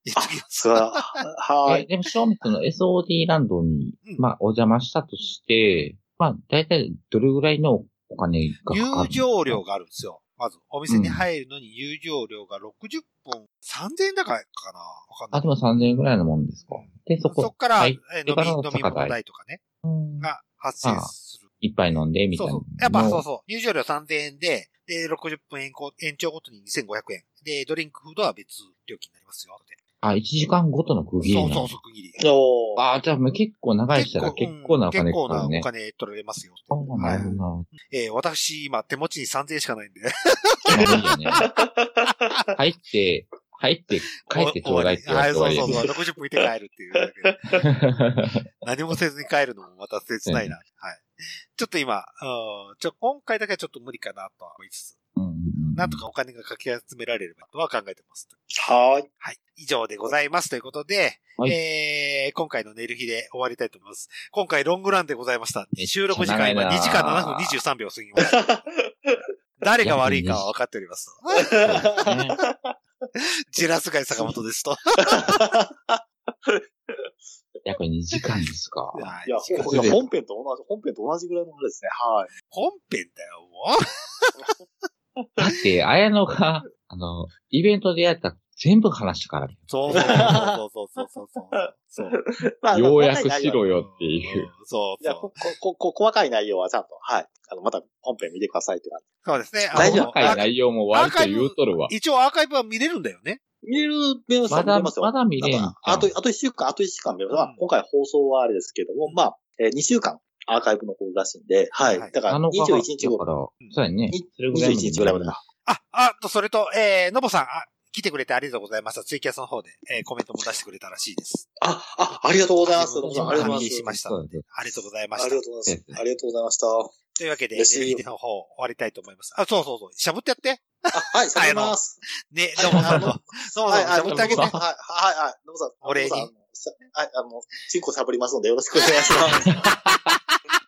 言っときます
それは、は
え
い。
でも、正味その SOD ランドに
うん、
まあ、お邪魔したとして、まあ、だいたいどれぐらいのお金がかか
入
る
場料があるんですよ。まず、お店に入るのに入場料が60本、3000円だからかなわかんな
あ、
い
で。も3000円ぐらいのもんですか。で、そこ。
そっから、え
入
ー
っ
飲
て
み、
から
飲
の
み
高
物
台。
代とかね、
うん
が発生する。
一杯飲んで、みた
そ
い
そ
うなの
う。やっぱそう
の
そう。入場料3000円で、で、60分延行延長ごとに2500円。で、ドリンクフードは別料金になりますよ。って
あ、1時間ごとの区切りな
そ
の
うそう、即切り。
おー
ああ、じゃあもう結構長いしたら結構なお
結
金か
構
か
な
る
お
ね。
金取られますよ。
ああ、なるほどなるほど。
えー私、今、手持ちに3000円しかないんで。
まあいいよね。入って、入って、帰ってちょうだいって言わ
はい、
れて終わり
そ
や
うそうそう。60分いて帰るっていうだけで。何もせずに帰るのもまた切ないな。はい。ちょっと今、うんちょ、今回だけはちょっと無理かなとは思いつつ、
<laughs> うんうんうん
なんとかお金がかき集められればとは考えてます。
はい。
はい。以上でございます。ということで、
はい
えー、今回の寝る日で終わりたいと思います。今回ロングランでございました
め。っちゃ
収録時
長
間
い
今
な
2時間7分23秒過ぎま
<laughs>
した。誰が悪いかは分かっております。 <laughs>
そうですね
ジェラスガイ坂本ですと。
やっぱり2時間ですか。
はい
いや、
時間
ほんいや本編と同じ、本編と同じぐらいのあれですね。はい。
本編だよ、もう。
だって、綾野が、あの、イベントでやった全部話したからね。
そうそうそうそうそうそうそう。そう
まあ
ようやくし。
細かい内容
ろよっていう。
ん。そう
いや、
そ
こ
う。、
こ、こ、細かい内容はちゃんと、はい。あの、また本編見てくださいって感
そうですね。あの
大丈
細
夫
かい内容も割と言うとるわ。
一応アーカイブは見れるんだよね。
じ。見れる、見れます
ま
見れ
だ、
ますよ。
まだ見れんじゃん。
あと、あと一週間、あと一週間見れます。ま
う
あ
ん
今回放送はあれですけども、まあ、えー、2週間アーカイブの方らしいんで、はい。
はい
だから、
7
21
日が
日
だ
頃、
から、そうやね
に。
それぐらい
21
まで
日ぐらいまでか。
あ、あと、それと、えー、のぼさん、あ、来てくれてありがとうございました。ツイキャスの方で、えー、コメントも出してくれたらしいです。
あ、あ、ありがとうございます。
あ
どうもありがと
反
うござ
映
い
し
ま。
ますしたので、ありがとうございま
あ
し
り
た
が。とうございます。
た
ありがとうございました。
というわけで、ね、
嬉しいよ
日の方終わりたいと思います。あ、そうそうそう。しゃぶってやって。
あ、はい、さよなら。
ね、
はい
のぼさんの、
<laughs>
の
あ
ぼさんのしゃぶってあげて
はい、。はい、はい、ノブさん。
お礼に
ノブさんあのさはい、あの、チンコしゃぶりますのでよろしくお願いします。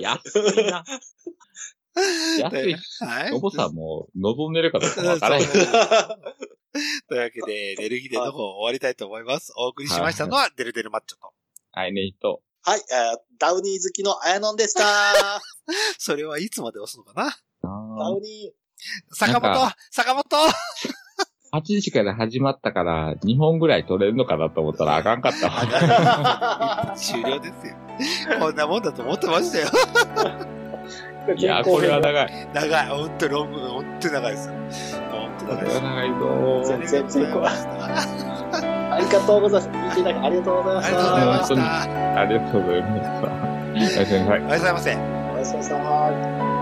安いな。安い。
はい。
のぼさんも望んでるかどうか
うん
わからへん。
そうというわけで、寝る日での方終わりたいと思います。お送りしましたのは、デルデルマッチョと。
はい、ね、と。
はい、えーダウニー好きのあやのんでした。ダ
それはいつまで押すのかな
あー
ウニ
坂
なん
本坂本
8時から始まったから、2本ぐらい取れるのかなと思ったらあかんかったわ。
終了ですよ。こんなもんだと思ってましたよ。
ー。
いや、これは長い。
長い。ほんとロング、ほんと長いです。ほんと
こ
長い
れ
です。
は長いぞ
全然
ありがとうございました
ありがとうございます。見ていただきありがとうございま
あ
し
りがとうござ
た。
いました。
<laughs> ありがとうございました。おやすみなさい。
おやすみなさい。
おやすみなさい。